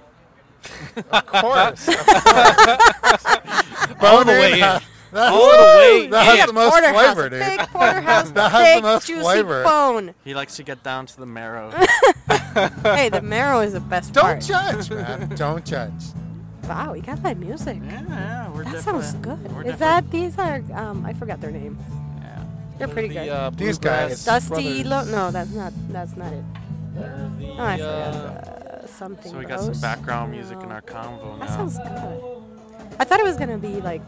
[SPEAKER 3] Of course. of course. Bone
[SPEAKER 4] way
[SPEAKER 3] in,
[SPEAKER 4] in.
[SPEAKER 3] huh? That's,
[SPEAKER 4] All the way
[SPEAKER 3] that has
[SPEAKER 4] in.
[SPEAKER 3] the most
[SPEAKER 1] porterhouse,
[SPEAKER 3] flavor,
[SPEAKER 1] a
[SPEAKER 3] dude.
[SPEAKER 1] big porterhouse,
[SPEAKER 3] That has the
[SPEAKER 1] big
[SPEAKER 3] most
[SPEAKER 1] juicy
[SPEAKER 3] flavor.
[SPEAKER 1] bone.
[SPEAKER 2] He likes to get down to the marrow.
[SPEAKER 1] hey, the marrow is the best
[SPEAKER 3] Don't
[SPEAKER 1] part.
[SPEAKER 3] judge, man. Don't judge.
[SPEAKER 1] wow, you got that music.
[SPEAKER 2] Yeah, yeah, we're
[SPEAKER 1] That sounds
[SPEAKER 2] different.
[SPEAKER 1] good.
[SPEAKER 2] We're
[SPEAKER 1] Is
[SPEAKER 2] different.
[SPEAKER 1] that these are? Um, I forgot their name.
[SPEAKER 2] Yeah.
[SPEAKER 1] They're pretty
[SPEAKER 4] the,
[SPEAKER 1] good.
[SPEAKER 4] Uh,
[SPEAKER 3] These
[SPEAKER 4] Bluegrass
[SPEAKER 3] guys.
[SPEAKER 1] Dusty
[SPEAKER 4] Brothers.
[SPEAKER 1] Lo- No, that's not. That's not it.
[SPEAKER 4] They're the,
[SPEAKER 1] Oh, I
[SPEAKER 4] uh,
[SPEAKER 1] forgot uh, something.
[SPEAKER 2] So we got some
[SPEAKER 1] Bros.
[SPEAKER 2] background music in
[SPEAKER 1] No.
[SPEAKER 2] our convo now.
[SPEAKER 1] That sounds good. I thought it was gonna be like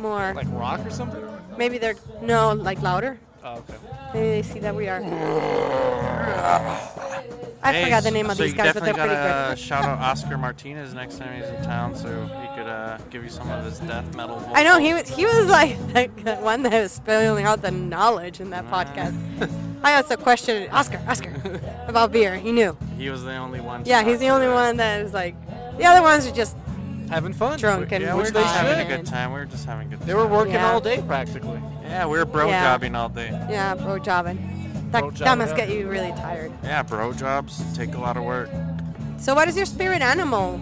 [SPEAKER 1] more.
[SPEAKER 4] like rock or something.
[SPEAKER 1] Maybe they're no like louder.
[SPEAKER 4] Oh, okay.
[SPEAKER 1] Maybe they see that we are. I
[SPEAKER 2] Hey,
[SPEAKER 1] forgot the
[SPEAKER 2] s-
[SPEAKER 1] name of
[SPEAKER 2] so
[SPEAKER 1] these
[SPEAKER 2] you
[SPEAKER 1] guys, but
[SPEAKER 2] definitely
[SPEAKER 1] they're pretty
[SPEAKER 2] gotta
[SPEAKER 1] good.
[SPEAKER 2] Shout out Oscar Martinez next time he's in town, so he could uh, give you some of his death metal.
[SPEAKER 1] I know
[SPEAKER 2] vocals.
[SPEAKER 1] he was he was like, like the one that was spilling out the knowledge in that podcast. I also questioned Oscar Oscar about beer. He knew.
[SPEAKER 2] He was the only one. to
[SPEAKER 1] Yeah, he's
[SPEAKER 2] talk
[SPEAKER 1] the
[SPEAKER 2] to
[SPEAKER 1] only
[SPEAKER 2] that.
[SPEAKER 1] one that was like. The other ones are just
[SPEAKER 4] Having fun.
[SPEAKER 1] drunk and
[SPEAKER 2] Yeah, we
[SPEAKER 1] we're
[SPEAKER 2] were
[SPEAKER 1] not
[SPEAKER 2] just having a
[SPEAKER 1] having
[SPEAKER 2] good
[SPEAKER 1] it.
[SPEAKER 2] time. We were just having a good.
[SPEAKER 4] They were
[SPEAKER 2] time.
[SPEAKER 4] working
[SPEAKER 1] Yeah.
[SPEAKER 4] all day practically.
[SPEAKER 2] Yeah, we were bro
[SPEAKER 1] Yeah.
[SPEAKER 2] jobbing all day.
[SPEAKER 1] Yeah, bro jobbing. That,
[SPEAKER 4] Bro
[SPEAKER 1] that must
[SPEAKER 4] jobbing.
[SPEAKER 1] get you really tired.
[SPEAKER 2] Yeah, bro jobs take a lot of work.
[SPEAKER 1] So, what is your spirit animal,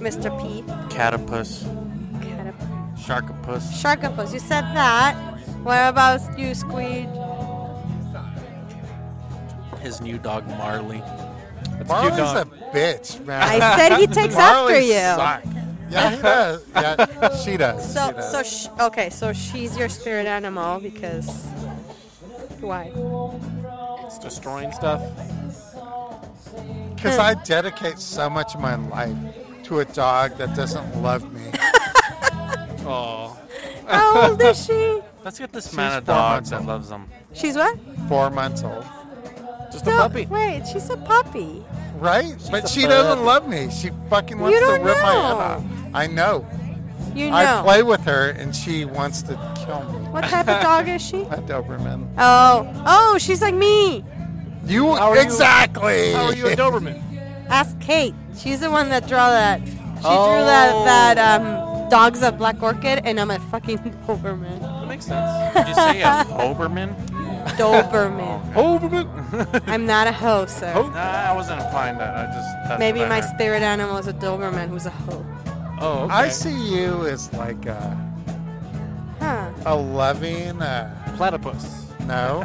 [SPEAKER 1] Mr. P?
[SPEAKER 2] Catapus,
[SPEAKER 1] Catap-
[SPEAKER 2] sharkopus.
[SPEAKER 1] Sharktopus. You said that. What about you, Squeed?
[SPEAKER 2] His new dog Marley.
[SPEAKER 4] That's a cute
[SPEAKER 3] Marley's a
[SPEAKER 4] dog.
[SPEAKER 3] bitch, man.
[SPEAKER 1] I said he takes after
[SPEAKER 3] Marley
[SPEAKER 1] you.
[SPEAKER 3] suck. Yeah, he does. Yeah, she does. she
[SPEAKER 1] So,
[SPEAKER 3] does.
[SPEAKER 1] so sh- okay, so she's your spirit animal because why?
[SPEAKER 4] It's destroying stuff.
[SPEAKER 3] Because
[SPEAKER 4] Hmm.
[SPEAKER 3] I dedicate so much of my life to a dog that doesn't love me.
[SPEAKER 4] Oh,
[SPEAKER 1] How old is she?
[SPEAKER 2] Let's get this man a
[SPEAKER 3] four
[SPEAKER 2] dog
[SPEAKER 3] months
[SPEAKER 2] that
[SPEAKER 3] old.
[SPEAKER 2] loves him.
[SPEAKER 1] She's what?
[SPEAKER 3] Four months old.
[SPEAKER 4] just a
[SPEAKER 1] No,
[SPEAKER 4] puppy.
[SPEAKER 1] Wait, she's a puppy.
[SPEAKER 3] Right? but
[SPEAKER 4] a
[SPEAKER 3] she doesn't
[SPEAKER 4] puppy.
[SPEAKER 3] love me. She fucking wants to
[SPEAKER 1] don't
[SPEAKER 3] rip my head
[SPEAKER 1] know.
[SPEAKER 3] off. I know.
[SPEAKER 1] You know.
[SPEAKER 3] I play with her and she wants to kill me.
[SPEAKER 1] What type of dog is she?
[SPEAKER 3] A Doberman.
[SPEAKER 1] Oh, oh, she's like me.
[SPEAKER 3] You
[SPEAKER 4] How are you-
[SPEAKER 3] exactly.
[SPEAKER 4] How are you a Doberman?
[SPEAKER 1] Ask Kate. She's the one that draw that. She drew
[SPEAKER 4] Oh.
[SPEAKER 1] that that um, dogs of Black Orchid, and I'm a fucking Doberman.
[SPEAKER 4] That makes sense.
[SPEAKER 2] Did you say a Oberman?
[SPEAKER 1] Doberman.
[SPEAKER 4] Doberman.
[SPEAKER 1] I'm not a hoe, sir.
[SPEAKER 4] Hoe?
[SPEAKER 2] Nah, I wasn't implying that. I just that's
[SPEAKER 1] Maybe
[SPEAKER 2] what
[SPEAKER 1] my
[SPEAKER 2] I heard.
[SPEAKER 1] spirit animal is a Doberman who's a hoe.
[SPEAKER 4] Oh, okay.
[SPEAKER 3] I see you as like a,
[SPEAKER 1] Huh?
[SPEAKER 3] a loving, uh,
[SPEAKER 4] Platypus.
[SPEAKER 3] no,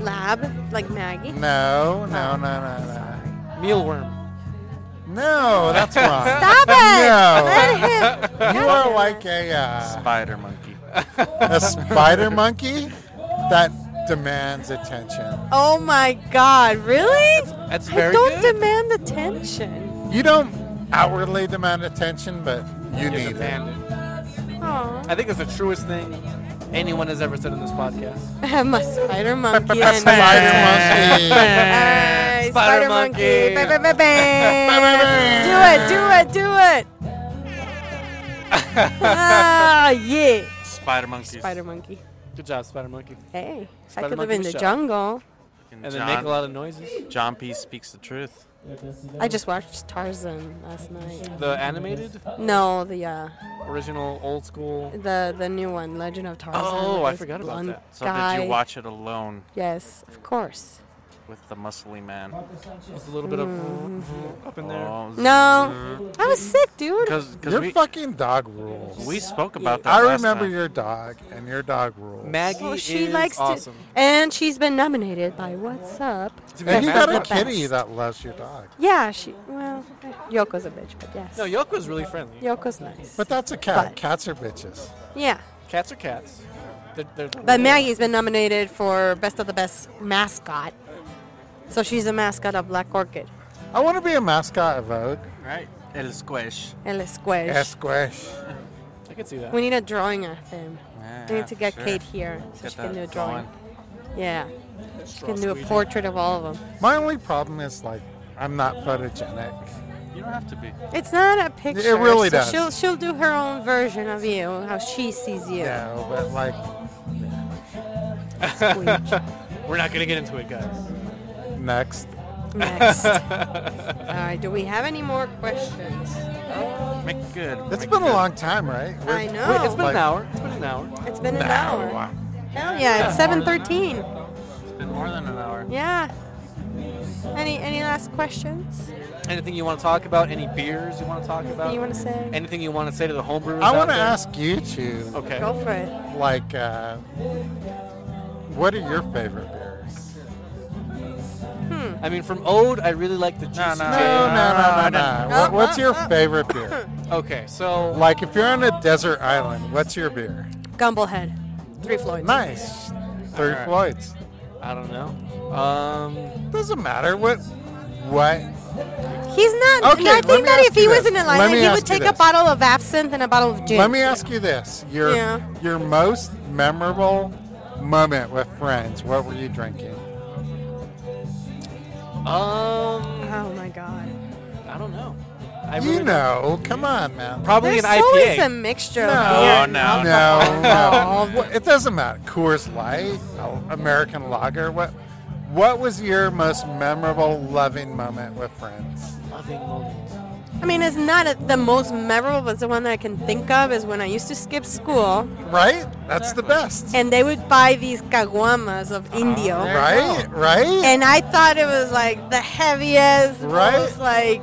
[SPEAKER 1] Lab, like Maggie.
[SPEAKER 3] no, no, no, no, no.
[SPEAKER 4] Mealworm.
[SPEAKER 3] No, that's wrong.
[SPEAKER 1] Stop it!
[SPEAKER 3] No.
[SPEAKER 1] Let him.
[SPEAKER 3] You are like a uh,
[SPEAKER 2] spider monkey.
[SPEAKER 3] a spider monkey that demands attention.
[SPEAKER 1] Oh my God! Really?
[SPEAKER 4] That's
[SPEAKER 1] I
[SPEAKER 4] very
[SPEAKER 1] don't
[SPEAKER 4] good.
[SPEAKER 1] demand attention.
[SPEAKER 3] You don't outwardly demand attention, but you
[SPEAKER 4] You're
[SPEAKER 3] need
[SPEAKER 4] the
[SPEAKER 3] it.
[SPEAKER 4] bandit.
[SPEAKER 1] Aww.
[SPEAKER 4] I think it's the truest thing anyone has ever said in this podcast.
[SPEAKER 1] my spider monkey. and-
[SPEAKER 3] Spider monkey.
[SPEAKER 1] Hey,
[SPEAKER 4] Spider
[SPEAKER 1] Spider
[SPEAKER 4] monkey.
[SPEAKER 1] monkey. Ba- ba- ba- bang. Do it, do it, do it. ah, yeah.
[SPEAKER 2] Spider monkey.
[SPEAKER 1] Spider monkey.
[SPEAKER 4] Good job, Spider Monkey.
[SPEAKER 1] Hey, if I
[SPEAKER 4] Spider
[SPEAKER 1] could live
[SPEAKER 4] monkey
[SPEAKER 1] in the
[SPEAKER 4] Michelle.
[SPEAKER 1] jungle.
[SPEAKER 4] And then make a lot of noises.
[SPEAKER 2] John P speaks the truth.
[SPEAKER 1] I just watched Tarzan last night.
[SPEAKER 4] The animated,
[SPEAKER 1] No, the uh,
[SPEAKER 4] original, old school.
[SPEAKER 1] the the new one, Legend of Tarzan.
[SPEAKER 4] Oh,
[SPEAKER 1] with
[SPEAKER 4] I
[SPEAKER 1] this
[SPEAKER 4] forgot about
[SPEAKER 1] blonde
[SPEAKER 4] that.
[SPEAKER 2] So
[SPEAKER 1] guy.
[SPEAKER 2] did you watch it alone?
[SPEAKER 1] Yes, of course.
[SPEAKER 2] with the muscly man.
[SPEAKER 4] With a little bit
[SPEAKER 3] Mm-hmm.
[SPEAKER 4] of up in there.
[SPEAKER 2] Oh,
[SPEAKER 1] No,
[SPEAKER 4] Mm-hmm.
[SPEAKER 1] I was sick, dude.
[SPEAKER 2] Because
[SPEAKER 3] Your
[SPEAKER 2] we,
[SPEAKER 3] fucking dog rules.
[SPEAKER 2] we spoke about that.
[SPEAKER 3] I
[SPEAKER 2] last
[SPEAKER 3] remember
[SPEAKER 2] time.
[SPEAKER 3] your dog and your dog rules.
[SPEAKER 4] Maggie
[SPEAKER 1] Oh, she
[SPEAKER 4] is
[SPEAKER 1] likes
[SPEAKER 4] awesome.
[SPEAKER 1] to, and she's been nominated by What's Up.
[SPEAKER 3] and you got a
[SPEAKER 1] Best.
[SPEAKER 3] kitty that loves your dog.
[SPEAKER 1] Yeah, she. Well, Yoko's a bitch, but yes.
[SPEAKER 4] No, Yoko's really friendly.
[SPEAKER 1] Yoko's nice.
[SPEAKER 3] But that's a cat.
[SPEAKER 1] But-
[SPEAKER 3] Cats are bitches.
[SPEAKER 1] Yeah,
[SPEAKER 4] Cats are cats. They're, they're
[SPEAKER 1] but Maggie's been nominated for Best of the Best Mascot, so she's a mascot of Black Orchid.
[SPEAKER 3] I want to be a mascot of Vogue.
[SPEAKER 2] right. El squish.
[SPEAKER 1] El Squish.
[SPEAKER 3] Esquish.
[SPEAKER 4] I can see that.
[SPEAKER 1] We need a drawing of him.
[SPEAKER 2] Yeah,
[SPEAKER 1] We need to get
[SPEAKER 2] sure.
[SPEAKER 1] Kate here so
[SPEAKER 2] Get
[SPEAKER 1] she can
[SPEAKER 2] that
[SPEAKER 1] do a drawing.
[SPEAKER 2] going.
[SPEAKER 1] Yeah, she
[SPEAKER 4] Straw
[SPEAKER 1] can do a
[SPEAKER 4] squeegee.
[SPEAKER 1] portrait of all of them.
[SPEAKER 3] My only problem is like I'm not photogenic.
[SPEAKER 2] You don't have to be.
[SPEAKER 1] It's not a picture.
[SPEAKER 3] really
[SPEAKER 1] so
[SPEAKER 3] does.
[SPEAKER 1] She'll she'll do her own version of you, how she sees you.
[SPEAKER 3] No, but like
[SPEAKER 1] Squeak.
[SPEAKER 4] We're not gonna get into it, guys.
[SPEAKER 3] next.
[SPEAKER 1] Next. all right. Do we have any more questions?
[SPEAKER 2] Make good.
[SPEAKER 3] It's
[SPEAKER 2] make
[SPEAKER 3] been a
[SPEAKER 2] good.
[SPEAKER 3] long time, right? We're-
[SPEAKER 1] I know.
[SPEAKER 4] It's been
[SPEAKER 3] Like-
[SPEAKER 4] an hour. It's been an hour.
[SPEAKER 1] It's been an hour. Hell yeah! It's seven thirteen.
[SPEAKER 2] It's been more than an hour.
[SPEAKER 1] Yeah. Any any last questions
[SPEAKER 4] Anything you want to talk about? Any beers you want to talk
[SPEAKER 1] that
[SPEAKER 4] about?
[SPEAKER 1] you want to say?
[SPEAKER 4] Anything you want to say to the homebrewers?
[SPEAKER 3] I
[SPEAKER 4] out
[SPEAKER 3] want to
[SPEAKER 4] there?
[SPEAKER 3] ask you two,
[SPEAKER 4] Okay.
[SPEAKER 1] Go for it.
[SPEAKER 3] like, uh, what are your favorite beers?
[SPEAKER 4] I mean, from Ode, I really like the juicy.
[SPEAKER 2] No, no.
[SPEAKER 3] No, no, no, no, no.
[SPEAKER 1] Uh, no. Uh,
[SPEAKER 3] What, what's your favorite beer?
[SPEAKER 4] J. Okay, so
[SPEAKER 3] Like, if you're on a desert island, what's your beer?
[SPEAKER 1] Gumblehead. Three Floyds.
[SPEAKER 3] Nice. Three
[SPEAKER 4] Alright.
[SPEAKER 3] Floyds.
[SPEAKER 4] I don't know. Um,
[SPEAKER 3] Doesn't matter what. What?
[SPEAKER 1] He's not.
[SPEAKER 3] Okay,
[SPEAKER 1] and I
[SPEAKER 3] let
[SPEAKER 1] think
[SPEAKER 3] me
[SPEAKER 1] that
[SPEAKER 3] ask
[SPEAKER 1] if he
[SPEAKER 3] you
[SPEAKER 1] was
[SPEAKER 3] this.
[SPEAKER 1] in
[SPEAKER 3] Let
[SPEAKER 1] Atlanta,
[SPEAKER 3] me
[SPEAKER 1] he
[SPEAKER 3] ask
[SPEAKER 1] would
[SPEAKER 3] you
[SPEAKER 1] take a
[SPEAKER 3] this.
[SPEAKER 1] bottle of absinthe and a bottle of gin.
[SPEAKER 3] Let me ask you this: your
[SPEAKER 1] Yeah.
[SPEAKER 3] your most memorable moment with friends. What were you drinking?
[SPEAKER 4] um,
[SPEAKER 1] Oh my God.
[SPEAKER 4] I don't know. I
[SPEAKER 3] you
[SPEAKER 4] really
[SPEAKER 3] know, come on, man.
[SPEAKER 4] probably
[SPEAKER 1] There's
[SPEAKER 4] an
[SPEAKER 1] always a
[SPEAKER 4] IPA.
[SPEAKER 1] mixture.
[SPEAKER 3] No,
[SPEAKER 1] Of beer and
[SPEAKER 2] no,
[SPEAKER 1] alcohol
[SPEAKER 3] no,
[SPEAKER 1] involved.
[SPEAKER 3] Well, It doesn't matter. Coors Light, American Lager. What? What was your most memorable loving moment with friends?
[SPEAKER 4] Loving moment.
[SPEAKER 1] I mean, it's not a, the most memorable, but it's the one that I can think of is when I used to skip school
[SPEAKER 3] Right? That's the best.
[SPEAKER 1] and they would buy these caguamas of Indio.
[SPEAKER 3] Right? Right?
[SPEAKER 1] And I thought it was like the heaviest,
[SPEAKER 3] Right.
[SPEAKER 1] most like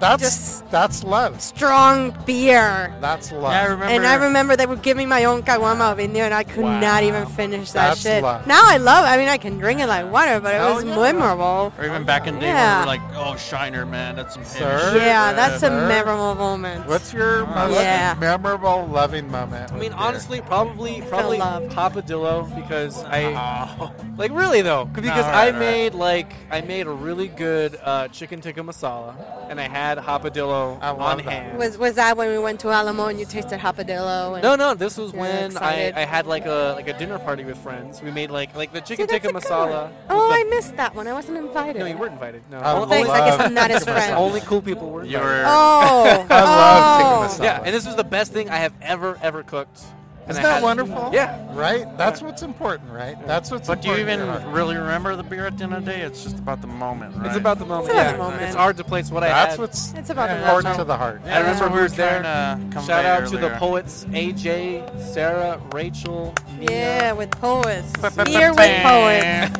[SPEAKER 3] That's
[SPEAKER 1] just-
[SPEAKER 3] that's love.
[SPEAKER 1] strong beer.
[SPEAKER 3] That's love.
[SPEAKER 2] Yeah, I remember.
[SPEAKER 1] And I remember they were giving my own caguama of Indio, and I could
[SPEAKER 4] Wow.
[SPEAKER 1] not even finish that
[SPEAKER 3] That's
[SPEAKER 1] shit.
[SPEAKER 3] luck.
[SPEAKER 1] Now I love. I mean, I can drink it like water, but it
[SPEAKER 3] Hell
[SPEAKER 1] was
[SPEAKER 3] yeah.
[SPEAKER 1] memorable.
[SPEAKER 2] Or even back in the day
[SPEAKER 1] Yeah.
[SPEAKER 2] when we were like, oh, Shiner, man, that's some
[SPEAKER 3] Sir?
[SPEAKER 2] shit.
[SPEAKER 1] Yeah, that's a
[SPEAKER 3] Sure.
[SPEAKER 1] memorable moment.
[SPEAKER 3] What's your most
[SPEAKER 1] Yeah.
[SPEAKER 3] memorable loving moment?
[SPEAKER 4] I
[SPEAKER 3] with
[SPEAKER 4] mean,
[SPEAKER 3] beer?
[SPEAKER 4] honestly, probably probably
[SPEAKER 1] loved.
[SPEAKER 4] Papadillo because
[SPEAKER 3] Uh-huh.
[SPEAKER 4] I
[SPEAKER 2] Oh,
[SPEAKER 4] like really though because I
[SPEAKER 2] right, right.
[SPEAKER 4] made like I made a really good uh, chicken tikka masala and I had Papadillo
[SPEAKER 3] I love
[SPEAKER 4] on
[SPEAKER 3] that.
[SPEAKER 4] hand.
[SPEAKER 1] was was that when we went to Alamo and you tasted hapadillo? And
[SPEAKER 4] No, no. This was
[SPEAKER 1] You're
[SPEAKER 4] when I,
[SPEAKER 1] excited.
[SPEAKER 4] I had like a like a dinner party with friends. We made like like the
[SPEAKER 1] See,
[SPEAKER 4] chicken
[SPEAKER 1] that's
[SPEAKER 4] tikka
[SPEAKER 1] a good one.
[SPEAKER 4] masala.
[SPEAKER 1] Oh,
[SPEAKER 4] was
[SPEAKER 1] I
[SPEAKER 4] the-
[SPEAKER 1] missed that one. I wasn't invited.
[SPEAKER 4] no, you weren't invited. No,
[SPEAKER 3] I
[SPEAKER 4] O-
[SPEAKER 3] love
[SPEAKER 1] Thanks, I guess I'm not his
[SPEAKER 3] tikka masala.
[SPEAKER 1] friend.
[SPEAKER 4] only cool people were.
[SPEAKER 2] you
[SPEAKER 4] invited.
[SPEAKER 2] were.
[SPEAKER 1] Oh,
[SPEAKER 3] I love
[SPEAKER 1] oh.
[SPEAKER 3] taking
[SPEAKER 4] Yeah, and this was the best thing I have ever ever cooked. And
[SPEAKER 3] Isn't
[SPEAKER 4] I
[SPEAKER 3] that
[SPEAKER 4] had-
[SPEAKER 3] wonderful?
[SPEAKER 4] Yeah.
[SPEAKER 3] Right? That's what's important, right? That's what's
[SPEAKER 2] But do you
[SPEAKER 3] important.
[SPEAKER 2] even
[SPEAKER 3] to your heart.
[SPEAKER 2] really remember the beer at the end of the day? It's just about the moment, right?
[SPEAKER 4] It's about the moment.
[SPEAKER 1] It's about
[SPEAKER 4] yeah.
[SPEAKER 1] the moment.
[SPEAKER 4] It's hard to place what I
[SPEAKER 3] That's
[SPEAKER 4] had.
[SPEAKER 3] what's
[SPEAKER 1] It's about another
[SPEAKER 3] important to
[SPEAKER 1] moment.
[SPEAKER 3] the heart.
[SPEAKER 2] Yeah,
[SPEAKER 4] I
[SPEAKER 2] that's
[SPEAKER 4] remember
[SPEAKER 2] what
[SPEAKER 4] we
[SPEAKER 2] we were
[SPEAKER 4] was there.
[SPEAKER 2] trying to convey
[SPEAKER 4] Shout out to the
[SPEAKER 2] earlier.
[SPEAKER 4] poets AJ, Sarah, Rachel, Mia,
[SPEAKER 1] Yeah, with poets. Beer with poets.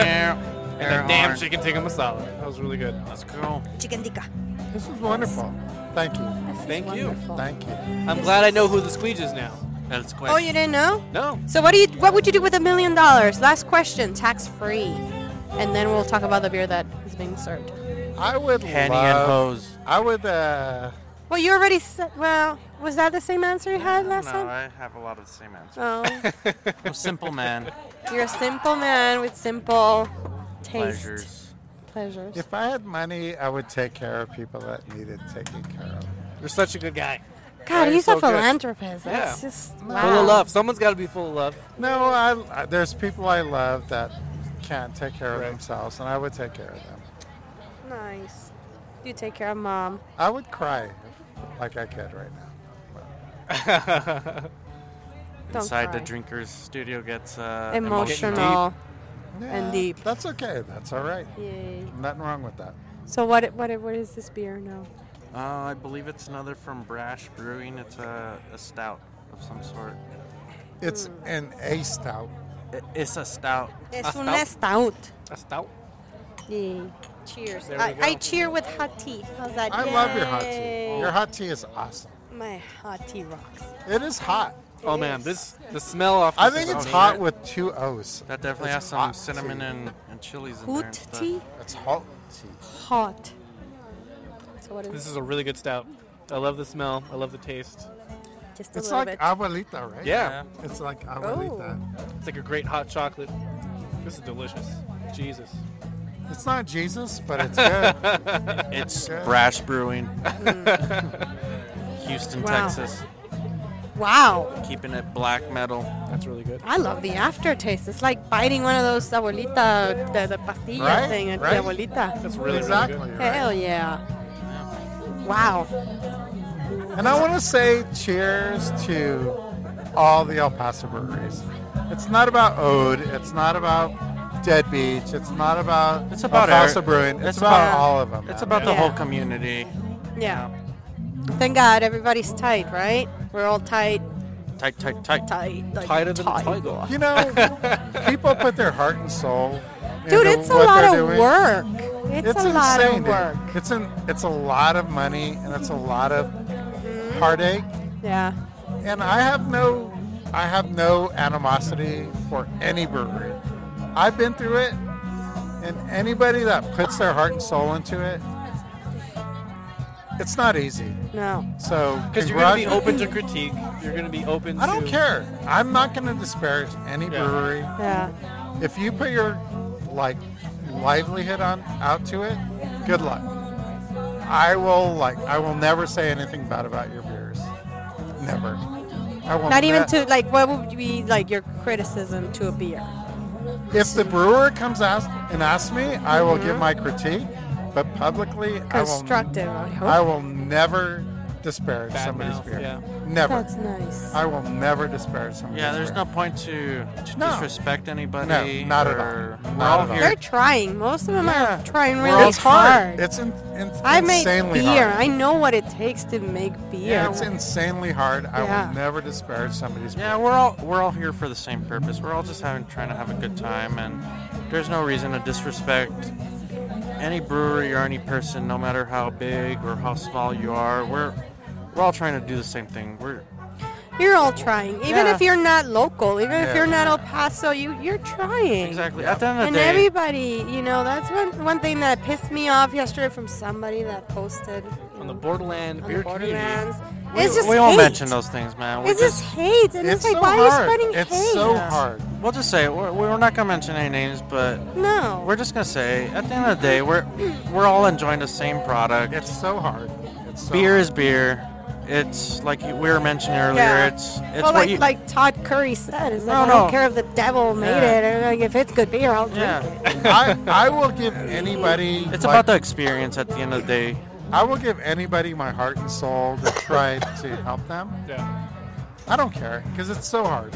[SPEAKER 4] and
[SPEAKER 2] and
[SPEAKER 4] the damn chicken tikka masala. That was really good.
[SPEAKER 2] That's cool.
[SPEAKER 1] Chicken tikka.
[SPEAKER 3] This is wonderful. Thank you.
[SPEAKER 1] This is
[SPEAKER 4] Thank you.
[SPEAKER 1] wonderful.
[SPEAKER 3] Thank you.
[SPEAKER 4] I'm glad I know who the squeege is now.
[SPEAKER 2] That's quick.
[SPEAKER 1] Oh, you didn't know?
[SPEAKER 4] No,
[SPEAKER 1] So what do you? What would you do with a million dollars? Last question, tax free, and then we'll talk about the beer that is being served.
[SPEAKER 3] I would
[SPEAKER 2] Henny and
[SPEAKER 3] love.
[SPEAKER 2] hose.
[SPEAKER 3] I would. Uh,
[SPEAKER 1] Well, you already said. Well, was that the same answer you had last
[SPEAKER 2] No,
[SPEAKER 1] time?
[SPEAKER 2] I have a lot of the same answers.
[SPEAKER 1] Oh,
[SPEAKER 2] I'm a simple man.
[SPEAKER 1] you're a simple man with simple taste
[SPEAKER 2] Pleasures.
[SPEAKER 1] pleasures.
[SPEAKER 3] if I had money, I would take care of people that needed taken care of.
[SPEAKER 4] you're such a good guy.
[SPEAKER 1] God,
[SPEAKER 4] You're
[SPEAKER 1] he's
[SPEAKER 4] so
[SPEAKER 1] a
[SPEAKER 4] good.
[SPEAKER 1] philanthropist. That's
[SPEAKER 4] Yeah.
[SPEAKER 1] just
[SPEAKER 4] Full
[SPEAKER 1] wow.
[SPEAKER 4] of love. Someone's got to be full of love.
[SPEAKER 3] No, I, I- there's people I love that can't take care of
[SPEAKER 4] Right.
[SPEAKER 3] themselves, and I would take care of them.
[SPEAKER 1] Nice. You take care of mom.
[SPEAKER 3] I would cry, like I could right now.
[SPEAKER 1] Don't
[SPEAKER 2] Inside the
[SPEAKER 1] cry.
[SPEAKER 2] drinker's studio gets uh,
[SPEAKER 1] Emotional and
[SPEAKER 3] Yeah,
[SPEAKER 1] deep.
[SPEAKER 3] That's okay. That's all right.
[SPEAKER 1] Yay.
[SPEAKER 3] Nothing wrong with that.
[SPEAKER 1] So what? What? What is this beer now?
[SPEAKER 2] Uh, I believe it's another from Brash Brewing. It's a, a stout of some sort.
[SPEAKER 1] Mm.
[SPEAKER 3] It's an A stout.
[SPEAKER 2] I- It's a stout.
[SPEAKER 1] Es
[SPEAKER 2] A
[SPEAKER 1] un stout.
[SPEAKER 4] A stout.
[SPEAKER 1] Yeah. Cheers.
[SPEAKER 4] There we
[SPEAKER 1] I, I
[SPEAKER 4] go.
[SPEAKER 1] cheer with hot tea. How's that?
[SPEAKER 3] I love your hot tea.
[SPEAKER 1] Yay.
[SPEAKER 3] Your hot tea is awesome.
[SPEAKER 1] My hot tea rocks.
[SPEAKER 3] It is hot.
[SPEAKER 4] Oh
[SPEAKER 1] It
[SPEAKER 4] man,
[SPEAKER 1] is.
[SPEAKER 4] this the smell off.
[SPEAKER 3] I
[SPEAKER 4] this
[SPEAKER 3] think
[SPEAKER 4] is
[SPEAKER 3] it's
[SPEAKER 4] amazing.
[SPEAKER 3] hot with two O's.
[SPEAKER 2] That definitely has
[SPEAKER 3] It's
[SPEAKER 2] some
[SPEAKER 3] hot
[SPEAKER 2] cinnamon
[SPEAKER 3] tea.
[SPEAKER 2] and, and chilies in there.
[SPEAKER 1] Hoot
[SPEAKER 2] and stuff.
[SPEAKER 1] tea?
[SPEAKER 3] It's hot tea.
[SPEAKER 1] Hot. So what is
[SPEAKER 4] This is a really good stout. I love the smell. I love the taste.
[SPEAKER 1] Just a
[SPEAKER 3] It's
[SPEAKER 1] little
[SPEAKER 3] like
[SPEAKER 1] bit.
[SPEAKER 3] abuelita, right?
[SPEAKER 4] Yeah.
[SPEAKER 3] It's like abuelita.
[SPEAKER 2] Oh.
[SPEAKER 4] It's like a great hot chocolate. This is delicious. Jesus.
[SPEAKER 3] It's not Jesus, but it's good.
[SPEAKER 2] It's
[SPEAKER 3] Okay.
[SPEAKER 2] Brash Brewing, Houston,
[SPEAKER 1] Mm. Wow.
[SPEAKER 2] Texas.
[SPEAKER 1] Wow.
[SPEAKER 2] Keeping it black metal.
[SPEAKER 4] That's really good.
[SPEAKER 1] I love the aftertaste. It's like biting one of those abuelita, the, the pastilla
[SPEAKER 3] Right,
[SPEAKER 1] thing at the
[SPEAKER 3] right.
[SPEAKER 1] abuelita.
[SPEAKER 4] That's really,
[SPEAKER 3] exactly.
[SPEAKER 4] really good.
[SPEAKER 3] right.
[SPEAKER 1] Hell yeah. Wow.
[SPEAKER 3] And I want to say cheers to all the El Paso breweries. It's not about Ode. It's not about Dead Beach. It's not about
[SPEAKER 2] It's about
[SPEAKER 3] El Paso
[SPEAKER 2] every-
[SPEAKER 3] brewing. It's,
[SPEAKER 2] it's
[SPEAKER 3] about,
[SPEAKER 1] about-
[SPEAKER 3] all of them.
[SPEAKER 2] It's
[SPEAKER 3] man.
[SPEAKER 2] about the
[SPEAKER 1] Yeah.
[SPEAKER 2] whole community.
[SPEAKER 1] Yeah. Thank God everybody's tight, right? We're all tight,
[SPEAKER 2] Tight, tight, tight.
[SPEAKER 1] tight. Like
[SPEAKER 4] Tighter than a
[SPEAKER 1] tight.
[SPEAKER 4] tiger.
[SPEAKER 3] you know, people put their heart and soul.
[SPEAKER 1] Dude,
[SPEAKER 3] into
[SPEAKER 1] it's a
[SPEAKER 3] what
[SPEAKER 1] lot
[SPEAKER 3] they're
[SPEAKER 1] of
[SPEAKER 3] doing.
[SPEAKER 1] work. It's,
[SPEAKER 3] It's
[SPEAKER 1] a
[SPEAKER 3] insane.
[SPEAKER 1] lot of
[SPEAKER 3] dude.
[SPEAKER 1] work.
[SPEAKER 3] It's an it's a lot of money and it's a lot of
[SPEAKER 1] Mm-hmm.
[SPEAKER 3] heartache.
[SPEAKER 1] Yeah.
[SPEAKER 3] And I have no I have no animosity for any brewery. I've been through it and anybody that puts their heart and soul into it it's not easy.
[SPEAKER 1] No.
[SPEAKER 3] So
[SPEAKER 4] Because you're going to be
[SPEAKER 3] congrat-
[SPEAKER 4] open to critique. You're going to be open
[SPEAKER 3] I don't
[SPEAKER 4] to-
[SPEAKER 3] care. I'm not going to disparage any
[SPEAKER 4] Yeah.
[SPEAKER 3] brewery.
[SPEAKER 1] Yeah.
[SPEAKER 3] If you put your like livelihood on out to it, good luck. I will like I will never say anything bad about your beers. Never. I won't
[SPEAKER 1] Not even
[SPEAKER 3] ne-
[SPEAKER 1] to like what would be like your criticism to a beer?
[SPEAKER 3] If the brewer comes ask, and asks me, I will give my critique, but publicly I will
[SPEAKER 1] Constructive. I hope.
[SPEAKER 3] I will never disparage
[SPEAKER 4] Bad
[SPEAKER 3] somebody's
[SPEAKER 4] mouth,
[SPEAKER 3] beer.
[SPEAKER 4] yeah.
[SPEAKER 3] Never.
[SPEAKER 1] That's nice.
[SPEAKER 3] I will never disparage somebody's
[SPEAKER 2] Yeah, there's no
[SPEAKER 3] beer.
[SPEAKER 2] point to, to
[SPEAKER 3] No.
[SPEAKER 2] disrespect anybody.
[SPEAKER 3] No, not at all.
[SPEAKER 2] or-
[SPEAKER 3] Not
[SPEAKER 2] We're all
[SPEAKER 3] at all.
[SPEAKER 2] here.
[SPEAKER 1] They're trying. Most of them are trying
[SPEAKER 3] Well,
[SPEAKER 1] really
[SPEAKER 3] it's hard. It's in, in,
[SPEAKER 1] I make
[SPEAKER 3] insanely
[SPEAKER 1] beer.
[SPEAKER 3] hard.
[SPEAKER 1] I know what it takes to make beer.
[SPEAKER 3] It's insanely hard. I
[SPEAKER 1] Yeah.
[SPEAKER 3] will never disparage somebody's
[SPEAKER 2] Yeah, we're all we're all here for the same purpose. We're all just having trying to have a good time, and there's no reason to disrespect any brewery or any person, no matter how big or how small you are. We're we're all trying to do the same thing. We're
[SPEAKER 1] You're all trying. Even
[SPEAKER 2] Yeah.
[SPEAKER 1] if you're not local, even
[SPEAKER 3] Yeah.
[SPEAKER 1] if you're not El Paso, you you're trying.
[SPEAKER 2] exactly at the end of
[SPEAKER 1] And
[SPEAKER 2] the day.
[SPEAKER 1] everybody, you know, that's one one thing that pissed me off yesterday from somebody that posted you
[SPEAKER 4] On
[SPEAKER 1] know,
[SPEAKER 4] the borderland
[SPEAKER 1] on
[SPEAKER 4] beer
[SPEAKER 1] the Borderlands.
[SPEAKER 2] we,
[SPEAKER 1] it's just
[SPEAKER 2] we won't
[SPEAKER 1] hate.
[SPEAKER 2] mention those things, man. We
[SPEAKER 1] It's just hate, and it's,
[SPEAKER 3] It's
[SPEAKER 1] like,
[SPEAKER 3] so
[SPEAKER 1] why
[SPEAKER 3] hard.
[SPEAKER 1] are you spreading
[SPEAKER 3] It's
[SPEAKER 1] hate?
[SPEAKER 3] so
[SPEAKER 2] Yeah.
[SPEAKER 3] hard.
[SPEAKER 2] We'll just say it. we're, we're not gonna mention any names, but
[SPEAKER 1] no.
[SPEAKER 2] we're just gonna say at the end of the day, we're we're all enjoying the same product.
[SPEAKER 3] It's so hard. It's so
[SPEAKER 2] beer
[SPEAKER 3] hard.
[SPEAKER 2] is beer. It's like you- we were mentioning earlier.
[SPEAKER 1] Yeah.
[SPEAKER 2] It's it's
[SPEAKER 1] well,
[SPEAKER 2] what
[SPEAKER 1] like,
[SPEAKER 2] you
[SPEAKER 1] like Todd Curry said, is like,
[SPEAKER 2] No,
[SPEAKER 1] I don't
[SPEAKER 2] no.
[SPEAKER 1] care if the devil made
[SPEAKER 2] Yeah.
[SPEAKER 1] it. Or, like, if it's good beer, I'll drink
[SPEAKER 2] Yeah.
[SPEAKER 1] it.
[SPEAKER 3] I, I will give anybody.
[SPEAKER 2] It's
[SPEAKER 3] like,
[SPEAKER 2] about the experience at the end of the day.
[SPEAKER 3] I will give anybody my heart and soul to try to help them.
[SPEAKER 4] Yeah.
[SPEAKER 3] I don't care because it's so hard.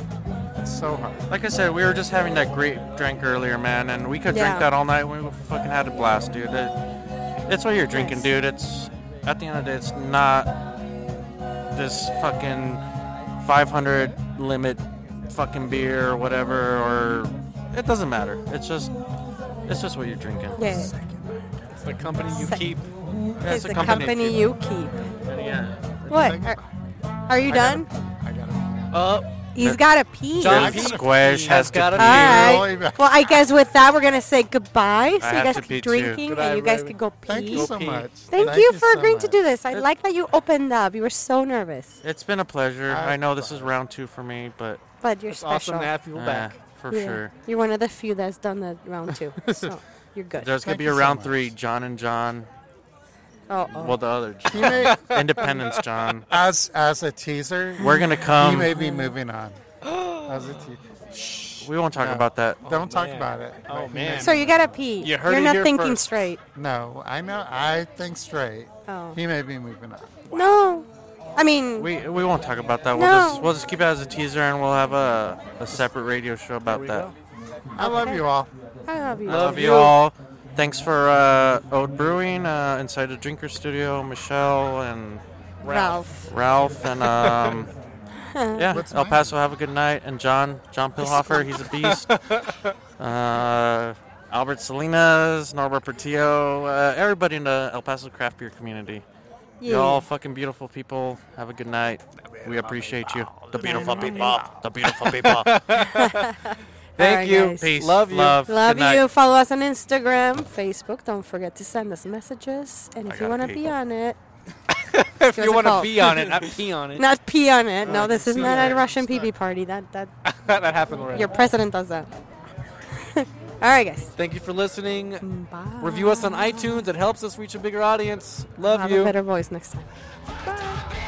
[SPEAKER 3] It's so hard.
[SPEAKER 2] Like I said, we were just having that grape drink earlier, man, and we could
[SPEAKER 1] Yeah.
[SPEAKER 2] drink that all night. We fucking had a blast, dude. It, it's what you're drinking,
[SPEAKER 1] Nice.
[SPEAKER 2] dude. It's at the end of the day, it's not this fucking 500 limit fucking beer or whatever, or it doesn't matter. It's just it's just what you're drinking.
[SPEAKER 1] Yeah.
[SPEAKER 4] It's the company you
[SPEAKER 1] Sick.
[SPEAKER 4] keep.
[SPEAKER 1] It's
[SPEAKER 2] That's
[SPEAKER 1] the company you keep. What? Are, are you done?
[SPEAKER 3] I got it.
[SPEAKER 4] Uh,
[SPEAKER 1] He's got a pee.
[SPEAKER 4] John
[SPEAKER 2] Little
[SPEAKER 4] P.
[SPEAKER 2] Squish has
[SPEAKER 4] got
[SPEAKER 2] to
[SPEAKER 4] a
[SPEAKER 2] pee.
[SPEAKER 1] All right.
[SPEAKER 3] Really bad.
[SPEAKER 1] Well, I guess with that, we're going to say goodbye. So
[SPEAKER 2] I
[SPEAKER 1] you
[SPEAKER 2] have
[SPEAKER 1] guys
[SPEAKER 2] to pee
[SPEAKER 1] keep
[SPEAKER 2] too.
[SPEAKER 1] drinking
[SPEAKER 4] Goodbye,
[SPEAKER 1] and you guys
[SPEAKER 4] everybody.
[SPEAKER 1] could go pee.
[SPEAKER 3] Thank you so
[SPEAKER 4] Pee.
[SPEAKER 3] much.
[SPEAKER 1] Thank you for
[SPEAKER 3] so
[SPEAKER 1] agreeing to
[SPEAKER 3] much.
[SPEAKER 1] do this. I like that you opened up. You were so nervous,
[SPEAKER 2] It's been a pleasure.
[SPEAKER 3] I-
[SPEAKER 2] I, know this is round two for me, but
[SPEAKER 1] but you're
[SPEAKER 4] it's
[SPEAKER 1] special.
[SPEAKER 4] awesome to have people
[SPEAKER 2] uh,
[SPEAKER 4] back.
[SPEAKER 2] for
[SPEAKER 1] Yeah.
[SPEAKER 2] sure.
[SPEAKER 1] You're one of the few that's done the round two. So you're good.
[SPEAKER 2] There's gonna
[SPEAKER 3] Thank
[SPEAKER 2] be
[SPEAKER 3] you
[SPEAKER 2] a
[SPEAKER 3] so
[SPEAKER 2] round
[SPEAKER 3] much.
[SPEAKER 2] three. John and John.
[SPEAKER 1] Oh, oh.
[SPEAKER 2] Well, the other John.
[SPEAKER 3] He may,
[SPEAKER 2] Independence John.
[SPEAKER 3] as as a teaser,
[SPEAKER 2] We're gonna
[SPEAKER 4] Um,
[SPEAKER 3] he may
[SPEAKER 2] come.
[SPEAKER 3] be moving on. As a te-
[SPEAKER 2] We won't talk
[SPEAKER 3] No.
[SPEAKER 2] about that.
[SPEAKER 3] don't talk
[SPEAKER 4] man.
[SPEAKER 3] about it.
[SPEAKER 4] Oh,
[SPEAKER 3] But he
[SPEAKER 4] man.
[SPEAKER 3] may-
[SPEAKER 1] so you got to pee.
[SPEAKER 4] You heard
[SPEAKER 1] are
[SPEAKER 4] it
[SPEAKER 1] not
[SPEAKER 4] here
[SPEAKER 1] thinking
[SPEAKER 4] first.
[SPEAKER 1] straight.
[SPEAKER 3] No, I know. I think straight.
[SPEAKER 1] Oh.
[SPEAKER 3] He may be moving on.
[SPEAKER 1] No. I mean,
[SPEAKER 2] We we won't talk about that. We'll
[SPEAKER 1] No.
[SPEAKER 2] just we'll just keep it as a teaser, and we'll have a, a separate radio show about
[SPEAKER 4] we
[SPEAKER 2] that.
[SPEAKER 4] go.
[SPEAKER 3] I love
[SPEAKER 1] Okay.
[SPEAKER 3] you all.
[SPEAKER 1] I love you.
[SPEAKER 2] Love,
[SPEAKER 4] Love
[SPEAKER 2] you
[SPEAKER 4] you.
[SPEAKER 2] all. Thanks for uh, Ode Brewing, uh, Inside the Drinker Studio, Michelle and
[SPEAKER 1] Ralph.
[SPEAKER 2] Ralph, and um, Yeah,
[SPEAKER 3] What's
[SPEAKER 2] El
[SPEAKER 3] mine?
[SPEAKER 2] Paso, have a good night. And John, John Pilhofer, he's a beast. uh, Albert Salinas, Norbert Portillo, uh, everybody in the El Paso craft beer community. You're all fucking beautiful people. Have a good night. We appreciate you. The beautiful people. The beautiful people.
[SPEAKER 4] Thank
[SPEAKER 1] right,
[SPEAKER 4] you.
[SPEAKER 1] guys.
[SPEAKER 2] Peace.
[SPEAKER 4] Love you.
[SPEAKER 2] Love.
[SPEAKER 1] Love
[SPEAKER 2] good night.
[SPEAKER 1] you. Follow us on Instagram, Facebook. Don't forget to send us messages. And
[SPEAKER 2] I
[SPEAKER 1] if you
[SPEAKER 2] gotta
[SPEAKER 1] want to
[SPEAKER 2] pee.
[SPEAKER 1] be on it, Give
[SPEAKER 4] if you
[SPEAKER 1] us a
[SPEAKER 4] want to
[SPEAKER 1] call.
[SPEAKER 4] be on it, not pee on it.
[SPEAKER 1] not pee on it. No, this is
[SPEAKER 3] Oh, see
[SPEAKER 1] not a
[SPEAKER 3] that.
[SPEAKER 1] Russian pee pee party. That that
[SPEAKER 4] that happened already.
[SPEAKER 1] your president does that. All right, guys.
[SPEAKER 4] Thank you for listening.
[SPEAKER 1] Bye.
[SPEAKER 4] Review us on iTunes. It helps us reach a bigger audience. Love
[SPEAKER 1] Have
[SPEAKER 4] you.
[SPEAKER 1] a better voice next time.